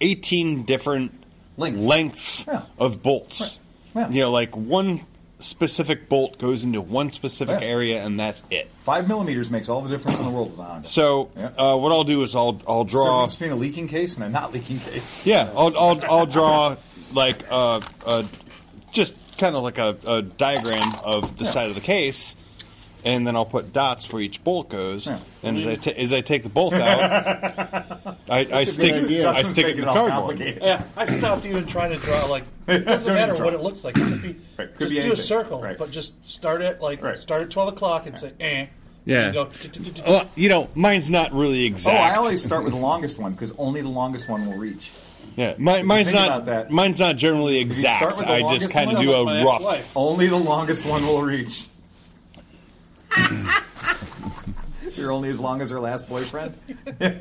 Speaker 1: eighteen different
Speaker 2: Lengths. Yeah.
Speaker 1: of bolts.
Speaker 2: Right. Yeah.
Speaker 1: You know, like one specific bolt goes into one specific
Speaker 2: Yeah.
Speaker 1: area, and that's it.
Speaker 2: Five millimeters makes all the difference in the world with a Honda.
Speaker 1: So,
Speaker 2: Yeah.
Speaker 1: uh, what I'll do is I'll I'll
Speaker 2: It's the
Speaker 1: draw.
Speaker 2: difference between a leaking case and a not leaking case.
Speaker 1: Yeah, I'll I'll, I'll draw like uh, uh, just kind of like a, a diagram of the side of the case, and then I'll put dots where each bolt goes.
Speaker 2: Yeah.
Speaker 1: And as I ta- as I take the bolt out, I, I stick
Speaker 9: idea.
Speaker 1: I
Speaker 2: Dustin's
Speaker 1: stick it
Speaker 2: making
Speaker 1: in
Speaker 2: all
Speaker 1: cardboard.
Speaker 2: complicated.
Speaker 6: Yeah, I stopped even trying to draw. Like it doesn't
Speaker 2: Don't even
Speaker 6: matter
Speaker 2: try.
Speaker 6: what it looks like. It could be
Speaker 2: Right, could
Speaker 6: just
Speaker 2: be
Speaker 6: do
Speaker 2: anything.
Speaker 6: a circle,
Speaker 2: Right.
Speaker 6: but just start at like
Speaker 2: Right.
Speaker 6: start at twelve o'clock and say eh.
Speaker 1: Yeah.
Speaker 6: And you go, "T-t-t-t-t-t-t."
Speaker 1: Well, Uh, you know, mine's not really
Speaker 2: Oh,
Speaker 1: exact.
Speaker 2: I always start with the longest one because only the longest one will reach.
Speaker 1: yeah. Mi- mine's
Speaker 2: think
Speaker 1: not
Speaker 2: about that.
Speaker 1: mine's not generally
Speaker 2: you start
Speaker 1: exact.
Speaker 2: with the
Speaker 1: I
Speaker 2: longest
Speaker 1: just kind of
Speaker 2: one,
Speaker 1: do
Speaker 6: my
Speaker 1: a
Speaker 6: ex
Speaker 1: rough.
Speaker 6: wife.
Speaker 2: Only the longest one will reach. You're only as long as her last boyfriend.
Speaker 1: Yeah,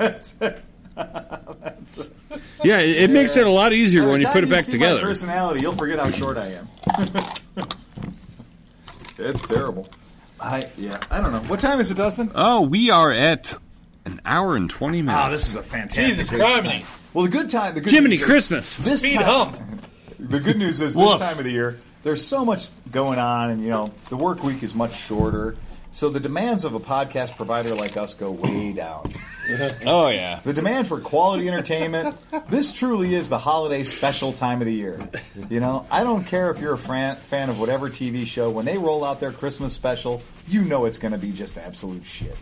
Speaker 1: it, it makes it a lot easier
Speaker 2: By
Speaker 1: when
Speaker 2: the
Speaker 1: you
Speaker 2: time
Speaker 1: put it back
Speaker 2: see My
Speaker 1: together.
Speaker 2: personality, you'll forget how short I am. it's terrible. I yeah. I don't know. What time is it, Dustin?
Speaker 1: Oh, we are at an hour and twenty minutes.
Speaker 2: Ah, is a fantastic.
Speaker 6: Jesus Christ!
Speaker 2: Well, the good time. The good
Speaker 1: Jiminy
Speaker 2: news is-
Speaker 1: Christmas.
Speaker 2: This
Speaker 6: Speed
Speaker 2: time,
Speaker 6: hump.
Speaker 2: The good news is this
Speaker 6: Woof.
Speaker 2: time of the year, there's so much going on, and you know the work week is much shorter, so the demands of a podcast provider like us go way down.
Speaker 1: Oh yeah.
Speaker 2: The demand for quality entertainment. This truly is the holiday special time of the year. You know, I don't care if you're a fan, fan of whatever TV show. When they roll out their Christmas special, you know it's going to be just absolute shit.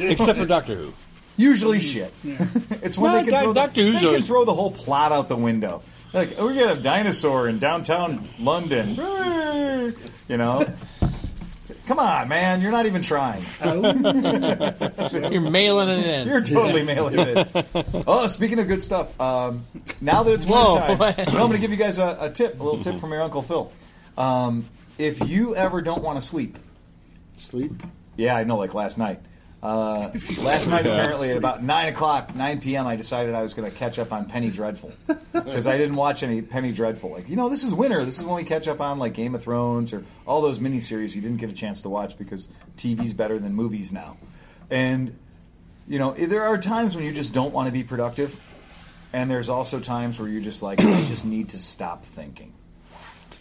Speaker 1: Except for Doctor Who.
Speaker 2: Usually shit. it's
Speaker 1: Well,
Speaker 2: when they can,
Speaker 1: Doc-
Speaker 2: throw the,
Speaker 1: Doctor Who's
Speaker 2: they can
Speaker 1: always-
Speaker 2: throw the whole plot out the window. Like, oh, we got a dinosaur in downtown London. You know? Come on, man. You're not even trying.
Speaker 3: You're mailing it in.
Speaker 2: You're totally mailing it. Oh, speaking of good stuff, um, now that it's
Speaker 3: Whoa.
Speaker 2: winter time, I'm going to give you guys a, a tip, a little tip from your Uncle Phil. Um, if you ever don't want to sleep,
Speaker 9: Sleep.
Speaker 2: yeah, I know. Like last night. Uh, last night, apparently, at about nine o'clock, nine p.m., I decided I was going to catch up on Penny Dreadful because I didn't watch any Penny Dreadful. Like, you know, this is winter. This is when we catch up on like Game of Thrones or all those miniseries you didn't get a chance to watch because TV's better than movies now. And you know, there are times when you just don't want to be productive, and there's also times where you're just like, I just need to stop thinking.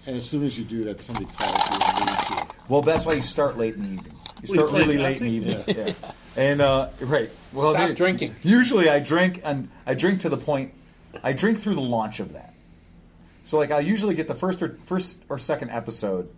Speaker 9: And as soon as you do that, somebody calls you and leaves you.
Speaker 2: Well, that's why you start late in the evening. You
Speaker 6: you
Speaker 2: start
Speaker 6: play
Speaker 2: really late in the evening. Yeah. And uh, right. Well,
Speaker 3: Stop
Speaker 2: they-
Speaker 3: drinking.
Speaker 2: Usually, I drink and I drink to the point. I drink through the launch of that. So, like, I usually get the first or first or second episode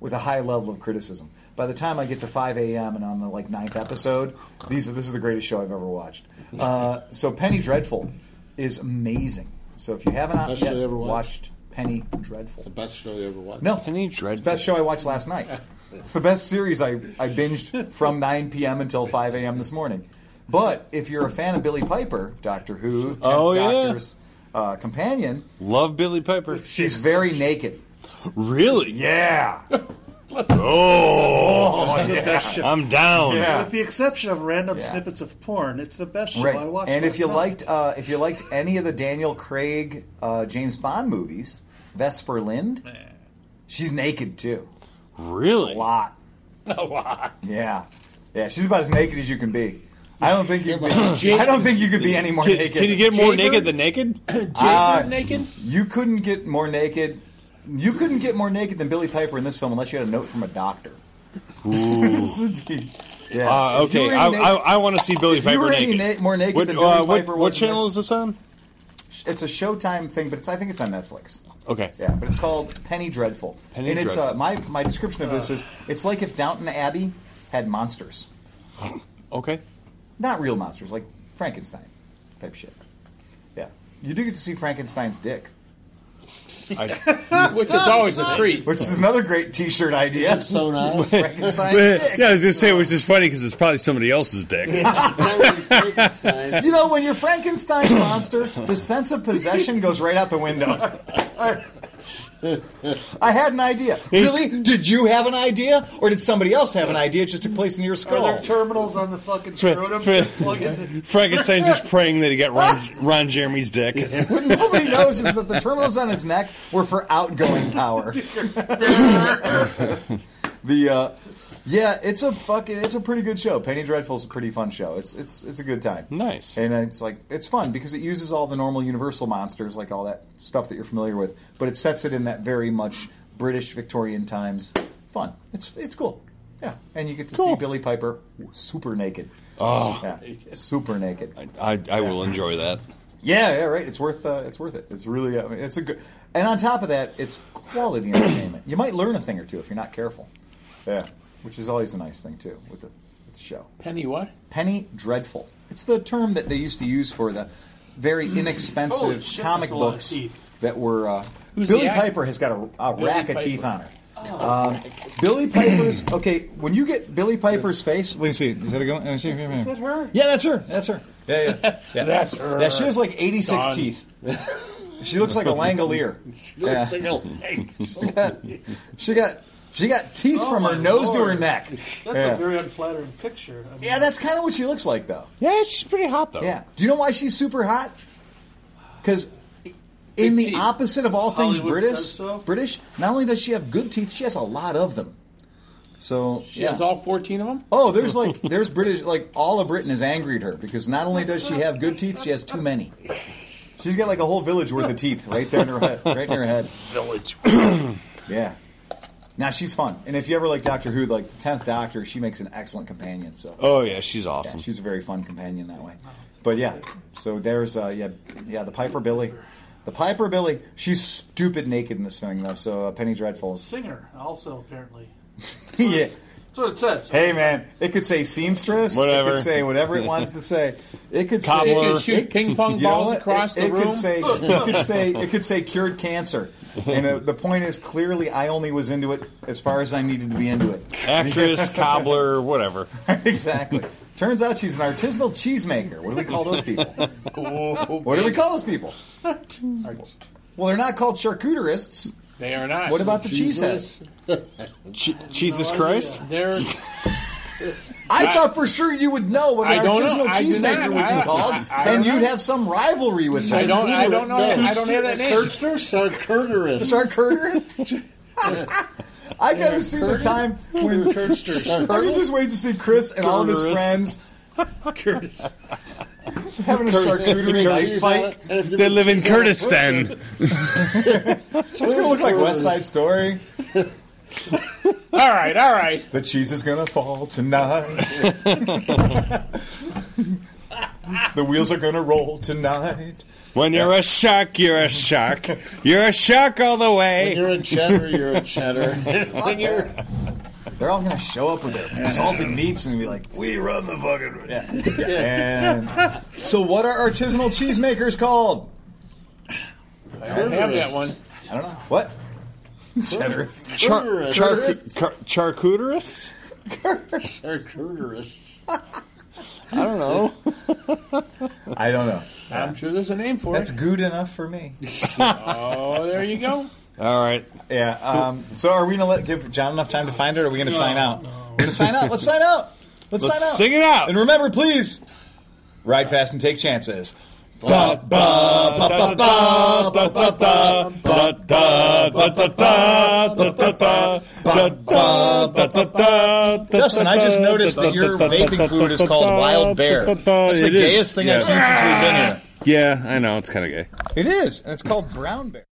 Speaker 2: with a high level of criticism. By the time I get to 5 a.m. and on the like ninth episode, these are, this is the greatest show I've ever watched. Uh, so, Penny Dreadful is amazing. So, if you haven't
Speaker 9: Best
Speaker 2: yet
Speaker 9: show you ever watched?
Speaker 2: watched Penny
Speaker 9: The
Speaker 2: Dreadful,
Speaker 9: best show you ever watched.
Speaker 2: no,
Speaker 1: Penny Dreadful.
Speaker 2: best show I watched last night. It's the best series I, I binged from 9 p.m. until 5 a.m. this morning. But if you're a fan of Billy Piper, Doctor Who, 10th
Speaker 1: Oh, yeah.
Speaker 2: Doctor's uh, companion,
Speaker 1: Love Billy Piper.
Speaker 2: she's very naked.
Speaker 1: Really?
Speaker 2: Yeah.
Speaker 6: It's the best show.
Speaker 1: Oh. I'm down.
Speaker 2: Yeah.
Speaker 6: With the exception of random
Speaker 2: Yeah.
Speaker 6: snippets of porn, it's the best show I
Speaker 2: Right.
Speaker 6: watched.
Speaker 2: And if
Speaker 6: last
Speaker 2: you
Speaker 6: night.
Speaker 2: liked uh, if you liked any of the Daniel Craig uh, James Bond movies, Vesper Lind, she's naked too.
Speaker 1: Really?
Speaker 2: A lot.
Speaker 3: A lot.
Speaker 2: Yeah. Yeah, she's about as naked as you can be. I don't think you. I don't think you could be any more
Speaker 1: Can,
Speaker 2: naked.
Speaker 1: can you get more naked
Speaker 3: Jaybird?
Speaker 1: than naked?
Speaker 2: Ah.
Speaker 3: Jaybird naked?
Speaker 2: You couldn't get more naked. You couldn't get more naked than Billy Piper in this film unless you had a note from a doctor. This would be- yeah.
Speaker 1: Uh,
Speaker 2: If you
Speaker 1: okay,
Speaker 2: were any
Speaker 1: I,
Speaker 2: na-
Speaker 1: I, I want to see Billy
Speaker 2: If you
Speaker 1: Piper
Speaker 2: were any
Speaker 1: naked.
Speaker 2: na- more naked
Speaker 1: what,
Speaker 2: than Billy
Speaker 1: uh, what-
Speaker 2: Piper
Speaker 1: what,
Speaker 2: was in
Speaker 1: channel
Speaker 2: this?
Speaker 1: is this on?
Speaker 2: it's a Showtime thing, but it's I think it's on Netflix.
Speaker 1: Okay.
Speaker 2: Yeah, but it's called Penny Dreadful.
Speaker 1: Penny
Speaker 2: and it's Uh,
Speaker 1: Dreadful.
Speaker 2: my my description of this is it's like if Downton Abbey had monsters,
Speaker 1: Okay.
Speaker 2: not real monsters, like Frankenstein type shit. Yeah, you do get to see Frankenstein's dick.
Speaker 3: Which is always a treat.
Speaker 2: Which is another great T-shirt idea.
Speaker 9: So now,
Speaker 2: Frankenstein's dick.
Speaker 1: yeah, I was gonna say it was just funny because it's probably somebody else's dick.
Speaker 2: You know, when you're Frankenstein's monster, the sense of possession goes right out the window. I had an idea. Really? Did you have an idea, or did somebody else have an idea? It just took place in your
Speaker 8: Are
Speaker 2: skull.
Speaker 8: there terminals on the fucking
Speaker 1: Fra-
Speaker 8: scrotum?
Speaker 1: fra-
Speaker 8: that plug in?
Speaker 1: Frankenstein's just praying that he got Ron, Ron Jeremy's dick.
Speaker 2: What nobody knows is that the terminals on his neck were for outgoing power. the uh, yeah, it's a fucking it's a pretty good show. Penny Dreadful's a pretty fun show. It's it's it's a good time.
Speaker 1: Nice.
Speaker 2: And it's like it's fun because it uses all the normal Universal monsters, like all that stuff that you're familiar with, but it sets it in that very much British Victorian times fun. It's it's cool. Yeah, and you get to see Billy Piper super naked. Oh, super naked.
Speaker 1: I, I will enjoy that.
Speaker 2: Yeah, yeah, right. It's worth uh, it's worth it. It's really I mean, it's a good. And on top of that, it's quality entertainment. You might learn a thing or two if you're not careful. Yeah, which is always a nice thing too with the, with the show.
Speaker 3: Penny, what?
Speaker 2: Penny dreadful. It's the term that they used to use for the very
Speaker 8: Holy
Speaker 2: inexpensive
Speaker 8: shit,
Speaker 2: comic
Speaker 8: that's a lot of
Speaker 2: books
Speaker 8: teeth.
Speaker 2: that were. Uh,
Speaker 3: Who's
Speaker 2: Billy
Speaker 3: the actor?
Speaker 2: Piper has got a, a
Speaker 3: Billy
Speaker 2: rack of
Speaker 3: Piper.
Speaker 2: teeth on her.
Speaker 8: Oh.
Speaker 2: Um, Billy Piper's okay. When you get Billy Piper's face, let me see. Is that a going? Is that her? Yeah, that's her. That's her. Yeah, yeah.
Speaker 3: That's her.
Speaker 2: Yeah, she has like 86
Speaker 3: Done.
Speaker 2: teeth. she looks like a Langolier. Yeah. She got she got teeth
Speaker 8: Oh,
Speaker 2: from her
Speaker 8: my
Speaker 2: nose to her
Speaker 8: Lord.
Speaker 2: neck.
Speaker 8: That's
Speaker 2: yeah.
Speaker 8: a very unflattering picture. I mean,
Speaker 2: yeah, that's kind of what she looks like though.
Speaker 1: Yeah, she's pretty hot though.
Speaker 2: Yeah. Do you know why she's super hot? Because in
Speaker 3: Big
Speaker 2: the
Speaker 3: teeth.
Speaker 2: opposite of all things
Speaker 8: Hollywood
Speaker 2: British,
Speaker 8: says so.
Speaker 2: British, not only does she have good teeth, she has a lot of them. So
Speaker 3: She
Speaker 2: yeah.
Speaker 3: has all 14 of them?
Speaker 2: Oh, there's like there's British like all of Britain is angry at her because not only does she have good teeth, she has too many. She's got like a whole village worth of teeth right there in her head, right in her head.
Speaker 11: Village.
Speaker 2: Yeah. Now she's fun, and if you ever like Doctor Who, like the tenth Doctor, she makes an excellent companion. So
Speaker 1: Oh yeah, she's
Speaker 2: yeah,
Speaker 1: awesome.
Speaker 2: she's a very fun companion that way. But yeah, so there's uh, yeah yeah the Piper Billy, the Piper Billy. She's stupid naked in this thing though, so uh, Penny Dreadful is
Speaker 8: singer also apparently.
Speaker 2: yeah.
Speaker 8: That's what it says.
Speaker 2: Hey man, it could say seamstress. It
Speaker 1: Whatever.
Speaker 2: could say whatever it wants to say. It could
Speaker 3: She
Speaker 1: Cobbler.
Speaker 2: say
Speaker 3: can shoot ping pong
Speaker 2: You know
Speaker 3: balls
Speaker 2: what?
Speaker 3: across
Speaker 2: it,
Speaker 3: the
Speaker 2: it
Speaker 3: room.
Speaker 2: Could say, it could say it could say cured cancer, and uh, the point is clearly I only was into it as far as I needed to be into it.
Speaker 1: Actress, cobbler, whatever.
Speaker 2: exactly. Turns out she's an artisanal cheesemaker. What do we call those people? What do we call those people? Well, they're not called charcuterists.
Speaker 3: They are not.
Speaker 2: What about the cheeseheads?
Speaker 1: Che- Jesus Christ.
Speaker 3: They're,
Speaker 2: I thought for sure you would know what an
Speaker 3: I don't know.
Speaker 2: artisanal
Speaker 3: I do
Speaker 2: cheesemaker
Speaker 3: not.
Speaker 2: would be
Speaker 3: I-
Speaker 2: called,
Speaker 3: I- I
Speaker 2: and
Speaker 3: don't
Speaker 2: you'd
Speaker 3: know.
Speaker 2: have some rivalry with them.
Speaker 3: I don't. I don't know. I don't have that name.
Speaker 9: Searchner, Sarkurterus.
Speaker 2: Charcuterists? I gotta see the time when Are you just waiting to see Chris and all of his
Speaker 1: Charcuterist.
Speaker 2: friends having a charcuterie knife fight?
Speaker 1: They live in Kurdistan.
Speaker 2: It's gonna look like West Side Story.
Speaker 3: All right. All right.
Speaker 2: The cheese is gonna fall tonight. the wheels are gonna roll tonight.
Speaker 1: When you're a shark, you're a shark. You're a shark all the way.
Speaker 9: You're a cheddar. You're a cheddar.
Speaker 2: They're all gonna show up with their salted meats and be like, "We run the fucking." Yeah. And so, what are artisanal cheesemakers called?
Speaker 3: I don't have that one.
Speaker 2: I don't know. What? Cheddarists.
Speaker 1: Char- char- char- charcuterists?
Speaker 9: Sarkurterus.
Speaker 1: I don't know.
Speaker 2: I don't know.
Speaker 3: I'm sure there's a name for
Speaker 2: That's
Speaker 3: it.
Speaker 2: good enough for me.
Speaker 3: Oh, there you go.
Speaker 1: All right.
Speaker 2: Yeah. Um, so, are we gonna let, give John enough time to find it? Or are we gonna sign out? We're gonna sign out. Let's sign out. Let's, sign out.
Speaker 1: Let's sing it out.
Speaker 2: And remember, please, ride fast and take chances. Justin,
Speaker 1: Justin,
Speaker 2: I just noticed that your vaping food is called Wild Bear. That's the gayest thing I've seen since we've been here.
Speaker 1: Yeah, I know. It's kind of gay.
Speaker 2: It is, and it's called Brown Bear.